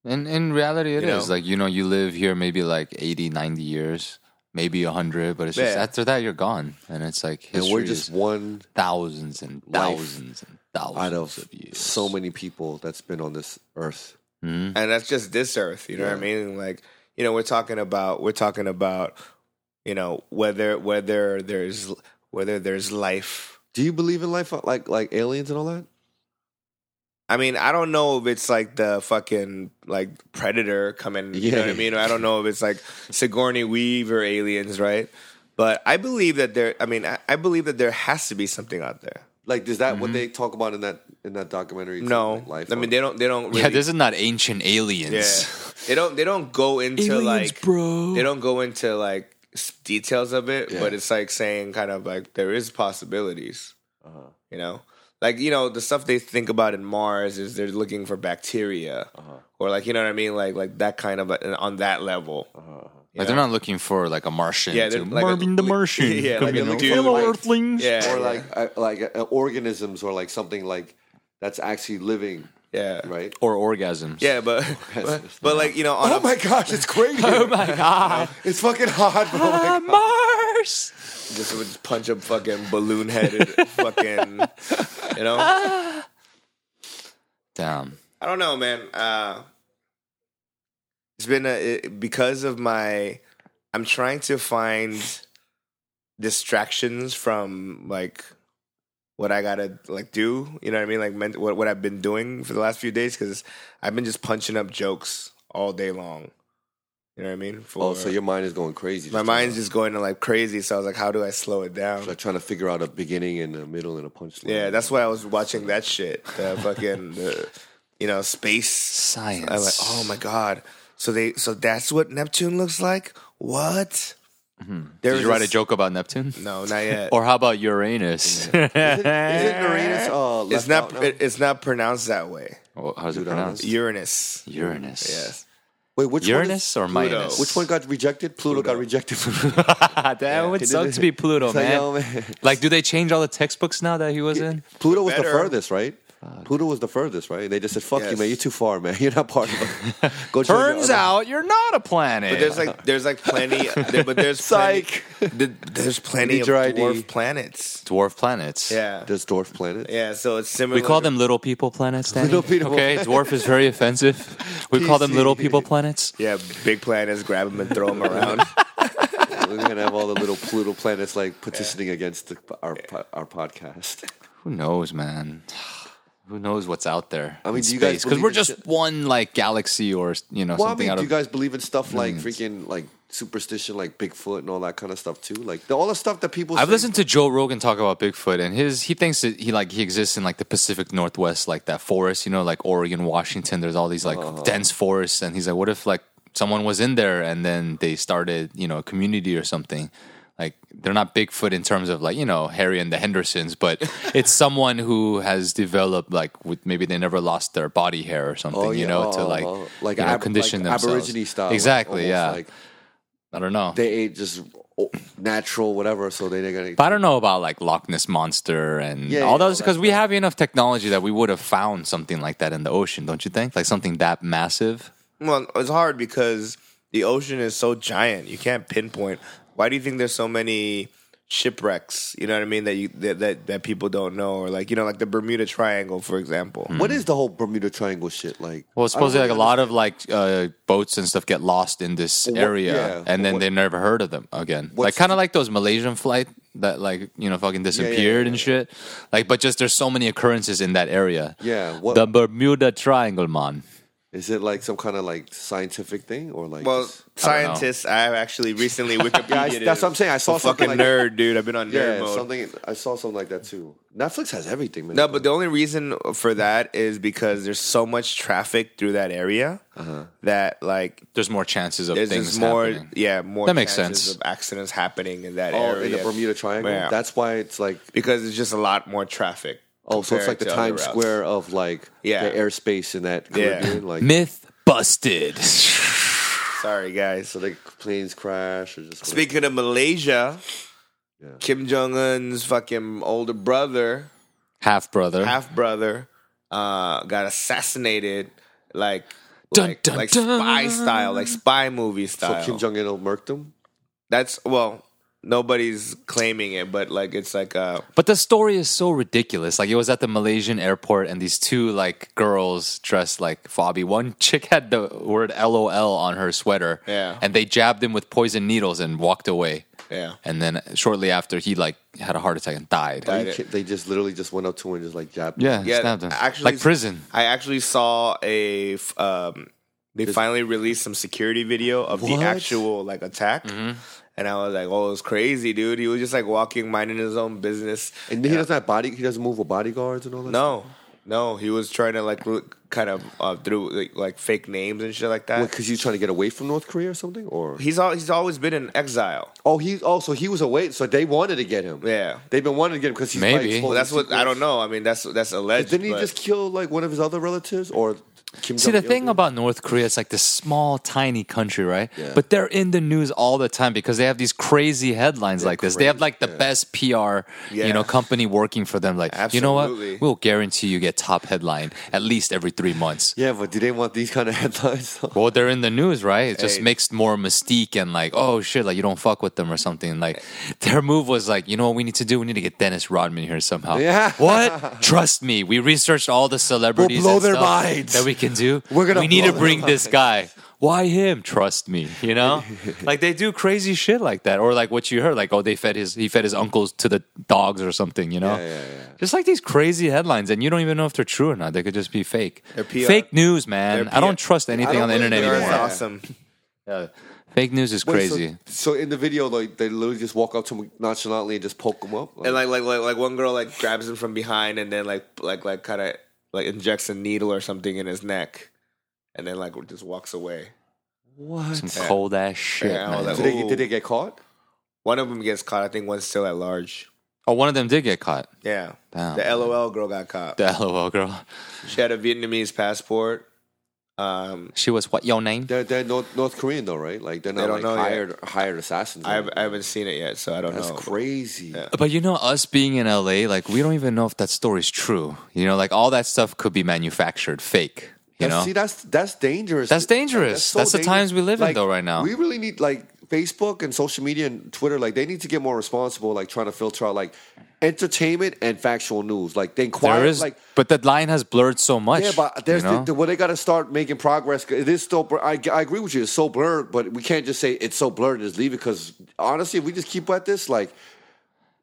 Speaker 4: In in reality, it is
Speaker 1: You know?
Speaker 4: like you know you live here maybe like 80, 90 years, maybe hundred, but it's just
Speaker 1: Yeah.
Speaker 4: after that you're gone, and it's like history
Speaker 3: And we're just
Speaker 4: is
Speaker 3: one
Speaker 4: thousands and
Speaker 3: life
Speaker 4: thousands and thousands
Speaker 3: out of
Speaker 4: of years. Hmm?
Speaker 3: so many people that's been on this earth.
Speaker 1: and that's just this earth you know what i mean like you know we're talking about we're talking about you know whether whether there's whether there's life
Speaker 3: Do you believe in life like like aliens and all that?
Speaker 1: i mean i don't know if it's like the fucking like predator coming you know what i
Speaker 3: Yeah.
Speaker 1: mean i don't know if it's like sigourney weaver aliens right but i believe that there i mean i, I believe that there has to be something out there
Speaker 3: Like is that what they talk about in that in that documentary? It's
Speaker 1: Mm-hmm. no
Speaker 3: like life.
Speaker 1: i mean
Speaker 3: on-
Speaker 1: they don't they don't really
Speaker 4: Yeah, this is not ancient aliens.
Speaker 1: Yeah.
Speaker 4: [LAUGHS]
Speaker 1: They don't they don't go into like
Speaker 4: bro.
Speaker 1: they don't go into like s- details of it,
Speaker 3: Yeah.
Speaker 1: but it's like saying kind of like there is possibilities.
Speaker 3: Uh-huh.
Speaker 1: You know? Like you know the stuff they think about in Mars is they're looking for bacteria
Speaker 3: Uh-huh.
Speaker 1: or like you know what I mean like like that kind of uh, on that level.
Speaker 3: Uh-huh.
Speaker 4: Like they're not looking for like a Martian.
Speaker 1: Yeah,
Speaker 4: Yeah,
Speaker 1: they're
Speaker 4: to,
Speaker 1: like a-
Speaker 4: Marvin the Martian.
Speaker 1: [LAUGHS] Yeah,
Speaker 4: come
Speaker 1: like a
Speaker 4: in.
Speaker 1: dude,
Speaker 4: Hello,
Speaker 1: like-
Speaker 4: Earthlings.
Speaker 1: Yeah,
Speaker 3: or like uh, like uh, organisms or like something like that's actually living,
Speaker 1: yeah,
Speaker 3: right?
Speaker 4: or orgasms.
Speaker 1: yeah,
Speaker 3: [LAUGHS]
Speaker 1: but but, but, like you know on a,
Speaker 3: gosh, it's crazy!
Speaker 1: [LAUGHS]
Speaker 3: oh my god, [LAUGHS] Ah, it's fucking hot,
Speaker 1: Oh
Speaker 3: bro! Like,
Speaker 4: Mars.
Speaker 1: just would just punch a fucking balloon headed fucking you know.
Speaker 4: Damn.
Speaker 1: I don't know, man. Uh, it's been a, it- because of my. I'm trying to find distractions from like what I gotta like do. You know what I mean? Like ment- what what I've been doing for the last few days because I've been just punching up jokes all day long. You know what I mean? [LAUGHS] For
Speaker 3: oh, so your mind is going crazy.
Speaker 1: my
Speaker 3: just
Speaker 1: mind's just going to like crazy. So I was like, how do I slow it down?
Speaker 3: like trying to figure out a beginning and a middle and a punchline.
Speaker 1: Yeah, that's why I was watching that shit. The fucking, the, you know, space
Speaker 4: Science.
Speaker 1: I'm like, oh my god. So they, so that's what Neptune looks like. What? There
Speaker 4: Mm-hmm. Did
Speaker 1: was
Speaker 4: you write a
Speaker 1: s-
Speaker 4: joke about Neptune?
Speaker 1: No, not yet.
Speaker 4: [LAUGHS] Or how about Uranus?
Speaker 3: [LAUGHS] Isn't Uranus? Uh,
Speaker 1: it's
Speaker 3: left
Speaker 1: not.
Speaker 3: out now?
Speaker 1: It, it's not pronounced that way.
Speaker 4: [LAUGHS] Well, How's it
Speaker 3: Uranus.
Speaker 4: pronounced?
Speaker 1: Uranus.
Speaker 4: Uranus.
Speaker 1: Yes.
Speaker 3: Wait, which
Speaker 4: Uranus
Speaker 3: One
Speaker 4: or Minus?
Speaker 3: is, which
Speaker 4: [LAUGHS]
Speaker 3: one got rejected? Pluto, got rejected. [LAUGHS]
Speaker 4: that would suck to be Pluto,
Speaker 3: It's like,
Speaker 4: man.
Speaker 3: oh, man.
Speaker 4: Like, do they change all the textbooks now that he was in?
Speaker 3: Pluto was the
Speaker 1: Better.
Speaker 3: furthest, right? Pluto was the furthest, right? They just said, "Fuck you,
Speaker 1: Yes.
Speaker 3: man. You're too far, man. [LAUGHS] You're not part
Speaker 4: [LAUGHS]
Speaker 3: of it." Go join
Speaker 4: [LAUGHS]
Speaker 3: your
Speaker 4: Turns
Speaker 3: other-
Speaker 4: out you're not a planet.
Speaker 1: But there's like there's like plenty, there, but
Speaker 4: [LAUGHS]
Speaker 1: there's
Speaker 3: Psych.
Speaker 1: plenty, th- there's plenty
Speaker 3: Need
Speaker 1: of
Speaker 3: your ID.
Speaker 1: dwarf planets.
Speaker 4: dwarf planets.
Speaker 1: Yeah,
Speaker 3: there's dwarf planet.
Speaker 1: yeah. So it's similar.
Speaker 4: We call them little people planets. Danny.
Speaker 3: Little people
Speaker 4: Okay, dwarf is very offensive. We call
Speaker 3: [LAUGHS]
Speaker 4: them
Speaker 3: PC.
Speaker 4: little people planets.
Speaker 1: Yeah, big planets. Grab them and throw
Speaker 4: [LAUGHS]
Speaker 1: them around.
Speaker 3: We're gonna have all the little Pluto planets like petitioning against the, our po- our podcast.
Speaker 4: Who knows, man? Who knows what's out there?
Speaker 3: I mean,
Speaker 4: in
Speaker 3: do you guys
Speaker 4: space? 'Cause
Speaker 3: believe
Speaker 4: we're
Speaker 3: in
Speaker 4: just
Speaker 3: shit?
Speaker 4: one like galaxy or you know
Speaker 3: Well, I
Speaker 4: something
Speaker 3: mean,
Speaker 4: out
Speaker 3: do
Speaker 4: of. Mm.
Speaker 3: you guys believe in stuff like freaking like superstition, like Bigfoot and all that kind of stuff too? Like the, all the stuff that people.
Speaker 4: I've
Speaker 3: say-
Speaker 4: listened to Joe Rogan talk about Bigfoot, and his he thinks that he like he exists in like the Pacific Northwest, like that forest, you know, like Oregon, Washington. There's all these like
Speaker 3: Uh-huh.
Speaker 4: dense forests, and he's like, what if like someone was in there and then they started, you know, a community or something. Like they're not Bigfoot in terms of like you know Harry and the Hendersons,
Speaker 3: [LAUGHS]
Speaker 4: but it's someone who has developed like with maybe they never lost their body hair or something,
Speaker 3: Oh,
Speaker 4: you
Speaker 3: yeah.
Speaker 4: know, to
Speaker 3: Oh,
Speaker 4: like
Speaker 3: oh, oh. Like
Speaker 4: you know,
Speaker 3: ab-
Speaker 4: condition
Speaker 3: like
Speaker 4: themselves
Speaker 3: Aborigine style, like,
Speaker 4: exactly, yeah.
Speaker 3: almost, like-
Speaker 4: I don't know.
Speaker 3: They ate just oh, natural whatever, so they, they're gonna.
Speaker 4: but I don't know about like Loch Ness monster and
Speaker 3: Yeah,
Speaker 4: all
Speaker 3: yeah,
Speaker 4: those
Speaker 3: all
Speaker 4: because we have enough technology that we would have found something like that in the ocean, don't you think? Like something that massive.
Speaker 1: Well, it's hard because the ocean is so giant. You can't pinpoint. Why do you think there's so many shipwrecks? You know what I mean that you that that, that people don't know, or like you know, like the Bermuda Triangle, for example.
Speaker 3: What is the whole Bermuda Triangle shit like?
Speaker 4: Well,
Speaker 3: I don't
Speaker 4: supposedly like a
Speaker 3: really
Speaker 4: lot of like uh, boats and stuff get lost in this
Speaker 3: Well, what-
Speaker 4: area,
Speaker 3: yeah, but
Speaker 4: and then
Speaker 3: what-
Speaker 4: they never heard of them again. Like
Speaker 3: What's
Speaker 4: kind of
Speaker 3: the-
Speaker 4: like those Malaysian flight that like you know fucking disappeared and shit. Like, but just there's so many occurrences in that area.
Speaker 3: Yeah, what-
Speaker 4: the Bermuda Triangle, man.
Speaker 3: Is it like some kind of like scientific thing or like?
Speaker 1: Well,
Speaker 3: just-
Speaker 1: scientists, I, have actually recently Wikipedia.
Speaker 3: [LAUGHS] Yeah, I- that's what I'm saying. I saw something
Speaker 1: fucking
Speaker 3: like-
Speaker 1: nerd, dude. I've been on nerd
Speaker 3: yeah,
Speaker 1: mode.
Speaker 3: something. I saw something like that too. Netflix has everything, man.
Speaker 1: No, but the only reason for that is because there's so much traffic through that area
Speaker 3: Uh-huh.
Speaker 1: that like
Speaker 4: There's more chances of
Speaker 1: there's
Speaker 4: things
Speaker 1: just more,
Speaker 4: happening.
Speaker 1: yeah, more
Speaker 4: That makes
Speaker 1: chances
Speaker 4: sense.
Speaker 1: of accidents happening in that
Speaker 3: oh,
Speaker 1: area
Speaker 3: in the Bermuda Triangle.
Speaker 1: Yeah.
Speaker 3: That's why it's like.
Speaker 1: because it's just a lot more traffic.
Speaker 3: Oh, so it's
Speaker 1: compared
Speaker 3: like the
Speaker 1: to other
Speaker 3: Times
Speaker 1: routes.
Speaker 3: Square of like
Speaker 1: Yeah.
Speaker 3: the airspace in that
Speaker 1: Yeah.
Speaker 3: Caribbean. Like,
Speaker 4: Myth busted. [LAUGHS]
Speaker 1: Sorry, guys.
Speaker 3: so the planes crash or just whatever.
Speaker 1: Speaking of Malaysia, Kim Jong Un's fucking older brother,
Speaker 4: Half brother.
Speaker 1: half brother, uh, got assassinated like
Speaker 4: Dun,
Speaker 1: like,
Speaker 4: dun,
Speaker 1: like
Speaker 4: dun.
Speaker 1: spy style, like spy movie style.
Speaker 3: So Kim Jong Il murked them.
Speaker 1: That's well, nobody's claiming it, but like it's like uh
Speaker 4: But the story is so ridiculous. Like it was at the Malaysian airport, and these two like girls dressed like Fabi. One chick had the word "LOL" on her sweater,
Speaker 1: Yeah.
Speaker 4: and they jabbed him with poison needles and walked away.
Speaker 1: yeah.
Speaker 4: And then shortly after, he like had a heart attack and died.
Speaker 1: Died.
Speaker 3: They, they just literally just went up to him and just like jabbed.
Speaker 4: Yeah,
Speaker 1: Yeah,
Speaker 4: stabbed him.
Speaker 1: actually-
Speaker 4: like prison.
Speaker 1: I actually saw a f- um they finally released some security video of
Speaker 3: What?
Speaker 1: the actual like attack.
Speaker 4: Mm-hmm.
Speaker 1: And I was like, "Oh, it was crazy, dude." He was just like walking, minding his own business.
Speaker 3: And he doesn't have body. He doesn't move with bodyguards and all that.
Speaker 1: No, no, he was trying to like look kind of uh, through like, like fake names and shit like that.
Speaker 3: because he's trying to get away from North Korea or something. Or
Speaker 1: He's al- he's always been in exile.
Speaker 3: oh, he oh, so he was away. So they wanted to get him.
Speaker 1: Yeah.
Speaker 3: they've been wanting to get him because he's
Speaker 4: Maybe.
Speaker 3: like, exposing
Speaker 1: Well, that's what I
Speaker 3: secrets.
Speaker 1: don't know. I mean, that's that's alleged.
Speaker 3: Didn't he
Speaker 1: but-
Speaker 3: just kill like one of his other relatives or Kim
Speaker 4: See, the
Speaker 3: Jong-il
Speaker 4: thing
Speaker 3: did?
Speaker 4: about North Korea, it's like this small, tiny country, right?
Speaker 3: Yeah.
Speaker 4: But they're in the news all the time because they have these crazy headlines like this. They have like the best PR, you
Speaker 1: Yeah.
Speaker 4: know, company working for them. Like, you know
Speaker 1: Absolutely.
Speaker 4: what? We'll guarantee you get top headline at least every three months.
Speaker 3: yeah, but do they want these kind of [LAUGHS] headlines?
Speaker 4: Well, they're in the news, right? It just
Speaker 1: Hey.
Speaker 4: makes more mystique and like, oh shit, like you don't fuck with them or something. Like their move was like, you know what we need to do? We need to get Dennis Rodman here somehow.
Speaker 3: Yeah.
Speaker 4: What? Trust me, we researched all the celebrities
Speaker 3: blow
Speaker 4: and
Speaker 3: their
Speaker 4: stuff
Speaker 3: minds.
Speaker 4: that we can do.
Speaker 3: [LAUGHS] We're gonna
Speaker 4: we need
Speaker 3: blow
Speaker 4: to
Speaker 3: their
Speaker 4: bring this guy. Why him? Trust me, you
Speaker 3: [LAUGHS]
Speaker 4: know? like they do crazy shit like that. Or like what you heard, like, oh, they fed his he fed his uncles to the dogs or something, you know?
Speaker 3: Yeah, yeah, yeah.
Speaker 4: Just like these crazy headlines, and you don't even know if they're true or not. They could just be fake.
Speaker 1: They're PR.
Speaker 4: Fake news, man.
Speaker 1: They're
Speaker 4: I don't
Speaker 1: PR.
Speaker 4: trust anything on the
Speaker 3: really
Speaker 4: internet
Speaker 1: They are
Speaker 3: believe
Speaker 4: anymore.
Speaker 3: that.
Speaker 1: awesome.
Speaker 4: Yeah. Fake news is
Speaker 3: Wait, so-
Speaker 4: crazy.
Speaker 3: So, in the video, like they literally just walk up to him nonchalantly and just poke him up. Like,
Speaker 1: And like like like like one girl like grabs him from behind and then like like like kind of like injects a needle or something in his neck, and then like just walks away.
Speaker 3: what?
Speaker 4: Some cold ass shit.
Speaker 1: Yeah, all
Speaker 4: man.
Speaker 1: that-
Speaker 3: Did they,
Speaker 1: Ooh.
Speaker 3: did they get caught?
Speaker 1: One of them gets caught. I think one's still at large.
Speaker 4: Oh, one of them did get caught. [LAUGHS]
Speaker 1: Yeah,
Speaker 4: Damn.
Speaker 1: the LOL girl got caught.
Speaker 4: The LOL girl.
Speaker 1: She had a Vietnamese passport. Um,
Speaker 4: She was what? Your name?
Speaker 3: They're they're North, North Korean though, right? Like they're not
Speaker 1: don't
Speaker 3: like
Speaker 1: know yet.
Speaker 3: hired hired assassins. or
Speaker 1: I haven't,
Speaker 3: anything.
Speaker 1: I haven't seen it yet, so I don't
Speaker 3: That's
Speaker 1: know.
Speaker 3: crazy.
Speaker 4: But you know, us being in LA, like we don't even know if that story's true. You know, like all that stuff could be manufactured, fake. You
Speaker 3: That's-
Speaker 4: know,
Speaker 3: see, that's that's dangerous.
Speaker 4: That's dangerous. That's the times we live in,
Speaker 3: Like,
Speaker 4: though, right now.
Speaker 3: we really need like Facebook and social media and Twitter. Like they need to get more responsible. Like trying to filter out like entertainment and factual news. Like they inquire.
Speaker 4: there is,
Speaker 3: like
Speaker 4: but that line has blurred so much.
Speaker 3: yeah, but there's
Speaker 4: you know?
Speaker 3: the, the, well, they got to start making progress. It is still. blur- I, I agree with you. It's so blurred, but we can't just say it's so blurred and just leave it. Because honestly, if we just keep at this, like.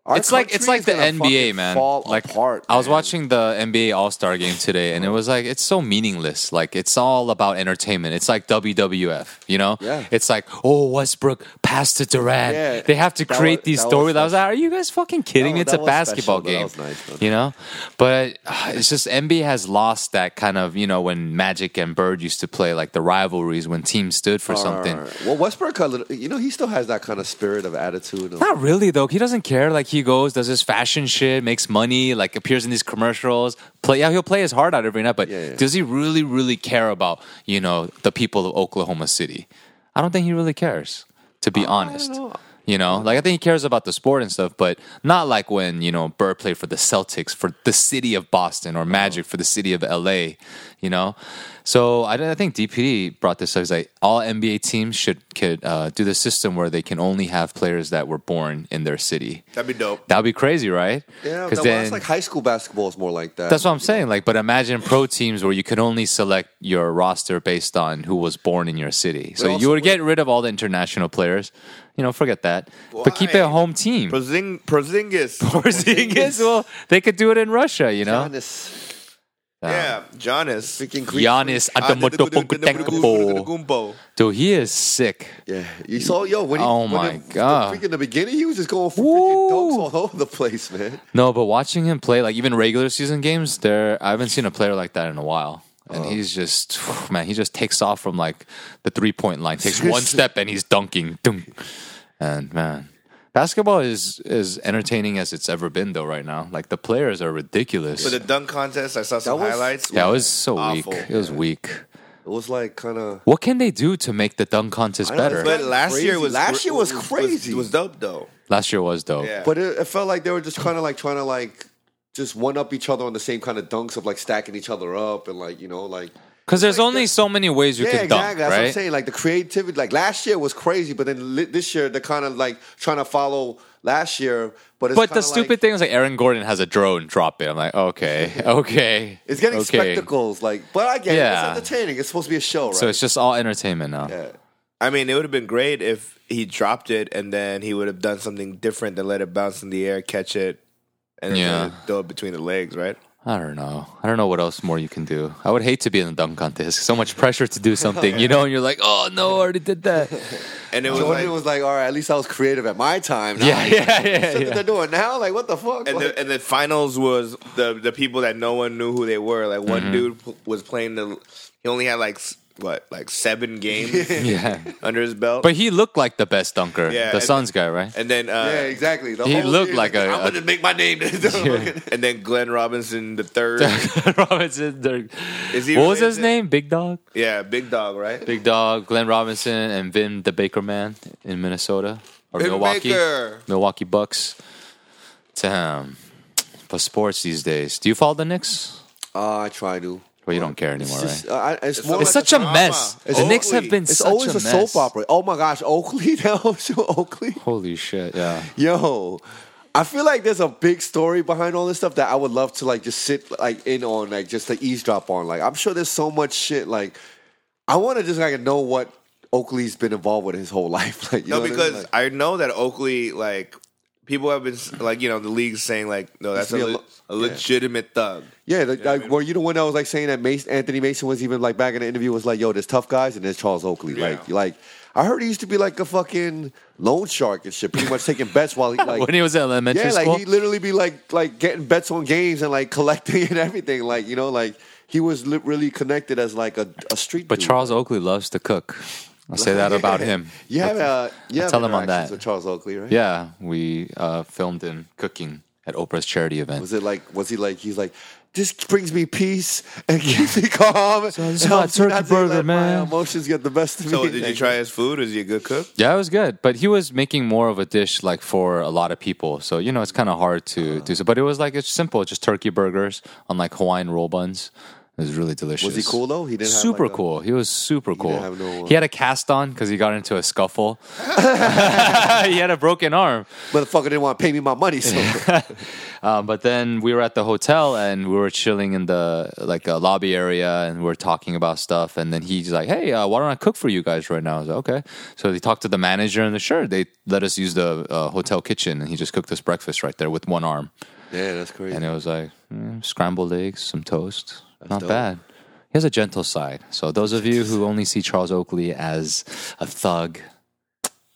Speaker 3: our
Speaker 4: it's like
Speaker 3: country
Speaker 4: it's like
Speaker 3: is
Speaker 4: the
Speaker 3: gonna
Speaker 4: NBA
Speaker 3: fucking
Speaker 4: man.
Speaker 3: Fall
Speaker 4: like
Speaker 3: apart.
Speaker 4: I was
Speaker 3: man.
Speaker 4: watching the NBA All Star game today, and it was like it's so meaningless. Like it's all about entertainment. It's like WWF, you know?
Speaker 3: Yeah.
Speaker 4: It's like oh Westbrook passed to Durant.
Speaker 3: Yeah.
Speaker 4: They have to
Speaker 3: That
Speaker 4: create
Speaker 3: was-
Speaker 4: these
Speaker 3: that was
Speaker 4: stories. I was
Speaker 3: special.
Speaker 4: like, are you guys fucking kidding
Speaker 3: That
Speaker 4: me?
Speaker 3: wa-
Speaker 4: It's
Speaker 3: that
Speaker 4: a
Speaker 3: was
Speaker 4: basketball
Speaker 3: special, but that
Speaker 4: game,
Speaker 3: was nice, man.
Speaker 4: you know? But uh, it's just NBA has lost that kind of you know when Magic and Bird used to play like the rivalries when teams stood for something.
Speaker 3: Well, Westbrook, got a little- you know, he still has that kind of spirit of attitude. Of,
Speaker 4: Not really though. He doesn't care. Like he goes, does his fashion shit, makes money, like appears in these commercials. Play yeah, he'll play his heart out every night, but
Speaker 3: Yeah, yeah.
Speaker 4: does he really, really care about, you know, the people of Oklahoma City? I don't think he really cares. to be honest. You know, like I think he cares about the sport and stuff, but not like when, you know, Burr played for the Celtics, for the city of Boston, or Magic for the city of LA, you know? So I, I think DPD brought this up. He's like, all NBA teams should could, uh, do the system where they can only have players that were born in their city.
Speaker 1: That'd be dope.
Speaker 4: That'd be crazy, right?
Speaker 3: Yeah,
Speaker 4: 'Cause
Speaker 3: that,
Speaker 4: then-
Speaker 3: that's like high school basketball is more like that.
Speaker 4: that's what I'm saying. Like, but imagine pro teams where you could only select your roster based on who was born in your city. So
Speaker 3: also
Speaker 4: you would get rid of all the international players. You know, forget that. But keep
Speaker 1: Why?
Speaker 4: a home team.
Speaker 1: Prozing-
Speaker 4: [LAUGHS]
Speaker 1: Prozingis.
Speaker 4: Porzingis, well, they could do it in Russia. You know,
Speaker 3: Giannis,
Speaker 1: Yeah, Giannis.
Speaker 3: freaking Greek
Speaker 4: Giannis Antetokounmpo.
Speaker 1: Gumbo.
Speaker 4: Dude, he is sick.
Speaker 3: Yeah, you saw yo when he,
Speaker 4: Oh
Speaker 3: when
Speaker 4: my
Speaker 3: the- the
Speaker 4: God.
Speaker 3: freaking the beginning he was just going for freaking
Speaker 4: Woo.
Speaker 3: dunks all [LAUGHS] over the place, man.
Speaker 4: No, but watching him play, like even regular season games, there I haven't seen a player like that in a while. And
Speaker 3: Uh-huh.
Speaker 4: he's just [SIGHS] man, he just takes off from like the three point line,
Speaker 3: [LAUGHS]
Speaker 4: takes one step and he's dunking. Dunk. And man, basketball is as entertaining as it's ever been though right now. Like the players are ridiculous.
Speaker 1: For the dunk contest, I saw some
Speaker 3: That was-
Speaker 1: highlights.
Speaker 4: yeah, it was so
Speaker 1: Awful.
Speaker 4: weak. It was weak.
Speaker 3: It was like kind of
Speaker 4: What can they do to make the dunk contest
Speaker 3: know,
Speaker 4: better?
Speaker 1: But last
Speaker 3: Crazy.
Speaker 1: year was
Speaker 3: Last year was crazy.
Speaker 1: Was, was dope though.
Speaker 4: Last year was dope.
Speaker 1: Yeah.
Speaker 3: But it, it felt like they were just kind of like trying to like just one up each other on the same kind of dunks of like stacking each other up and like you know like
Speaker 4: Because there's only so many ways you
Speaker 3: yeah
Speaker 4: can
Speaker 3: exactly
Speaker 4: dunk,
Speaker 3: that's
Speaker 4: right?
Speaker 3: what I'm saying like the creativity like last year was crazy but then li- this year they're kind of like trying to follow last year but it's
Speaker 4: But the
Speaker 3: kinda
Speaker 4: stupid
Speaker 3: like,
Speaker 4: thing is like Aaron Gordon has a drone drop it. I'm like, okay, [LAUGHS] okay.
Speaker 3: it's getting
Speaker 4: okay.
Speaker 3: spectacles like but I get
Speaker 4: Yeah.
Speaker 3: it it's entertaining it's supposed to be a show right
Speaker 4: So it's just all entertainment now.
Speaker 3: yeah.
Speaker 1: I mean, it would have been great if he dropped it and then he would have done something different than let it bounce in the air, catch it, and then
Speaker 4: Yeah.
Speaker 1: let it throw it between the legs, right?
Speaker 4: I don't know. I don't know what else more you can do. I would hate to be in a dunk contest. So much pressure to
Speaker 3: [LAUGHS]
Speaker 4: do something, you know, and you're like, oh no, I already did that.
Speaker 1: And it was
Speaker 3: Jordan
Speaker 1: like,
Speaker 3: was like all right at least I was creative at my time Now
Speaker 4: yeah, yeah, [LAUGHS] yeah,
Speaker 3: Shit that
Speaker 4: yeah.
Speaker 3: they're doing now like what the fuck
Speaker 1: and
Speaker 3: Like,
Speaker 1: the, and the finals was the the people that no one knew who they were. Like one
Speaker 4: Mm-hmm.
Speaker 1: dude p- was playing the, he only had like s- what like seven
Speaker 3: [LAUGHS]
Speaker 1: games
Speaker 4: Yeah.
Speaker 1: under his belt.
Speaker 4: But he looked like the best dunker.
Speaker 1: Yeah,
Speaker 4: the
Speaker 1: and-
Speaker 4: Suns guy, right?
Speaker 1: and then uh,
Speaker 3: yeah exactly the
Speaker 4: He
Speaker 3: whole
Speaker 4: looked
Speaker 3: year,
Speaker 4: like a-
Speaker 3: I'm gonna make my name [LAUGHS]
Speaker 1: and then Glenn Robinson the
Speaker 4: [LAUGHS]
Speaker 1: third.
Speaker 4: Robinson Dirk.
Speaker 1: Is he
Speaker 4: What was his
Speaker 1: related?
Speaker 4: name? Big Dog?
Speaker 1: yeah, big dog, right?
Speaker 4: Big Dog, Glenn Robinson, and Vin the Baker Man in Minnesota or
Speaker 1: Vin
Speaker 4: Milwaukee,
Speaker 1: Baker.
Speaker 4: Milwaukee Bucks. Damn, but sports these days. Do you follow the Knicks?
Speaker 3: uh, I try to
Speaker 4: Well, you don't care anymore, right?
Speaker 3: it's, just, uh, I- it's, more
Speaker 4: It's
Speaker 3: like
Speaker 4: such a
Speaker 1: drama.
Speaker 4: mess.
Speaker 1: It's
Speaker 4: the Knicks
Speaker 1: Oakley.
Speaker 4: have been
Speaker 3: It's
Speaker 4: such
Speaker 3: always a,
Speaker 4: mess.
Speaker 3: soap opera. Oh my gosh, Oakley [LAUGHS] now to Oakley.
Speaker 4: Holy shit! Yeah,
Speaker 3: Yo, I feel like there's a big story behind all this stuff that I would love to like just sit like in on, like just to eavesdrop on. Like I'm sure there's so much shit. Like I want to just like know what Oakley's been involved with his whole [LAUGHS] life. Like you
Speaker 1: No,
Speaker 3: know what I mean?
Speaker 1: because
Speaker 3: Like,
Speaker 1: I know that Oakley, like, people have been, s- like, you know, the league's saying, like, no, that's a,
Speaker 3: be a
Speaker 1: le-
Speaker 3: lo-
Speaker 1: a legitimate thug.
Speaker 3: [LAUGHS] yeah, like, like, were you the one that was like saying that Mason, Anthony Mason was even like back in the interview was like, yo, there's tough guys and there's Charles Oakley. Like, like I heard he used to be like a fucking loan shark and shit, pretty much taking bets while he like
Speaker 4: [LAUGHS] when he was in elementary
Speaker 3: Yeah, like
Speaker 4: school,
Speaker 3: he literally be like like getting bets on games and like [LAUGHS] collecting and everything. Like you know, like he was li- really connected as like a, a street.
Speaker 4: but
Speaker 3: dude.
Speaker 4: Charles Oakley loves to cook. I'll say that about
Speaker 3: [LAUGHS]
Speaker 4: him.
Speaker 3: you have uh, you have
Speaker 4: tell him on
Speaker 3: interactions
Speaker 4: that.
Speaker 3: with Charles Oakley, right?
Speaker 4: Yeah, we uh, filmed him cooking at Oprah's charity event.
Speaker 3: Was it like was he like he's like this brings me peace and [LAUGHS] keeps me calm. So
Speaker 4: this is my turkey burger, man.
Speaker 3: My emotions get the best of
Speaker 1: So,
Speaker 3: me.
Speaker 1: did you
Speaker 3: Like,
Speaker 1: try his food? Is he a good cook?
Speaker 4: Yeah, it was good, but he was making more of a dish like for a lot of people, so you know it's kind of hard
Speaker 3: Uh-huh.
Speaker 4: to do so. But it was like it's simple, just turkey burgers on like Hawaiian roll buns. It was really delicious.
Speaker 3: Was he cool though? He didn't have,
Speaker 4: super
Speaker 3: like, a-
Speaker 4: cool. He was super cool.
Speaker 3: have no, uh,
Speaker 4: he had a cast on because he got into a
Speaker 3: [LAUGHS]
Speaker 4: scuffle. [LAUGHS] he had a broken arm.
Speaker 3: Motherfucker didn't want to pay me my money. So
Speaker 4: Um, but then we were at the hotel and we were chilling in the like uh, lobby area and we were talking about stuff. And then he's like, "Hey, uh, why don't I cook for you guys right now?" I was like, "Okay." So they talked to the manager and the sure they let us use the uh, hotel kitchen and he just cooked us breakfast right there with one arm.
Speaker 3: yeah, that's crazy.
Speaker 4: And it was like mm, scrambled eggs, some toast, not
Speaker 3: dope.
Speaker 4: bad. He has a gentle side. So those of you who only see Charles Oakley as a thug,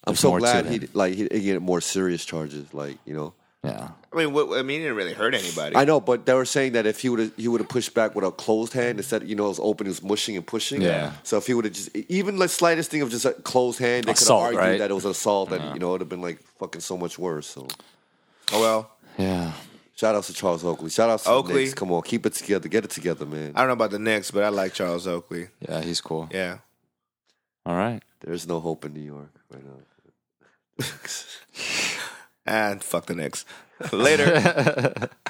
Speaker 3: I'm
Speaker 4: there's
Speaker 3: so
Speaker 4: more to
Speaker 3: glad
Speaker 4: him.
Speaker 3: he like he didn't get more serious charges. Like you know.
Speaker 4: yeah.
Speaker 1: I mean, what, I mean, he didn't really hurt anybody.
Speaker 3: I know, but they were saying that if he would have he would have pushed back with a closed hand instead, of, you know, it was open, he was mushing and pushing.
Speaker 4: Yeah.
Speaker 3: So if he would have just e, even the slightest thing of just a closed hand, they could have
Speaker 4: Assault,
Speaker 3: argued
Speaker 4: right? Uh-huh.
Speaker 3: that it was an assault, and you know, it would have been like fucking so much worse. So
Speaker 1: oh, well.
Speaker 4: Yeah.
Speaker 3: shout outs to Charles Oakley. Shout outs to Oakley.
Speaker 1: Oakley.
Speaker 3: The Knicks. Come on, keep it together, get it together, man.
Speaker 1: I don't know about the Knicks, but I like Charles Oakley.
Speaker 4: Yeah, he's cool.
Speaker 1: Yeah.
Speaker 4: All right.
Speaker 3: There's no hope in New York right now.
Speaker 1: and fuck the Knicks. Later.